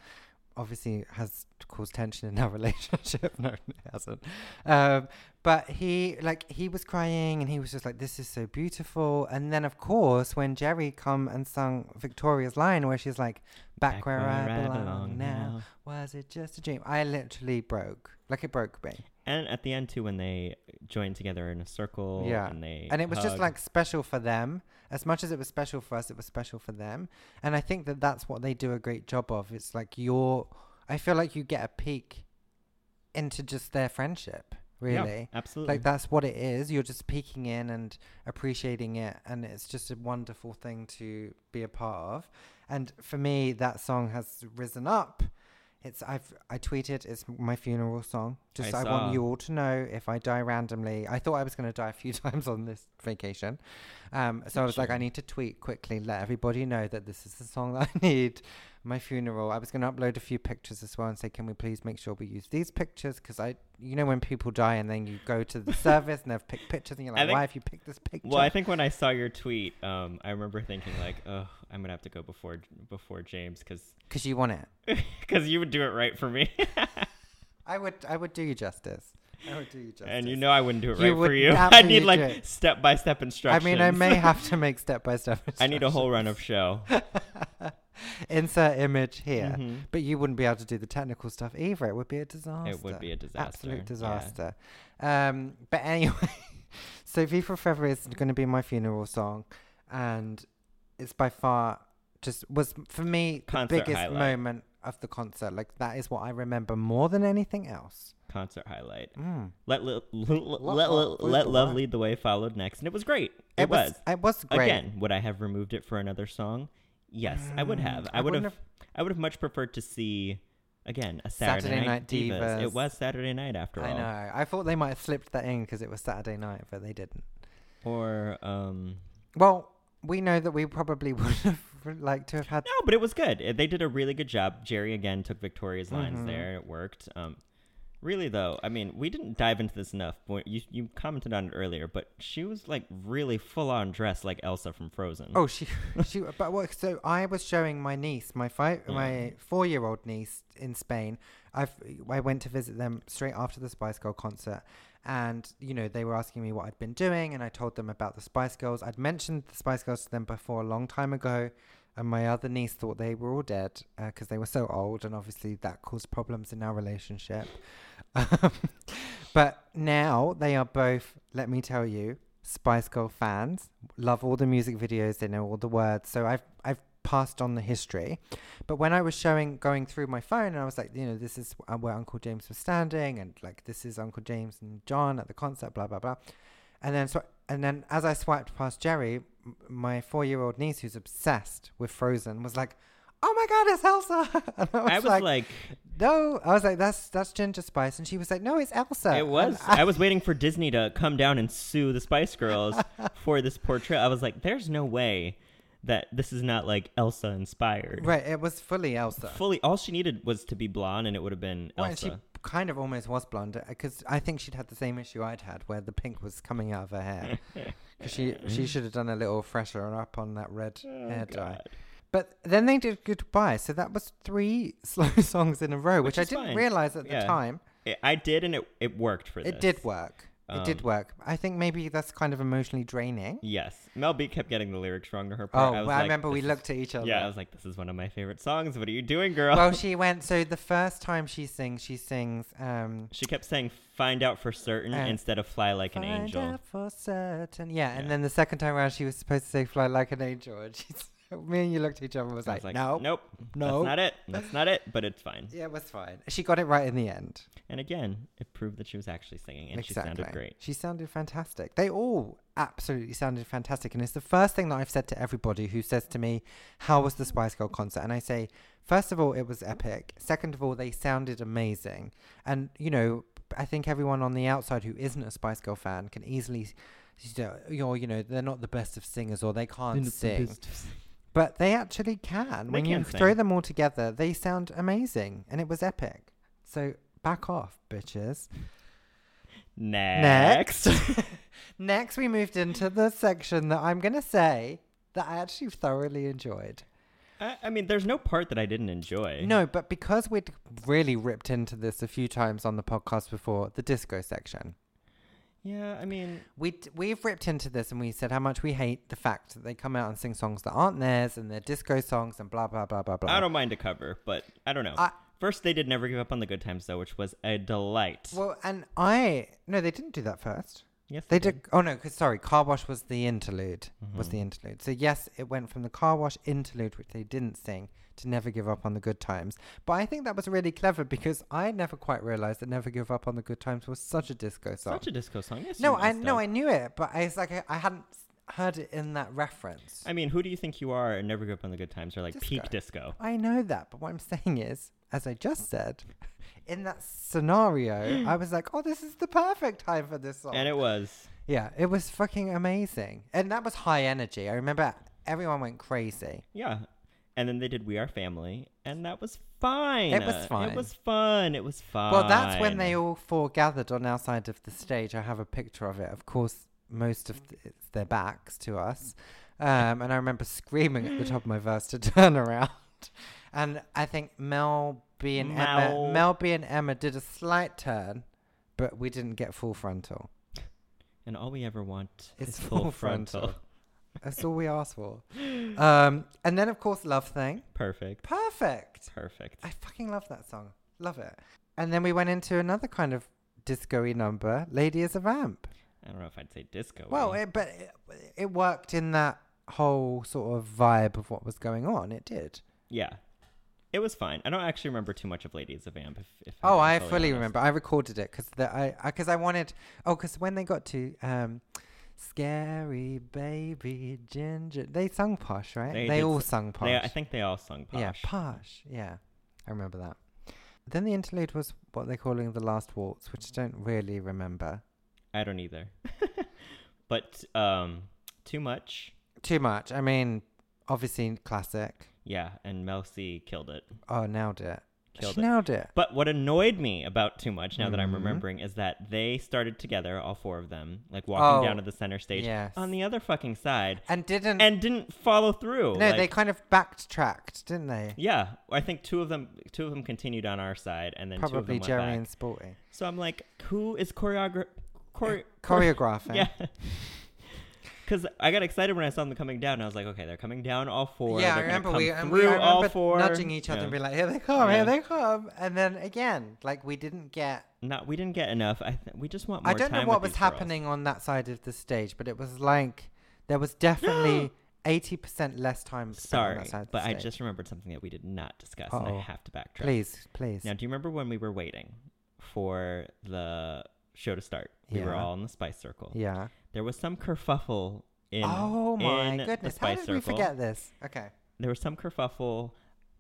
Speaker 2: obviously has caused tension in our (laughs) relationship. no, it hasn't. Um, but he like he was crying and he was just like, "This is so beautiful." And then of course, when Jerry come and sung Victoria's line, where she's like, "Back, where, I, belong, now, was it just a dream?" I literally broke. Like it broke me.
Speaker 1: And at the end too, when they join together in a circle,
Speaker 2: Yeah.
Speaker 1: and they
Speaker 2: and it was just
Speaker 1: hug.
Speaker 2: like special for them as much as it was special for us it was special for them and i think that that's what they do a great job of it's like you're i feel like you get a peek into just their friendship
Speaker 1: Yeah,
Speaker 2: really
Speaker 1: absolutely.
Speaker 2: like that's what it is you're just peeking in and appreciating it and it's just a wonderful thing to be a part of and for me that song has risen up it's i've i tweeted it's my funeral song just
Speaker 1: I
Speaker 2: i,
Speaker 1: saw.
Speaker 2: want you all to know if i die randomly i thought i was going to die a few (laughs) times on this vacation um so i was like i
Speaker 1: Sure.
Speaker 2: need to tweet quickly let everybody know that this is the song that i need my funeral. I was going to upload a few pictures as well and say, can we please make sure we use these pictures? Because I, you know, when people die and then you go
Speaker 1: (laughs)
Speaker 2: to the service and they've picked pictures and you're
Speaker 1: I
Speaker 2: like,
Speaker 1: think-
Speaker 2: why have you picked this
Speaker 1: (laughs)
Speaker 2: picture?
Speaker 1: Well, I (laughs) think when I saw your tweet, um, I remember thinking like, "Oh, I'm gonna have to go before before James because
Speaker 2: Because you want it.
Speaker 1: because you would do it right for me,
Speaker 2: I would, I would do you justice. I would do you justice.
Speaker 1: and you know I wouldn't do it
Speaker 2: You
Speaker 1: right
Speaker 2: would
Speaker 1: for you. (laughs) I
Speaker 2: absolutely
Speaker 1: need
Speaker 2: do
Speaker 1: like
Speaker 2: it.
Speaker 1: step by step
Speaker 2: I
Speaker 1: instructions.
Speaker 2: mean, I may have to make step by step.
Speaker 1: (laughs) I need a whole run of show.
Speaker 2: (laughs) insert image here. (laughs)
Speaker 1: Mhm.
Speaker 2: But you wouldn't be able to do the technical stuff either. It would be a disaster.
Speaker 1: It would be a disaster.
Speaker 2: Absolute
Speaker 1: yeah.
Speaker 2: disaster. Um, but anyway, (laughs) so Viva Forever is going to be my funeral song. And it's by far just was for me the
Speaker 1: Concert
Speaker 2: biggest
Speaker 1: highlight.
Speaker 2: moment of the concert. Like that is what I remember more than anything else.
Speaker 1: Concert highlight.
Speaker 2: Mm.
Speaker 1: (laughs) Let li- l- l-
Speaker 2: Lo-
Speaker 1: let
Speaker 2: Lo-
Speaker 1: li-
Speaker 2: Lead
Speaker 1: let
Speaker 2: the
Speaker 1: love
Speaker 2: Way.
Speaker 1: lead the way followed next, and it was great. It, was.
Speaker 2: It was great.
Speaker 1: Again, would I have removed it for another song? Yes, I would have.
Speaker 2: Mm,
Speaker 1: I,
Speaker 2: I
Speaker 1: would have,
Speaker 2: wouldn't
Speaker 1: I would have much preferred to see again a Saturday,
Speaker 2: Saturday
Speaker 1: Night,
Speaker 2: Night
Speaker 1: Divas. It
Speaker 2: Divas.
Speaker 1: was Saturday night after
Speaker 2: I
Speaker 1: all.
Speaker 2: know. I thought they might have slipped that in because it was Saturday night, but they didn't.
Speaker 1: Or um
Speaker 2: Well, we know that we probably (laughs) would have liked to have had.
Speaker 1: no, but it was good. Uh, They did a really good job. Jerry again took Victoria's lines
Speaker 2: Mhm.
Speaker 1: there. It worked. Um really though, I mean, we didn't dive into this enough. But you you commented on it earlier, but she was like really full on dressed like Elsa from Frozen.
Speaker 2: Oh, she, she. (laughs) But what? So I was showing my niece, my five, my four-year-old niece in Spain. I've, I went to visit them straight after the Spice Girl concert, and you know they were asking me what I'd been doing, and I told them about the Spice Girls. I'd mentioned the Spice Girls to them before a long time ago, and my other niece thought they were all dead because they were so old, and obviously that caused problems in our relationship. (laughs) Um, but now they are both, let me tell you, Spice Girl fans. Love all the music videos, they know all the words. So I've I've passed on the history. But when I was showing going through my phone and I was like, you know, this is uh, where Uncle James was standing and like this is Uncle James and John at the concert blah blah blah. And then so and then as I swiped past Jerry, m- my 4-year-old niece who's obsessed with Frozen was like, "Oh my god, it's Elsa." (laughs) And
Speaker 1: I was like,
Speaker 2: no, I was like, that's that's Ginger Spice, and she was like, no, it's Elsa.
Speaker 1: it
Speaker 2: And
Speaker 1: was.
Speaker 2: I,
Speaker 1: I was waiting for Disney to come down and sue the Spice Girls for this portrayal. I was like, there's no way that this is not like Elsa inspired.
Speaker 2: (laughs) right, it was fully Elsa.
Speaker 1: Fully, all she needed was to be blonde, and it would have been
Speaker 2: Well, Oh, and
Speaker 1: Elsa.
Speaker 2: she
Speaker 1: (laughs)
Speaker 2: kind of almost was blonde because I think she'd had the same issue I'd had, where the pink was coming out of
Speaker 1: (laughs)
Speaker 2: her hair. 'Cause she she should have done a little fresher up on that red hair
Speaker 1: Mm.
Speaker 2: dye.
Speaker 1: Oh, God.
Speaker 2: But then they did goodbye, so that was three (laughs) slow songs in a row,
Speaker 1: Which
Speaker 2: which, I
Speaker 1: is
Speaker 2: didn't
Speaker 1: fine.
Speaker 2: realize at
Speaker 1: Yeah.
Speaker 2: the time.
Speaker 1: I- I did, and it, it worked for this.
Speaker 2: It did work. it did
Speaker 1: Um,
Speaker 2: work. I think maybe that's kind of emotionally draining.
Speaker 1: Yes. Mel B kept getting the lyrics wrong to her
Speaker 2: Oh,
Speaker 1: part.
Speaker 2: well, I,
Speaker 1: was like,
Speaker 2: remember we
Speaker 1: this is-
Speaker 2: looked at each other.
Speaker 1: Yeah, I was oh. like, this is one of my favorite songs. What are you doing, (laughs) girl?
Speaker 2: well, she went. So the first time she sings, she sings. Um,
Speaker 1: she kept saying "find out for certain"
Speaker 2: Uh,
Speaker 1: instead of "fly like an
Speaker 2: "Find
Speaker 1: angel."
Speaker 2: out for certain. Yeah, and
Speaker 1: Yeah.
Speaker 2: then the second time around, she was supposed to say "fly like an angel," and she's. (laughs) Me and you looked at each other and was,
Speaker 1: I
Speaker 2: like,
Speaker 1: was like,
Speaker 2: "No,
Speaker 1: nope,
Speaker 2: no."
Speaker 1: that's not
Speaker 2: (laughs)
Speaker 1: it. That's not it. But it's fine.
Speaker 2: Yeah, it was fine. She got it right in the end.
Speaker 1: And again, it proved that she was actually singing, and she sounded great.
Speaker 2: She sounded fantastic. They all absolutely sounded fantastic. And it's the first thing that I've said to everybody who says to me, How was the Spice Girl concert? And I say, First of all, it was epic. Second of all, they sounded amazing. And, you know, I think everyone on the outside who isn't a Spice Girl fan can easily, you know, you're, you know they're not the best of singers or they can't sing. But they actually can.
Speaker 1: They
Speaker 2: when you
Speaker 1: can
Speaker 2: throw
Speaker 1: sing.
Speaker 2: them all together, they sound amazing. And it was epic. So back off, bitches.
Speaker 1: Next.
Speaker 2: Next, we moved into the section that I'm going to say that I actually thoroughly enjoyed.
Speaker 1: (laughs) I, I mean, there's no part that I didn't enjoy.
Speaker 2: No, but because we'd really ripped into this a few times on the podcast before, the disco section.
Speaker 1: Yeah, I mean,
Speaker 2: We d- we've ripped into this and we said how much we hate the fact that they come out and sing songs that aren't theirs and they're disco songs and blah blah blah blah blah.
Speaker 1: I don't mind a cover, but I don't know.
Speaker 2: I-
Speaker 1: First, they did Never Give Up on the Good Times, though, which was a delight.
Speaker 2: Well, and I no, they didn't do that first.
Speaker 1: yes,
Speaker 2: They did. Oh no, 'cause- sorry, car wash was the interlude. Was
Speaker 1: Mm-hmm.
Speaker 2: the interlude. So yes, it went from the car wash interlude, which they didn't sing, to never give up on the good times. But I think that was really clever because I never quite realized that never give up on the good times was such a disco song.
Speaker 1: Such a disco song. Yes,
Speaker 2: no,
Speaker 1: you
Speaker 2: I
Speaker 1: messed
Speaker 2: no,
Speaker 1: up.
Speaker 2: I knew it, but I was like, I, I hadn't s- heard it in that reference.
Speaker 1: I mean, who do you think you are? And Never Give Up on the Good Times are like peak
Speaker 2: Disco. Oh,
Speaker 1: disco.
Speaker 2: I know that, but what I'm saying is, as I just said, in
Speaker 1: (gasps)
Speaker 2: that scenario, I was like, oh, this is the perfect time for this song.
Speaker 1: And it was.
Speaker 2: Yeah, it was fucking amazing. And that was high energy. I remember everyone went crazy.
Speaker 1: Yeah. And then they did We Are Family, and that was fine. Uh,
Speaker 2: It was
Speaker 1: It
Speaker 2: fine.
Speaker 1: was fun. It was fun.
Speaker 2: Well, that's when they all four gathered on our side of the stage. I have a picture of it. Of course, most of th- it's their backs to us. Um, and I remember screaming at the top of my verse to (laughs) turn around. And I think Mel B and
Speaker 1: Mel.
Speaker 2: Emma, Mel B and Emma did a slight turn, but we didn't get full frontal.
Speaker 1: And all we ever want
Speaker 2: It's
Speaker 1: is full
Speaker 2: full
Speaker 1: frontal.
Speaker 2: frontal. That's all we asked for. Um, and then, of course, Love Thing.
Speaker 1: (laughs) Perfect.
Speaker 2: Perfect.
Speaker 1: Perfect.
Speaker 2: I fucking love that song. Love it. And then we went into another kind of disco-y number, Lady is a Vamp.
Speaker 1: I don't know if I'd say disco.
Speaker 2: Well, it, but it, it worked in that whole sort of vibe of what was going on. It did.
Speaker 1: yeah. It was fine. I don't actually remember too much of Lady is a Vamp. If, if
Speaker 2: Oh,
Speaker 1: I'm
Speaker 2: I fully
Speaker 1: honest.
Speaker 2: remember. I recorded it because I because I wanted. Oh, because when they got to um, scary baby ginger, they sung posh, right?
Speaker 1: They
Speaker 2: They,
Speaker 1: did
Speaker 2: all
Speaker 1: s-
Speaker 2: sung posh.
Speaker 1: They, I think they all sung posh.
Speaker 2: Yeah, posh. Yeah, I remember that. Then the interlude was what they're calling the last waltz, which I don't really remember.
Speaker 1: I don't
Speaker 2: (laughs)
Speaker 1: either. but um, too much.
Speaker 2: Too much. I mean, obviously classic.
Speaker 1: Yeah, and Mel C killed it.
Speaker 2: Oh, nailed it.
Speaker 1: Killed
Speaker 2: she
Speaker 1: it.
Speaker 2: nailed it.
Speaker 1: But what annoyed me about too much, now that I'm
Speaker 2: Mhm.
Speaker 1: remembering, is that they started together, all four of them, like walking
Speaker 2: Oh,
Speaker 1: down to the center stage
Speaker 2: yes.
Speaker 1: on the other fucking side,
Speaker 2: And didn't
Speaker 1: and didn't follow through.
Speaker 2: no?
Speaker 1: like-
Speaker 2: they kind of backtracked, didn't they?
Speaker 1: yeah, I think two of them, two of them continued on our side, and then two of them
Speaker 2: Probably
Speaker 1: went
Speaker 2: Jerry
Speaker 1: back.
Speaker 2: and
Speaker 1: (laughs)
Speaker 2: Sporty
Speaker 1: So I'm like, who is choreograph? Chore-
Speaker 2: choreographing.
Speaker 1: Yeah. (laughs) Because I got excited when I saw them coming down. And I was like, okay, they're coming down all four.
Speaker 2: Yeah, I
Speaker 1: they're gonna
Speaker 2: remember
Speaker 1: come
Speaker 2: we, and
Speaker 1: through
Speaker 2: we I
Speaker 1: all
Speaker 2: remember
Speaker 1: four.
Speaker 2: nudging each other
Speaker 1: Yeah.
Speaker 2: and being like, "Here they come,
Speaker 1: Yeah.
Speaker 2: here they come," and then again, like we didn't get.
Speaker 1: Not, we didn't get enough. I th- we just want more
Speaker 2: I don't know
Speaker 1: time
Speaker 2: what
Speaker 1: with
Speaker 2: was
Speaker 1: these girls.
Speaker 2: happening on that side of the stage, but it was like there
Speaker 1: (gasps)
Speaker 2: was definitely eighty percent less time. spent on
Speaker 1: Sorry,
Speaker 2: that side of the
Speaker 1: but I
Speaker 2: stage.
Speaker 1: just remembered something that we did not discuss, and I
Speaker 2: Uh-oh.
Speaker 1: have to backtrack.
Speaker 2: please, please.
Speaker 1: Now, do you remember when we were waiting for the show to start? We were
Speaker 2: Yeah.
Speaker 1: all in the Spice Circle.
Speaker 2: yeah.
Speaker 1: There was some kerfuffle in
Speaker 2: oh my
Speaker 1: in the
Speaker 2: goodness! How
Speaker 1: Spice
Speaker 2: did
Speaker 1: Circle.
Speaker 2: we forget this? Okay.
Speaker 1: there was some kerfuffle.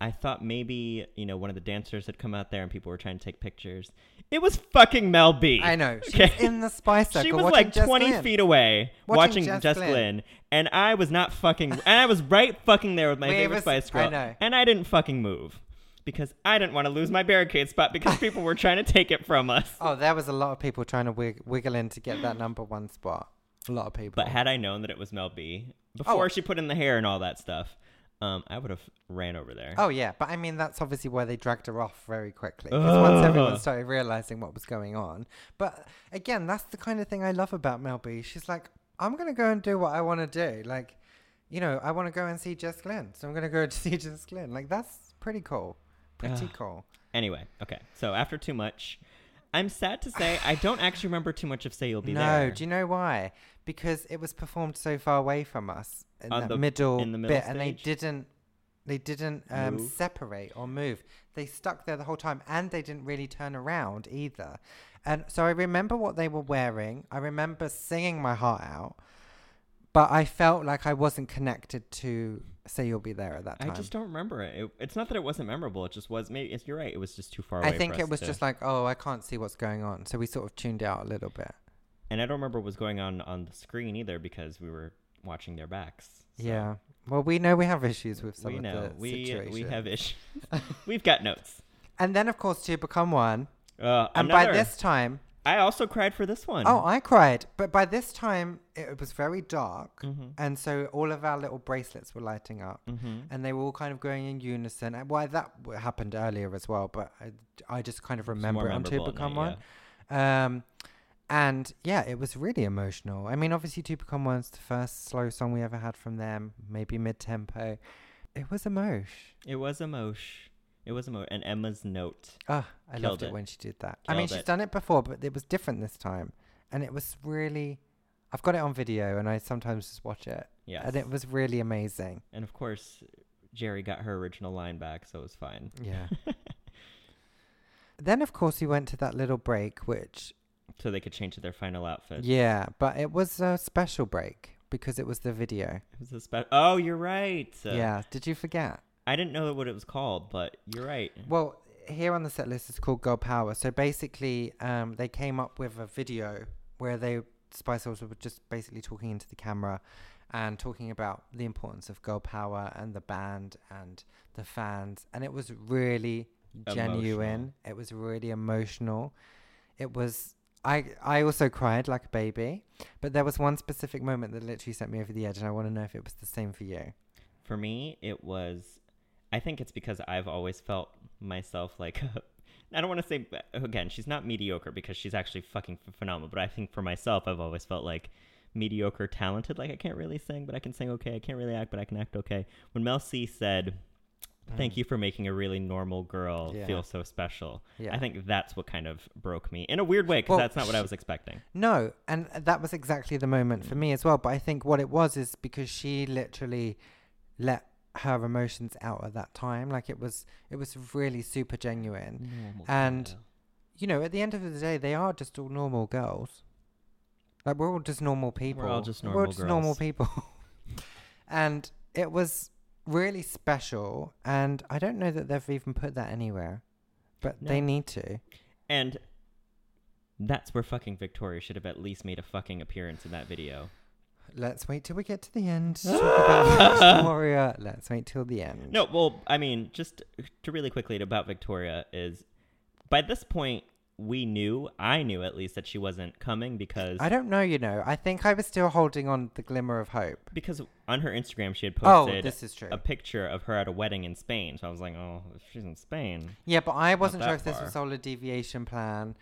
Speaker 1: I thought maybe you know one of the dancers had come out there and people were trying to take pictures. It was fucking Mel B.
Speaker 2: I know. She was
Speaker 1: Okay.
Speaker 2: in the Spice Circle.
Speaker 1: (laughs) She was
Speaker 2: watching
Speaker 1: like
Speaker 2: Jess
Speaker 1: 20
Speaker 2: Glynn.
Speaker 1: feet away watching,
Speaker 2: Watching
Speaker 1: Jess,
Speaker 2: Jess
Speaker 1: Glynn.
Speaker 2: Glynn.
Speaker 1: and I was not fucking. and I was right fucking there with my
Speaker 2: We
Speaker 1: favorite
Speaker 2: was-
Speaker 1: Spice
Speaker 2: I
Speaker 1: Girl,
Speaker 2: know.
Speaker 1: and I didn't fucking move because I didn't want to lose my barricade spot
Speaker 2: (laughs)
Speaker 1: because people were trying to take it from us.
Speaker 2: Oh, there was a lot of people trying to wig- wiggle in to get that number one spot. A lot of people.
Speaker 1: But had I known that it was Mel
Speaker 2: Oh.
Speaker 1: B before she put in the hair and all that stuff, um, I would have ran over there.
Speaker 2: oh yeah, but I mean that's obviously why they dragged her off very quickly. 'cause once everyone
Speaker 1: Ugh.
Speaker 2: started realizing what was going on. But again, that's the kind of thing I love about Mel B. She's like, I'm gonna go and do what I want to do. Like, you know, I want to go and see Jess Glynn, so I'm gonna go (laughs) to see Jess Glynn. Like that's pretty cool. Pretty
Speaker 1: Ugh.
Speaker 2: cool.
Speaker 1: Anyway, okay. So after too much, I'm sad to say I don't actually remember too much of "Say You'll Be
Speaker 2: no,
Speaker 1: There."
Speaker 2: do you know why? Because it was performed so far away from us in
Speaker 1: On
Speaker 2: that
Speaker 1: the-
Speaker 2: middle
Speaker 1: in the middle
Speaker 2: bit, and they
Speaker 1: stage?
Speaker 2: didn't, they didn't um,
Speaker 1: Move?
Speaker 2: separate or move. They stuck there the whole time, and they didn't really turn around either. And so I remember what they were wearing. I remember singing my heart out, but I felt like I wasn't connected to "Say You'll Be There" at that
Speaker 1: I
Speaker 2: time.
Speaker 1: just don't remember it. It- It's not that it wasn't memorable. It just was. Maybe it's, you're right. It was just too far away.
Speaker 2: I
Speaker 1: for
Speaker 2: think it
Speaker 1: us
Speaker 2: was
Speaker 1: to-
Speaker 2: just like, oh, I can't see what's going on, so we sort of tuned out a little bit.
Speaker 1: and I don't remember what was going on on the screen either because we were watching their backs. So
Speaker 2: Yeah. Well, we know we have issues with some
Speaker 1: we
Speaker 2: of
Speaker 1: know
Speaker 2: the
Speaker 1: we
Speaker 2: situation.
Speaker 1: we have
Speaker 2: (laughs)
Speaker 1: issues. We've got notes.
Speaker 2: And then, of course, to become one.
Speaker 1: Uh,
Speaker 2: And
Speaker 1: another,
Speaker 2: by this time,
Speaker 1: I also cried for this one.
Speaker 2: Oh, I cried. But by this time, it was very dark.
Speaker 1: Mm-hmm.
Speaker 2: And so all of our little bracelets were lighting up.
Speaker 1: Mm-hmm.
Speaker 2: And they were all kind of going in unison. And, Well, that w- happened earlier as well, but I, I just kind of remember it until
Speaker 1: memorable at
Speaker 2: it Become
Speaker 1: night,
Speaker 2: One. Um, and yeah, it was really emotional. I mean, obviously, Two Become One's the first slow song we ever had from them, maybe mid tempo. It was emotion.
Speaker 1: it was a mosh. It was a mosh. And Emma's note.
Speaker 2: Ah, I
Speaker 1: Killed
Speaker 2: loved it,
Speaker 1: it.
Speaker 2: when she did that. I mean,
Speaker 1: Killed
Speaker 2: she's
Speaker 1: it.
Speaker 2: done it before, but it was different this time, and it was really. I've got it on video, and I sometimes just watch it,
Speaker 1: Yes.
Speaker 2: and it was really amazing.
Speaker 1: And of course, Jerry got her original line back, so it was fine.
Speaker 2: Yeah. then, of course, we went to that little break, which
Speaker 1: (laughs) So they could change to their final outfit.
Speaker 2: yeah, but it was a special break because it was the video.
Speaker 1: It was a spe- oh, you're right.
Speaker 2: yeah, did you forget?
Speaker 1: I didn't know what it was called, but you're right.
Speaker 2: Well, here on the set list it's called Girl Power. So basically, um, they came up with a video where they Spice Girls were just basically talking into the camera and talking about the importance of girl power and the band and the fans, and it was really genuine.
Speaker 1: Emotional.
Speaker 2: It was really emotional. It was. I, I also cried like a baby, but there was one specific moment that literally sent me over the edge, and I want to know if it was the same for you.
Speaker 1: For me, it was. I think it's because I've always felt myself like. (laughs) I don't want to say again. She's not mediocre because she's actually fucking ph- phenomenal. But I think for myself, I've always felt like mediocre, talented. Like I can't really sing, but I can sing okay. I can't really act, but I can act okay. When Mel C said, "Thank you for making a really normal girl
Speaker 2: Mm. Yeah.
Speaker 1: feel so special,"
Speaker 2: Yeah.
Speaker 1: I think that's what kind of broke me in a weird way because
Speaker 2: Well,
Speaker 1: that's not what I
Speaker 2: she-
Speaker 1: was expecting.
Speaker 2: No, and uh, that was exactly the moment for me as well. But I think what it was is because she literally let her emotions out at that time. Like it was, it was really super genuine. And- girl. You know, at the end of the day, they are just all normal girls. Like we're all just normal people.
Speaker 1: all just
Speaker 2: We're all
Speaker 1: normal
Speaker 2: just normal
Speaker 1: girls.
Speaker 2: people. (laughs) and it was really special. And I don't know that they've even put that anywhere, but they
Speaker 1: No.
Speaker 2: need to.
Speaker 1: And that's where fucking Victoria should have at least made a fucking appearance in that video.
Speaker 2: Let's wait till we get to the
Speaker 1: (laughs)
Speaker 2: end to talk about Victoria. Let's wait till the end.
Speaker 1: No, well, I mean, just to really quickly about Victoria is by this point we knew, I knew at least that she wasn't coming because
Speaker 2: I don't know, you know. I think I was still holding on the glimmer of hope.
Speaker 1: because on her Instagram she had
Speaker 2: Oh,
Speaker 1: posted
Speaker 2: this is true.
Speaker 1: a picture of her at a wedding in Spain. So I was like, oh, if she's in Spain.
Speaker 2: Yeah, but I wasn't sure
Speaker 1: that
Speaker 2: if this was
Speaker 1: far.
Speaker 2: all a deviation plan.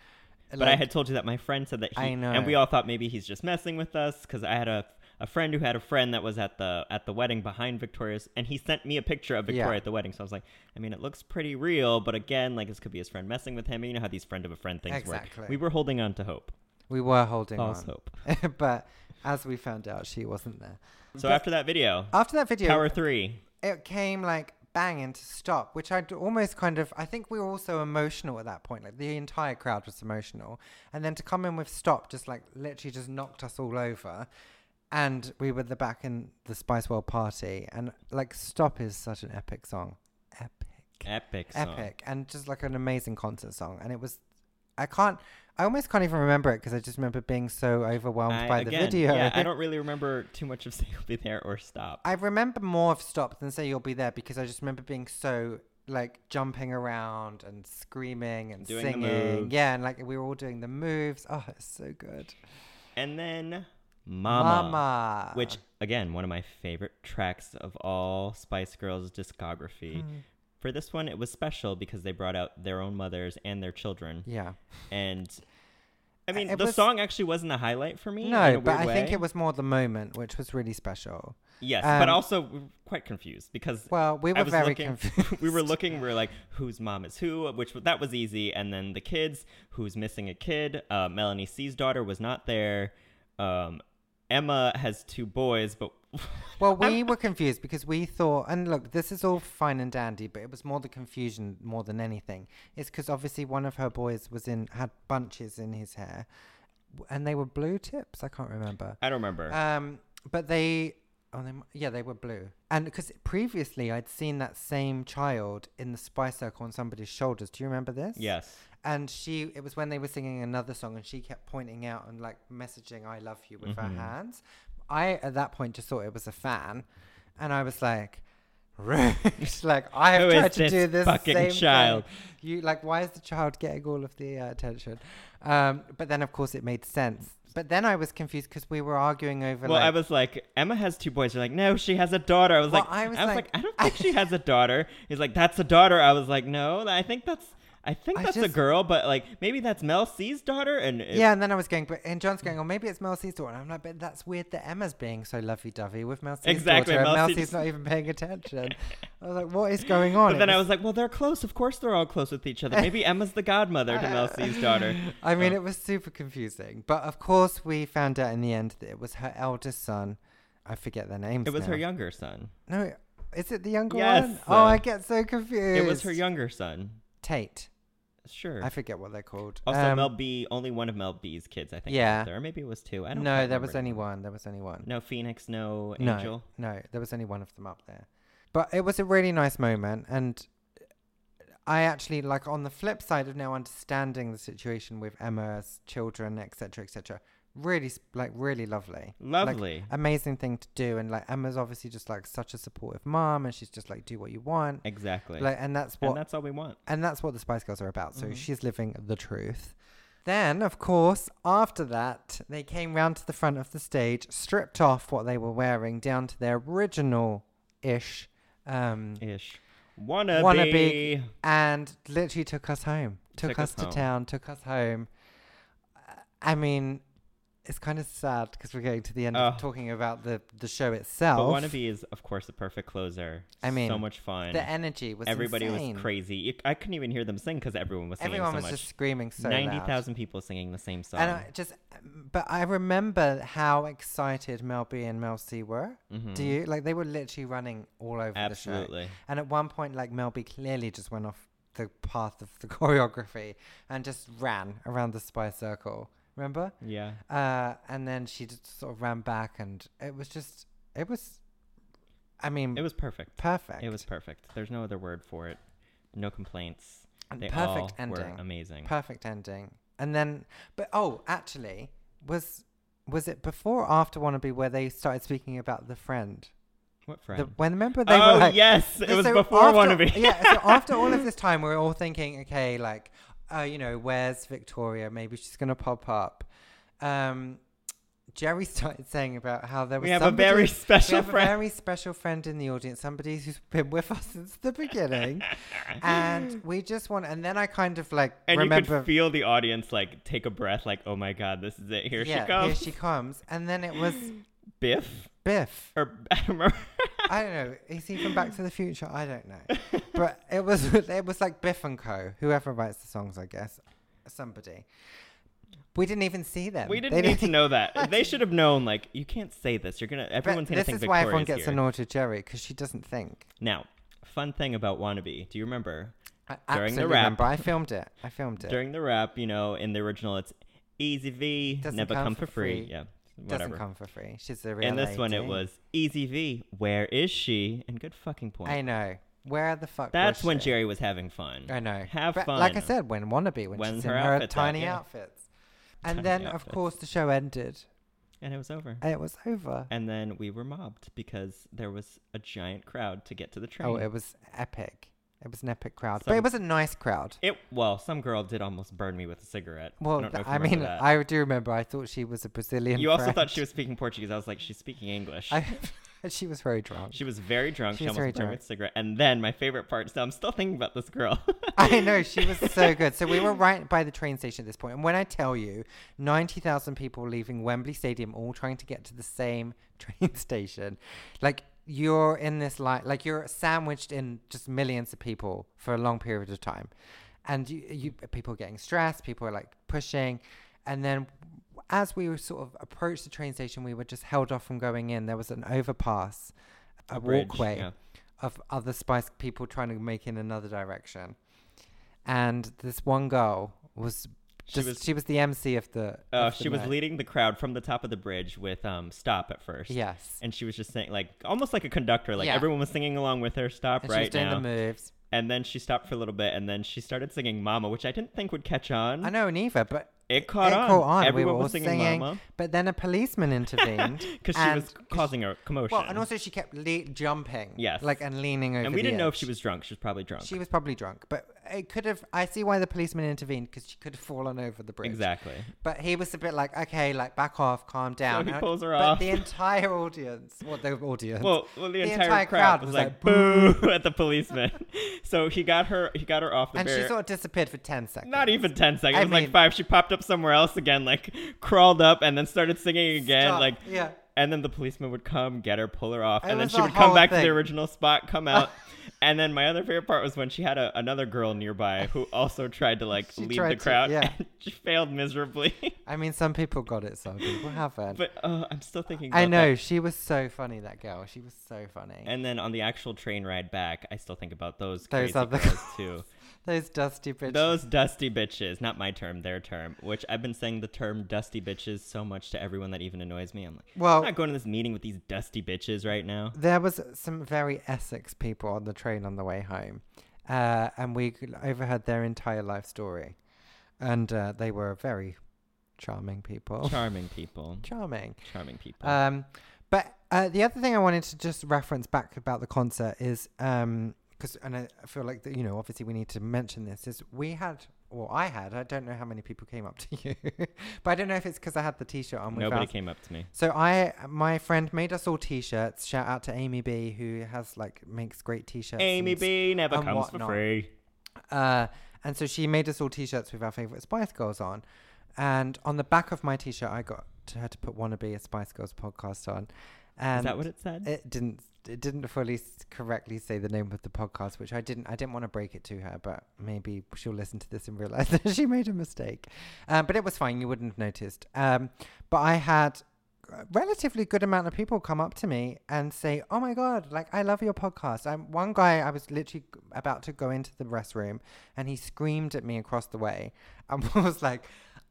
Speaker 1: but I
Speaker 2: Like,
Speaker 1: had told you that my friend said that he,
Speaker 2: I know.
Speaker 1: and we all thought maybe he's just messing with us because I had a a friend who had a friend that was at the at the wedding behind Victoria's, and he sent me a picture of Victoria
Speaker 2: Yeah.
Speaker 1: at the wedding. So I was like, I mean, it looks pretty real, but again, like this could be his friend messing with him. You know how these friend of a friend things
Speaker 2: Exactly.
Speaker 1: work. We were holding on to hope,
Speaker 2: we were holding
Speaker 1: false
Speaker 2: on,
Speaker 1: hope.
Speaker 2: (laughs) but as we found out, she wasn't there.
Speaker 1: So
Speaker 2: But-
Speaker 1: after that video,
Speaker 2: After that video,
Speaker 1: Tower Three,
Speaker 2: it came like bang into stop, which I'd almost kind of. I think we were also emotional at that point. Like the entire crowd was emotional, and then to come in with stop, just like literally just knocked us all over. And we were the back in the Spice World party, and like stop is such an epic song, epic,
Speaker 1: epic, song.
Speaker 2: epic, and just like an amazing concert song. And it was, I can't. I almost can't even remember it because I just remember being so overwhelmed
Speaker 1: I-
Speaker 2: by the
Speaker 1: again,
Speaker 2: video.
Speaker 1: Yeah,
Speaker 2: (laughs)
Speaker 1: I don't really remember too much of (laughs) "Say You'll Be There" or "Stop."
Speaker 2: I remember more of Stop than Say You'll Be There because I just remember being so like jumping around and screaming and
Speaker 1: Doing the
Speaker 2: singing.
Speaker 1: moves.
Speaker 2: Yeah, and like we were all doing the moves. Oh, it's so good.
Speaker 1: And then
Speaker 2: Mama.
Speaker 1: which again one of my favorite tracks of all spice girls
Speaker 2: Mm. Hmm.
Speaker 1: discography for this one it was special because they brought out their own mothers and their children
Speaker 2: Yeah.
Speaker 1: and i mean
Speaker 2: Uh, It
Speaker 1: the
Speaker 2: was-
Speaker 1: song actually wasn't a highlight for me in
Speaker 2: No,
Speaker 1: a
Speaker 2: but I
Speaker 1: weird
Speaker 2: think
Speaker 1: way.
Speaker 2: it was more the moment, which was really special.
Speaker 1: yes but
Speaker 2: um,
Speaker 1: also we were quite confused because (laughs)
Speaker 2: Well, we
Speaker 1: I
Speaker 2: were
Speaker 1: was
Speaker 2: very
Speaker 1: looking- (laughs)
Speaker 2: confused.
Speaker 1: we were looking we were like whose mom is who which that was easy and then the kids who's missing a kid uh, melanie c's daughter was not there um, emma has two boys but (laughs)
Speaker 2: Well,
Speaker 1: Um,
Speaker 2: we were confused because we thought, and look, this is all fine and dandy, but it was more the confusion more than anything. It's because obviously one of her boys was in had bunches in his hair, w- and they were blue tips. I can't remember.
Speaker 1: i don't remember
Speaker 2: Um, but they, oh, they, mi- yeah, they were blue. And because previously I'd seen that same child in the spy circle on somebody's shoulders. Do you remember this?
Speaker 1: yes
Speaker 2: And she, it was when they were singing another song, and she kept pointing out and like messaging "I love
Speaker 1: Mm-hmm.
Speaker 2: you" with her hands. I at that point just thought it was a fan, and I was like, rude. (laughs) like I
Speaker 1: Who
Speaker 2: have
Speaker 1: is
Speaker 2: tried to
Speaker 1: this
Speaker 2: do this
Speaker 1: fucking
Speaker 2: same
Speaker 1: child?
Speaker 2: Thing. You like why is the child getting all of the uh, attention? Um, but then of course it made sense. But then I was confused because we were arguing over.
Speaker 1: Well,
Speaker 2: like,
Speaker 1: I was like, Emma has two boys. You're like, no, she has a daughter. I was
Speaker 2: Well,
Speaker 1: like,
Speaker 2: I was like-
Speaker 1: I
Speaker 2: (laughs)
Speaker 1: don't think she has a daughter. He's like, that's a daughter. I was like, no, I think that's, I think
Speaker 2: I
Speaker 1: that's a
Speaker 2: just-
Speaker 1: girl, but like maybe that's Mel C's daughter. And it-
Speaker 2: yeah, and then I was going, but and John's going, oh, maybe it's Mel C's daughter. And I'm like, but that's weird that Emma's being so lovey-dovey with Mel C's
Speaker 1: Exactly,
Speaker 2: daughter, and
Speaker 1: Mel
Speaker 2: Mel
Speaker 1: C's-
Speaker 2: C's not even
Speaker 1: (laughs)
Speaker 2: paying attention. I was like, what is going on?
Speaker 1: But
Speaker 2: It
Speaker 1: then I was like, well, they're close. Of course, they're all close with each
Speaker 2: (laughs)
Speaker 1: other. Maybe Emma's the godmother to Mel C's daughter.
Speaker 2: I mean,
Speaker 1: Oh.
Speaker 2: it was super confusing. But of course, we found out in the end that it was her eldest son. I forget their names.
Speaker 1: It was her
Speaker 2: now.
Speaker 1: younger son.
Speaker 2: No, is it the younger
Speaker 1: Yes,
Speaker 2: one? Oh, I
Speaker 1: uh,
Speaker 2: get so confused.
Speaker 1: It was her younger son.
Speaker 2: Tate.
Speaker 1: Sure.
Speaker 2: I forget what they're called.
Speaker 1: also,
Speaker 2: Um,
Speaker 1: Mel B, only one of Mel B's kids, I think. was
Speaker 2: Yeah.
Speaker 1: There. Or maybe it was two. I don't
Speaker 2: No,
Speaker 1: quite
Speaker 2: there was
Speaker 1: remember
Speaker 2: only
Speaker 1: now.
Speaker 2: one. There was only one.
Speaker 1: No Phoenix, no
Speaker 2: No,
Speaker 1: Angel.
Speaker 2: No, there was only one of them up there. But it was a really nice moment. And I actually, like, on the flip side of now understanding the situation with Emma's children, etc., etc., really, s- like, really lovely. Like,
Speaker 1: Lovely.
Speaker 2: amazing thing to do and like emma's obviously just like such a supportive mom and she's just like do what you want
Speaker 1: exactly.
Speaker 2: like and that's what
Speaker 1: and that's all we want.
Speaker 2: and that's what the Spice Girls are about. So
Speaker 1: Mhm.
Speaker 2: she's living the truth. Then, of course, after that, they came round to the front of the stage, stripped off what they were wearing down to their original ish, um,
Speaker 1: Ish. Wannabe.
Speaker 2: Wannabe. and literally took us home, took,
Speaker 1: Took
Speaker 2: us,
Speaker 1: us
Speaker 2: to
Speaker 1: home.
Speaker 2: town, took us home. Uh, I mean, it's kind of sad because we're getting to the end
Speaker 1: Oh.
Speaker 2: of talking about the, the show
Speaker 1: But
Speaker 2: itself.
Speaker 1: Wannabe is, of course, the perfect closer.
Speaker 2: I mean,
Speaker 1: so much fun.
Speaker 2: the energy was
Speaker 1: Everybody
Speaker 2: insane.
Speaker 1: was crazy. You- I couldn't even hear them sing because everyone was singing
Speaker 2: Everyone
Speaker 1: so
Speaker 2: was
Speaker 1: much.
Speaker 2: just screaming so loud.
Speaker 1: 90,000 people singing the same song.
Speaker 2: And I just, but I remember how excited Mel B and Mel C were.
Speaker 1: Mhm.
Speaker 2: Do you like they were literally running all over the show?
Speaker 1: Absolutely.
Speaker 2: And at one point, like Mel B clearly just went off the path of the (laughs) choreography and just ran around the spy circle. Remember?
Speaker 1: Yeah.
Speaker 2: Uh, and then she just sort of ran back, and it was just, it was, I mean,
Speaker 1: It was perfect.
Speaker 2: Um, perfect.
Speaker 1: It was perfect. There's no other word for it. No complaints.
Speaker 2: And
Speaker 1: They all
Speaker 2: perfect
Speaker 1: were
Speaker 2: ending.
Speaker 1: amazing.
Speaker 2: Perfect ending. And then, but oh, actually, was was it before or after Wannabe where they started speaking about the friend?
Speaker 1: what friend?
Speaker 2: The, when remember (laughs) they
Speaker 1: oh
Speaker 2: were like,
Speaker 1: yes, it
Speaker 2: So
Speaker 1: was before
Speaker 2: after-
Speaker 1: Wannabe.
Speaker 2: yeah. So after all of this time, we are all thinking, okay, like, uh, you know, where's Victoria? Maybe she's gonna pop up. Um, Jerry started saying about how there
Speaker 1: (laughs)
Speaker 2: was
Speaker 1: we have
Speaker 2: somebody-
Speaker 1: a very
Speaker 2: we
Speaker 1: special
Speaker 2: have a
Speaker 1: friend.
Speaker 2: very special friend in the audience, somebody who's been with us since
Speaker 1: (laughs)
Speaker 2: the beginning, (laughs) and we just want. And then I kind of like
Speaker 1: and you
Speaker 2: remember
Speaker 1: could feel the audience like take a breath, like, "Oh my God, this is it. Here
Speaker 2: yeah,
Speaker 1: she comes."
Speaker 2: Here she comes. And then
Speaker 1: (gasps)
Speaker 2: it was
Speaker 1: Biff
Speaker 2: Biff.
Speaker 1: or (laughs) I don't remember.
Speaker 2: I don't know. Is he from Back to the Future? I don't know.
Speaker 1: (laughs)
Speaker 2: but it was (laughs) it was like Biff and Co. Whoever writes the songs, I guess. Somebody. We didn't even see them.
Speaker 1: we
Speaker 2: They
Speaker 1: didn't need to know that. They should have known. Like, you can't say this. You're gonna.
Speaker 2: (laughs) But
Speaker 1: Everyone's gonna
Speaker 2: this
Speaker 1: think
Speaker 2: is why everyone
Speaker 1: Victoria's
Speaker 2: gets
Speaker 1: here.
Speaker 2: annoyed with Jerry because she doesn't think.
Speaker 1: Now, fun thing about Wannabe. Do you remember
Speaker 2: I
Speaker 1: During the
Speaker 2: absolutely
Speaker 1: rap.
Speaker 2: remember. I filmed it. I filmed it.
Speaker 1: during the rap? You know, in the original, it's Easy V
Speaker 2: Doesn't
Speaker 1: never
Speaker 2: come
Speaker 1: come
Speaker 2: for
Speaker 1: for free.
Speaker 2: free.
Speaker 1: Yeah,
Speaker 2: doesn't
Speaker 1: whatever.
Speaker 2: come for free. She's a real.
Speaker 1: In this one, it
Speaker 2: lady.
Speaker 1: was Easy V. Where is she? And good fucking point.
Speaker 2: I know. Where the fuck?
Speaker 1: That's
Speaker 2: was
Speaker 1: when
Speaker 2: she?
Speaker 1: Jerry was having fun.
Speaker 2: I know.
Speaker 1: Have
Speaker 2: But
Speaker 1: fun.
Speaker 2: Like I said, when wannabe, when,
Speaker 1: When
Speaker 2: she's
Speaker 1: her
Speaker 2: in her
Speaker 1: outfit's out,
Speaker 2: tiny
Speaker 1: yeah.
Speaker 2: outfits. And
Speaker 1: Tiny
Speaker 2: then, of
Speaker 1: outfits.
Speaker 2: course, the show ended.
Speaker 1: and it was over.
Speaker 2: and It was over.
Speaker 1: And then we were mobbed because there was a giant crowd to get to the train.
Speaker 2: Oh,
Speaker 1: it,
Speaker 2: it was epic. It was an epic crowd, but it
Speaker 1: Some-
Speaker 2: was a nice crowd.
Speaker 1: well, some girl did almost burn me with a cigarette.
Speaker 2: Well,
Speaker 1: I, don't know
Speaker 2: th-
Speaker 1: if you
Speaker 2: I
Speaker 1: remember
Speaker 2: mean,
Speaker 1: that.
Speaker 2: I do remember. I thought she was a Brazilian.
Speaker 1: you also
Speaker 2: friend.
Speaker 1: thought she was speaking Portuguese. I was like, she's speaking English.
Speaker 2: (laughs) I, (laughs) she was very drunk.
Speaker 1: she was very drunk. She,
Speaker 2: She was
Speaker 1: almost
Speaker 2: very
Speaker 1: burned me with a cigarette. And then my favorite part. So I'm still thinking about this girl. (laughs)
Speaker 2: (laughs) I know she was so good. So we were right by the train station at this point, and when I tell you, ninety thousand people leaving Wembley Stadium, all trying to get to the same (laughs) train station, like you're in this light, like you're sandwiched in just millions of people for a long period of time, and you, you people are getting stressed, people are like pushing, and then as we were sort of approached the train station, we were just held off from going in. There was an overpass, a,
Speaker 1: Bridge,
Speaker 2: walkway
Speaker 1: yeah.
Speaker 2: of other spice people trying to make in another direction. And this one girl was
Speaker 1: She
Speaker 2: just she was,
Speaker 1: was-
Speaker 2: the MC of the
Speaker 1: Uh,
Speaker 2: of the
Speaker 1: she was
Speaker 2: night.
Speaker 1: leading the crowd from the top of the bridge with um, "Stop" at first.
Speaker 2: Yes.
Speaker 1: And she was just saying, like, almost like a conductor. Like
Speaker 2: Yeah.
Speaker 1: everyone was singing along with her. Stop
Speaker 2: And she was
Speaker 1: right
Speaker 2: doing
Speaker 1: now.
Speaker 2: the moves.
Speaker 1: and then she stopped for a little bit, and then she started singing "Mama," which I didn't think would catch on.
Speaker 2: I know neither, but
Speaker 1: It Hmm? caught
Speaker 2: it
Speaker 1: on.
Speaker 2: caught on. We
Speaker 1: Everyone
Speaker 2: were all
Speaker 1: was singing,
Speaker 2: singing.
Speaker 1: Mama
Speaker 2: But then a policeman
Speaker 1: (laughs)
Speaker 2: intervened
Speaker 1: because she
Speaker 2: and-
Speaker 1: was causing a commotion.
Speaker 2: Well, and also she kept le- jumping.
Speaker 1: Yes.
Speaker 2: Like and leaning over.
Speaker 1: and we
Speaker 2: the
Speaker 1: didn't know if
Speaker 2: edge.
Speaker 1: she was drunk. She was probably drunk.
Speaker 2: She was probably drunk, but it could have. I see why the policeman intervened because she could have fallen over the bridge.
Speaker 1: exactly.
Speaker 2: But he was a bit like, okay, like back off, calm down.
Speaker 1: he
Speaker 2: And-
Speaker 1: pulls her
Speaker 2: but
Speaker 1: off.
Speaker 2: the entire audience, well, the audience,
Speaker 1: Well, well the, entire,
Speaker 2: entire
Speaker 1: crowd,
Speaker 2: crowd
Speaker 1: was
Speaker 2: was
Speaker 1: like
Speaker 2: like,
Speaker 1: boo (laughs) at the
Speaker 2: (laughs)
Speaker 1: policeman. so he got her. He got her off the
Speaker 2: and
Speaker 1: barrier.
Speaker 2: she sort of disappeared for ten seconds.
Speaker 1: Not even ten seconds.
Speaker 2: I
Speaker 1: it was like
Speaker 2: mean-
Speaker 1: five. She popped up somewhere else again, like crawled up and then started singing again.
Speaker 2: Stop.
Speaker 1: Like
Speaker 2: yeah.
Speaker 1: and then the policeman would come get her pull her off
Speaker 2: It
Speaker 1: and then
Speaker 2: was
Speaker 1: she
Speaker 2: a
Speaker 1: would come
Speaker 2: whole
Speaker 1: back to
Speaker 2: thing.
Speaker 1: the original spot
Speaker 2: (laughs)
Speaker 1: come out and then my other favorite part was when she had a, another girl nearby who also tried to like
Speaker 2: She
Speaker 1: leave
Speaker 2: tried
Speaker 1: the
Speaker 2: to,
Speaker 1: crowd
Speaker 2: yeah.
Speaker 1: and (laughs) she failed miserably (laughs)
Speaker 2: I mean, some people got it, some people haven't.
Speaker 1: but uh, i'm still thinking about
Speaker 2: I know
Speaker 1: that.
Speaker 2: she was so funny. That girl, she was so funny.
Speaker 1: and then on the actual train ride back i still think about those
Speaker 2: Those
Speaker 1: crazy
Speaker 2: other (laughs)
Speaker 1: girls too
Speaker 2: Those dusty bitches.
Speaker 1: those dusty bitches not my term their term which i've been saying the term dusty bitches so much to everyone that even annoys me i'm like i'm
Speaker 2: well,
Speaker 1: not going to this meeting with these dusty bitches right now
Speaker 2: there was some very Essex people on the train on the way home, uh, and we could- overheard their entire life story, and uh, they were very charming people.
Speaker 1: charming people
Speaker 2: charming.
Speaker 1: charming people
Speaker 2: Um, but uh, the other thing I wanted to just reference back about the concert is because, and I I feel like that you know, obviously we need to mention this is we had. Well, I had. I don't know how many people came up to (laughs) you, but I don't know if it's because I had the T-shirt on. with
Speaker 1: nobody
Speaker 2: Val-
Speaker 1: came up to me
Speaker 2: So I, my friend made us all T-shirts. Shout out to Amy B, who has like makes great T-shirts.
Speaker 1: Amy
Speaker 2: and-
Speaker 1: B never
Speaker 2: and
Speaker 1: comes
Speaker 2: whatnot.
Speaker 1: for free.
Speaker 2: Uh, and so she made us all T-shirts with our favorite Spice Girls on, and on the back of my T-shirt, I got to her to put "Wannabe a Spice Girls podcast" on. And
Speaker 1: Is that what it said?
Speaker 2: it didn't it didn't fully s- correctly say the name of the podcast which i didn't i didn't want to break it to her but maybe she'll listen to this and realize (laughs) that she made a mistake um, but it was fine you wouldn't have noticed um, but i had a relatively good amount of people come up to me and say oh my god like i love your podcast i one guy i was literally g- about to go into the restroom and he screamed at me across the way and (laughs) was like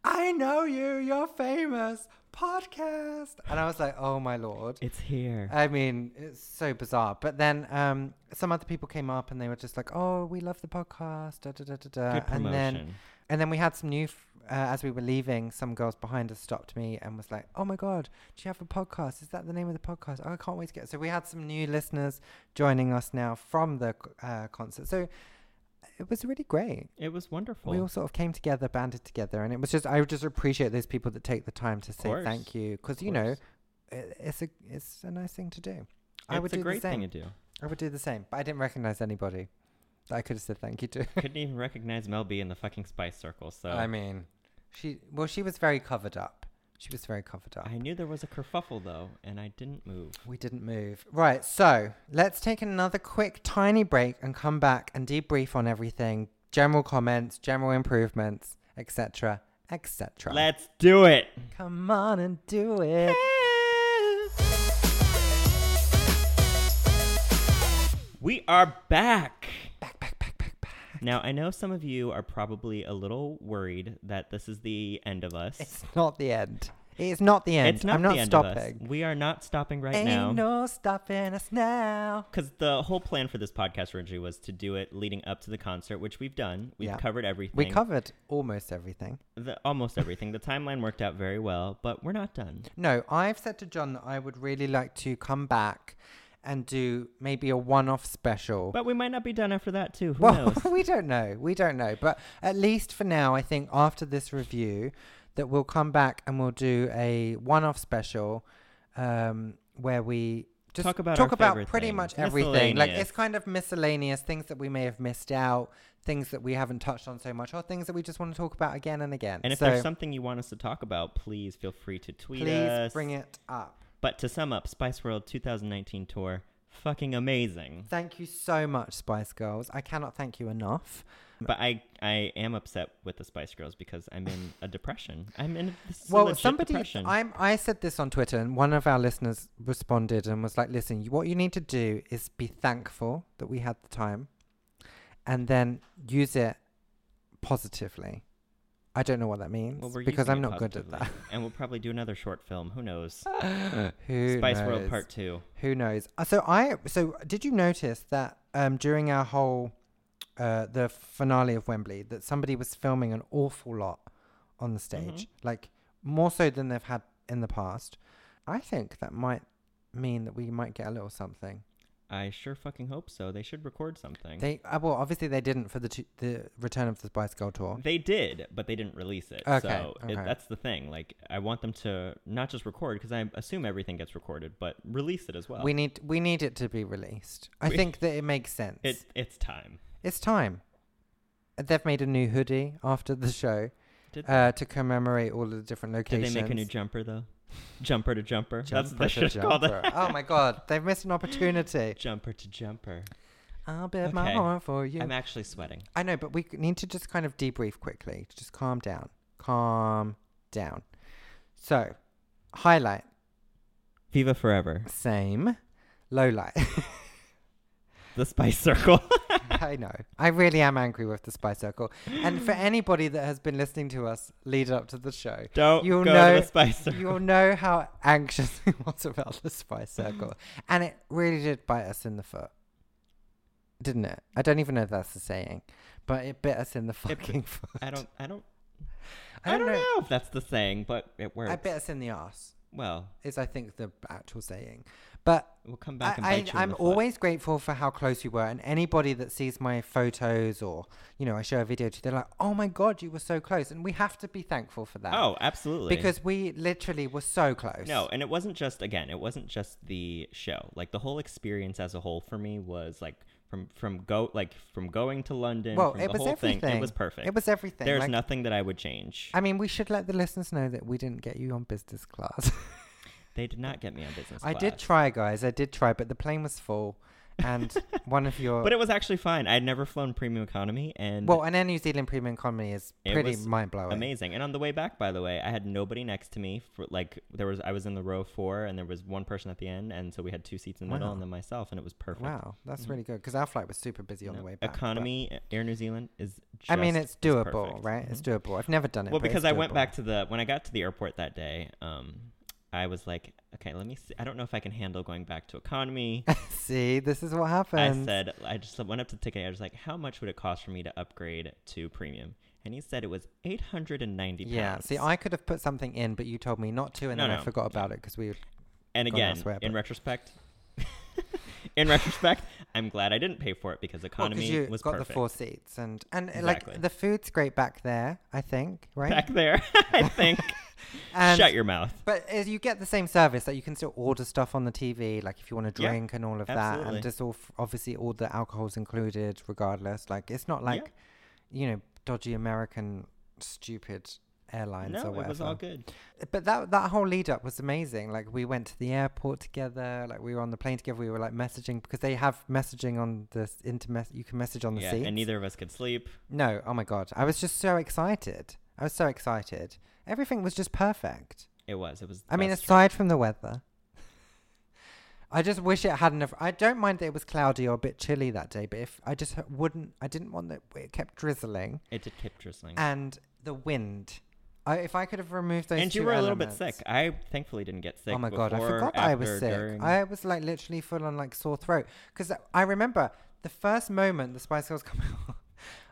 Speaker 2: i know you you're famous podcast and i was like oh my lord
Speaker 1: it's here.
Speaker 2: I mean, it's so bizarre. But then um, some other people came up and they were just like, "Oh, we love the podcast." Da, da, da, da, da.
Speaker 1: Good promotion.
Speaker 2: And then, and then we had some new. F- uh, as we were leaving, some girls behind us stopped me and was like, "Oh my god, do you have a podcast? Is that the name of the podcast? Oh, I can't wait to get." So we had some new listeners joining us now from the c- uh, concert. So it was really great.
Speaker 1: it was wonderful.
Speaker 2: We all sort of came together, banded together, and it was just I just appreciate those people that take the time to say
Speaker 1: course,
Speaker 2: thank you because you know it, it's a it's a nice thing to do. I would
Speaker 1: it's a
Speaker 2: do
Speaker 1: great
Speaker 2: the same.
Speaker 1: thing to do.
Speaker 2: I would do the same, but I didn't recognize anybody that I could have said thank you to.
Speaker 1: Couldn't even recognize Mel B in the fucking Spice Circle, so
Speaker 2: I mean, she well, she was very covered up. She was very covered up.
Speaker 1: I knew there was a kerfuffle though, and I didn't move.
Speaker 2: We didn't move. Right, so let's take another quick, tiny break and come back and debrief on everything. General comments, general improvements, etc., etc.
Speaker 1: Let's do it.
Speaker 2: Come on and do it.
Speaker 1: We are back.
Speaker 2: Back, back, back, back, back.
Speaker 1: Now I know some of you are probably a little worried that this is the end of us.
Speaker 2: It's not the end. It's not the end.
Speaker 1: It's not
Speaker 2: I'm
Speaker 1: the
Speaker 2: not
Speaker 1: end
Speaker 2: stopping.
Speaker 1: of us. We are not stopping right
Speaker 2: Ain't
Speaker 1: now.
Speaker 2: no stopping us now.
Speaker 1: because the whole plan for this podcast originally was to do it leading up to the concert, which we've done. We've
Speaker 2: Yeah.
Speaker 1: covered everything.
Speaker 2: We covered almost everything.
Speaker 1: the, almost everything. the timeline worked out very well, but we're not done.
Speaker 2: No, I've said to John that I would really like to come back and do maybe a one off special.
Speaker 1: But we might not be done after that too. Who
Speaker 2: well,
Speaker 1: knows?
Speaker 2: (laughs) we don't know. We don't know. But at least for now, I think after this review, that we'll come back and we'll do a one off special um, where we. Just
Speaker 1: Talk about
Speaker 2: talk
Speaker 1: our
Speaker 2: about
Speaker 1: favorite
Speaker 2: pretty
Speaker 1: things.
Speaker 2: much everything. Like
Speaker 1: Miscellaneous.
Speaker 2: it's kind of miscellaneous things that we may have missed out, things that we haven't touched on so much, or things that we just want to talk about again and again.
Speaker 1: And if
Speaker 2: so
Speaker 1: there's something uh, you want us to talk about, please feel free to tweet
Speaker 2: please
Speaker 1: us.
Speaker 2: bring it up.
Speaker 1: But to sum up, Spice World 2019 tour, fucking amazing.
Speaker 2: Thank you so much, Spice Girls. I cannot thank you enough.
Speaker 1: But I, I am upset with the Spice Girls because I'm in a depression. I'm in this is a
Speaker 2: well,
Speaker 1: legit
Speaker 2: somebody,
Speaker 1: depression.
Speaker 2: I'm, I said this on Twitter, and one of our listeners responded and was like, "Listen, you- what you need to do is be thankful that we had the time, and then use it positively." I don't know what that means
Speaker 1: Well, we're
Speaker 2: because
Speaker 1: using
Speaker 2: I'm
Speaker 1: it
Speaker 2: not good at
Speaker 1: positively. and we'll probably do another short film. Who knows?
Speaker 2: that. (laughs) Who
Speaker 1: Spice World
Speaker 2: knows?
Speaker 1: Part Two.
Speaker 2: Who knows? Uh, So I so did you notice that um during our whole uh the finale of Wembley that somebody was filming an awful lot on the
Speaker 1: Mm-hmm.
Speaker 2: stage, like more so than they've had in the past. I think that might mean that we might get a little something.
Speaker 1: I sure fucking hope so. They should record something. They,
Speaker 2: They uh, well, obviously they didn't for the two, the Return of the Spice Girl tour.
Speaker 1: Mm, did, but they didn't release it.
Speaker 2: Okay,
Speaker 1: so it,
Speaker 2: okay.
Speaker 1: that's the thing. Like, I want them to not just record because I assume everything gets recorded, but release it as well.
Speaker 2: We need we need it to be released. I
Speaker 1: We-
Speaker 2: think that it makes sense.
Speaker 1: it, it's time.
Speaker 2: it's time. They've made a new hoodie after the show
Speaker 1: Did they,
Speaker 2: uh, to commemorate all of the different
Speaker 1: did
Speaker 2: locations.
Speaker 1: they make a new jumper though? (laughs) jumper to jumper. that's
Speaker 2: Jumper
Speaker 1: they
Speaker 2: to
Speaker 1: should have called it.
Speaker 2: jumper. oh my god, they've missed an opportunity.
Speaker 1: (laughs) Jumper to jumper.
Speaker 2: I'll bet my
Speaker 1: Okay.
Speaker 2: heart for you.
Speaker 1: I'm actually sweating.
Speaker 2: I know, but we c- need to just kind of debrief quickly. Just calm down. Calm down. So, highlight,
Speaker 1: Viva forever.
Speaker 2: same. Low light.
Speaker 1: The Spice Circle.
Speaker 2: (laughs)
Speaker 1: (laughs)
Speaker 2: I know. I really am angry with the Spy Circle. And for anybody that has been listening to us lead up to the show,
Speaker 1: Don't
Speaker 2: You'll
Speaker 1: go
Speaker 2: know-
Speaker 1: to the Spice Circle.
Speaker 2: you'll know how anxious (laughs) we was about the Spy Circle. And it really did bite us in the foot. Didn't it? I don't even know if that's the saying, but it bit us in the
Speaker 1: bit-
Speaker 2: fucking foot.
Speaker 1: I don't. I don't.
Speaker 2: (laughs) I don't, know.
Speaker 1: if that's the saying, but it works.
Speaker 2: I bit us in the ass.
Speaker 1: Well,
Speaker 2: is I think the actual saying. But
Speaker 1: we'll come back and
Speaker 2: I,
Speaker 1: bite you. in
Speaker 2: I, I'm
Speaker 1: the foot.
Speaker 2: always grateful for how close you were, and anybody that sees my photos or you know I show a video to, they're like, "Oh my god, you were so close," and we have to be thankful for that.
Speaker 1: Oh, absolutely.
Speaker 2: because we literally were so close.
Speaker 1: no, and it wasn't just again. It wasn't just the show. Like the whole experience as a whole for me was like from from go like from going to London.
Speaker 2: well,
Speaker 1: from
Speaker 2: it
Speaker 1: the
Speaker 2: was
Speaker 1: whole
Speaker 2: everything.
Speaker 1: Thing, it was perfect.
Speaker 2: It was everything.
Speaker 1: There's
Speaker 2: like,
Speaker 1: nothing that I would change.
Speaker 2: I mean, we should let the listeners know that we didn't get you on business class.
Speaker 1: they did not get me on business.
Speaker 2: (laughs) I did
Speaker 1: class.
Speaker 2: try, guys. I did try, but the plane was full,
Speaker 1: (laughs)
Speaker 2: and one of your
Speaker 1: but it was actually fine. I had never flown premium economy, and
Speaker 2: well, and Air New Zealand premium economy is
Speaker 1: It
Speaker 2: pretty
Speaker 1: was
Speaker 2: mind blowing.
Speaker 1: Amazing. And on the way back, by the way, I had nobody next to me. For like, there was I was in the row four, and there was one person at the end, and so we had two seats in the middle,
Speaker 2: Wow.
Speaker 1: and then myself, and it was perfect.
Speaker 2: Wow, that's
Speaker 1: Mhm.
Speaker 2: really good because our flight was super busy on
Speaker 1: No,
Speaker 2: the way back. but-
Speaker 1: economy Air New Zealand is. Just,
Speaker 2: I mean, it's doable,
Speaker 1: perfect. Mm-hmm.
Speaker 2: right? It's doable. I've never done it.
Speaker 1: well
Speaker 2: but
Speaker 1: because
Speaker 2: it's
Speaker 1: I went
Speaker 2: doable.
Speaker 1: back to the when I got to the airport that day. Um, I was like, okay, let me. See. I don't know if I can handle going back to
Speaker 2: (laughs)
Speaker 1: economy.
Speaker 2: (laughs) See, this is what
Speaker 1: I
Speaker 2: happens.
Speaker 1: said, I just went up to the ticket. I was like, how much would it cost for me to upgrade to premium? And he said it was eight hundred and ninety.
Speaker 2: yeah. See, I could have put something in, but you told me not to, and
Speaker 1: No,
Speaker 2: then I
Speaker 1: no.
Speaker 2: forgot about it because we.
Speaker 1: And
Speaker 2: Gone
Speaker 1: again,
Speaker 2: elsewhere,
Speaker 1: in
Speaker 2: but-
Speaker 1: retrospect, (laughs) in retrospect, I'm glad I didn't pay for it because
Speaker 2: Well, 'cause
Speaker 1: economy
Speaker 2: you
Speaker 1: was
Speaker 2: got
Speaker 1: perfect.
Speaker 2: the four seats, and and uh,
Speaker 1: Exactly.
Speaker 2: like the food's great back there. I think, right?
Speaker 1: Back there, (laughs) I think.
Speaker 2: (laughs) and,
Speaker 1: Shut your mouth.
Speaker 2: But uh, you get the same service that you can still order stuff on the TV, like if you want to
Speaker 1: Yeah,
Speaker 2: drink and all of that,
Speaker 1: absolutely.
Speaker 2: and just all f- obviously all the alcohol's included, regardless. Like it's not
Speaker 1: Yeah.
Speaker 2: like, you know, dodgy American stupid airlines or
Speaker 1: No,
Speaker 2: whatever. Uh,
Speaker 1: it was all good.
Speaker 2: But that that whole lead up was amazing. Like we went to the airport together. Like we were on the plane together. We were like messaging because they have messaging on this intermes. You can message on the
Speaker 1: Yeah,
Speaker 2: seat.
Speaker 1: and neither of us could sleep.
Speaker 2: No, oh my god, I was just so excited. I was so excited. Everything was just perfect.
Speaker 1: It was. It was. the
Speaker 2: I mean,
Speaker 1: best
Speaker 2: aside from the weather, (laughs) I just wish it had enough. I don't mind that it was cloudy or a bit chilly that day, but if I just wouldn't, I didn't want that. It kept drizzling
Speaker 1: trip. It did keep drizzling.
Speaker 2: and the wind. I, if I could have removed those,
Speaker 1: and you
Speaker 2: two
Speaker 1: were a little
Speaker 2: elements,
Speaker 1: bit sick. I thankfully didn't get sick.
Speaker 2: Oh my god, I
Speaker 1: before,
Speaker 2: forgot that I was
Speaker 1: after,
Speaker 2: sick.
Speaker 1: during-
Speaker 2: I was like literally full on like sore throat because I remember the first moment the Spice Girls (laughs) come out,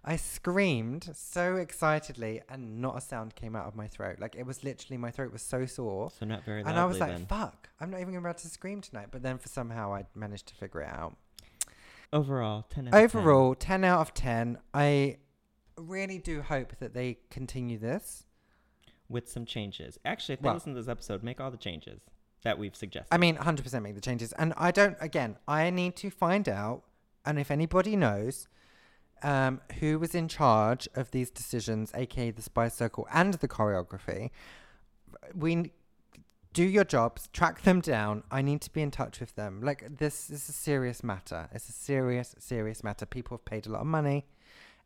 Speaker 2: I screamed so excitedly and not a sound came out of my throat. Like it was literally my throat was so sore,
Speaker 1: so not very loudly
Speaker 2: and I was like,
Speaker 1: then.
Speaker 2: "Fuck, I'm not even about to scream tonight." But then for somehow I managed to figure it out.
Speaker 1: Overall, ten. Out of 10.
Speaker 2: Overall, ten out of ten. I really do hope that they continue this.
Speaker 1: with some changes. Actually, if they
Speaker 2: Well-
Speaker 1: listen to this episode, make all the changes that we've suggested.
Speaker 2: I mean, 100% make the changes. And I don't, again, I need to find out, and if anybody knows, um, who was in charge of these decisions, aka the Spice Circle and the choreography. We n- do your jobs, track them down. I need to be in touch with them. Like, this is a serious matter. It's a serious, serious matter. People have paid a lot of money,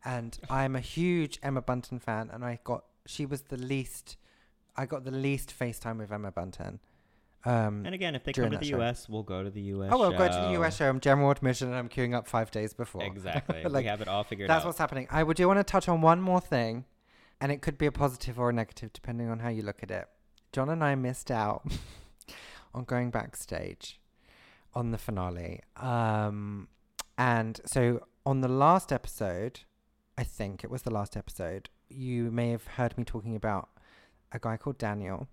Speaker 2: and I'm a huge Emma Bunton fan, and I got, she was the least, I got the least FaceTime with Emma Bunton. Um,
Speaker 1: and again, if they come
Speaker 2: during
Speaker 1: to
Speaker 2: that
Speaker 1: the
Speaker 2: show.
Speaker 1: U.S., we'll go to the U.S.
Speaker 2: Oh, well, go to the
Speaker 1: show.
Speaker 2: US show. I'm general admission and I'm queuing up five days before. (laughs)
Speaker 1: Exactly.
Speaker 2: Like,
Speaker 1: we have it all figured
Speaker 2: That's
Speaker 1: out.
Speaker 2: what's happening. I would do want to touch on one more thing, and it could be a positive or a negative depending on how you look at it. John and I missed out (laughs) on going backstage on the finale. Um, and so on the last episode, I think it was the last episode, you may have heard me talking about a guy called Daniel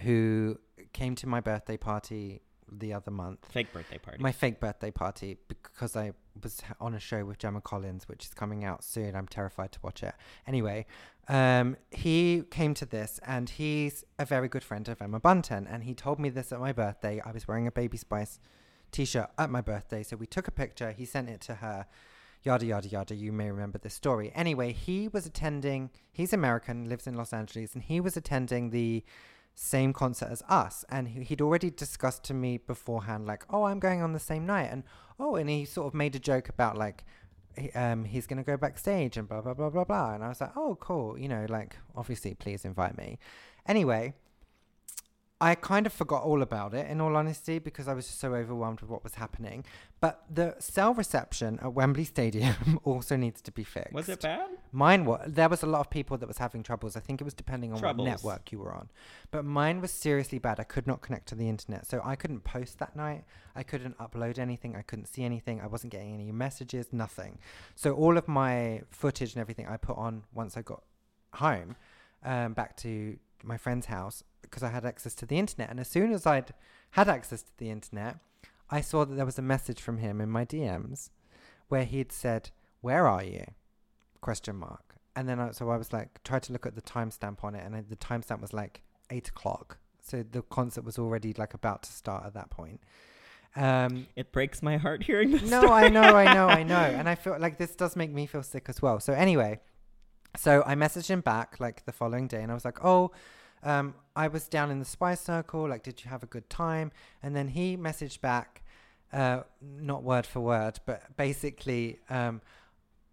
Speaker 2: who came to my birthday party the other month
Speaker 1: Fake birthday party.
Speaker 2: my fake birthday party because I was h- on a show with Gemma Collins, which is coming out soon. I'm terrified to watch it. Anyway, um, he came to this and he's a very good friend of Emma Bunton. And he told me this at my birthday. I was wearing a Baby Spice t shirt at my birthday. So we took a picture, he sent it to her. Yada, yada, yada. You may remember this story. Anyway, he was attending, he's American, lives in Los Angeles, and he was attending the same concert as us and he- he'd already discussed to me beforehand like oh i'm going on the same night and oh and he sort of made a joke about like he- um, he's going to go backstage and blah blah blah blah blah and i was like oh cool you know like obviously please invite me anyway i kind of forgot all about it in all honesty because i was just so overwhelmed with what was happening but the cell reception at wembley stadium (laughs) also needs to be fixed
Speaker 1: was it bad?
Speaker 2: Mine was there was a lot of people that was having troubles. I think it was depending on
Speaker 1: Troubles.
Speaker 2: what network you were on. But mine was seriously bad. I could not connect to the internet. So I couldn't post that night. I couldn't upload anything. I couldn't see anything. I wasn't getting any messages, nothing. So all of my footage and everything I put on once I got home um, back to my friend's house because I had access to the internet. And as soon as I'd had access to the internet, I saw that there was a message from him in my DMs where he'd said, "Where are you?" question mark. And then I, so I was like, tried to look at the timestamp on it, and I, the timestamp was like eight o'clock. So the concert was already like about to start at that point. Um,
Speaker 1: It breaks my heart (laughs) hearing this.
Speaker 2: no, I know, I know, I know. And I feel like this does make me feel sick as well. So anyway, so I messaged him back like the following day and I was like, oh, um, I was down in the spy circle. Like, did you have a good time? And then he messaged back, uh, not word for word, but basically, um,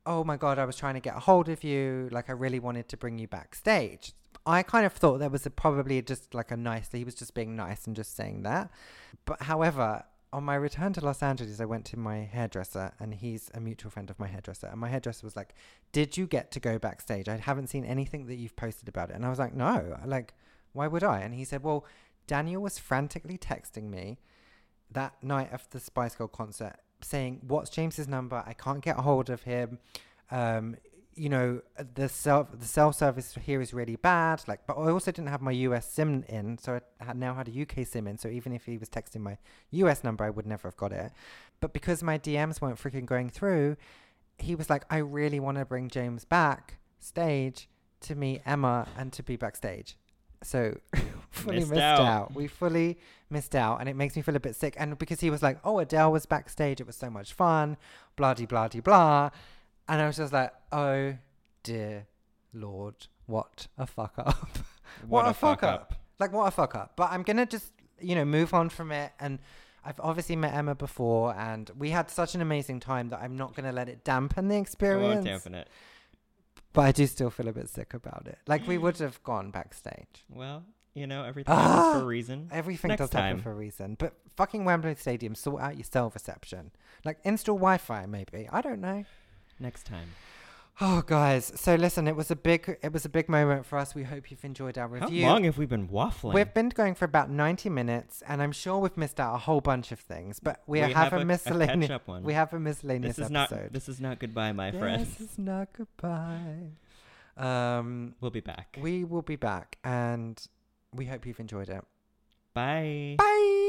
Speaker 2: oh my God, I was trying to get a hold of you. Like, I really wanted to bring you backstage. I kind of thought there was a, probably just like a nice, he was just being nice and just saying that. But however, on my return to Los Angeles, I went to my hairdresser, and he's a mutual friend of my hairdresser. And my hairdresser was like, "Did you get to go backstage? I haven't seen anything that you've posted about it." And I was like, "No, like, why would I?" And he said, "Well, Daniel was frantically texting me that night of the Spice Girl concert, saying, "What's James's number? I can't get a hold of him." Um, you know the self the cell service here is really bad like but i also didn't have my us sim in so i had now had a uk sim in so even if he was texting my US number, I would never have got it. But because my DMs weren't freaking going through, he was like, I really want to bring James back stage to meet Emma and to be backstage. So (laughs) fully missed,
Speaker 1: Missed
Speaker 2: out.
Speaker 1: out.
Speaker 2: We fully missed out. And it makes me feel a bit sick. And because he was like, Oh, Adele was backstage. It was so much fun. Blah, de, blah, de, blah. And I was just like, Oh, dear Lord. What a fuck up. What, a, fuck, up. Like what a fuck up. But I'm gonna just you know move on from it. And I've obviously met Emma before, and we had such an amazing time that I'm not gonna let it dampen the
Speaker 1: I won't
Speaker 2: experience.
Speaker 1: dampen it.
Speaker 2: But I do still feel a bit sick about it. Like we would have gone backstage.
Speaker 1: Well, you know, everything
Speaker 2: Ah!
Speaker 1: happens for a reason.
Speaker 2: Everything
Speaker 1: Next
Speaker 2: does happen
Speaker 1: time.
Speaker 2: for a reason. But fucking Wembley Stadium, sort out your cell reception. Like install Wi-Fi, maybe. I don't know.
Speaker 1: Next time.
Speaker 2: Oh, guys. So listen, it was a big, it was a big moment for us. We hope you've enjoyed our
Speaker 1: How
Speaker 2: review.
Speaker 1: long have we been waffling?
Speaker 2: We've been going for about 90 minutes, and I'm sure we've missed out a whole bunch of things, but we, have, a, miscellaneous.
Speaker 1: catch-up one.
Speaker 2: (laughs) We have a miscellaneous
Speaker 1: this is not.
Speaker 2: episode.
Speaker 1: This is not goodbye, my friends.
Speaker 2: This is not goodbye. Um,
Speaker 1: We'll be back.
Speaker 2: we will be back, and we hope you've enjoyed it.
Speaker 1: Bye.
Speaker 2: Bye.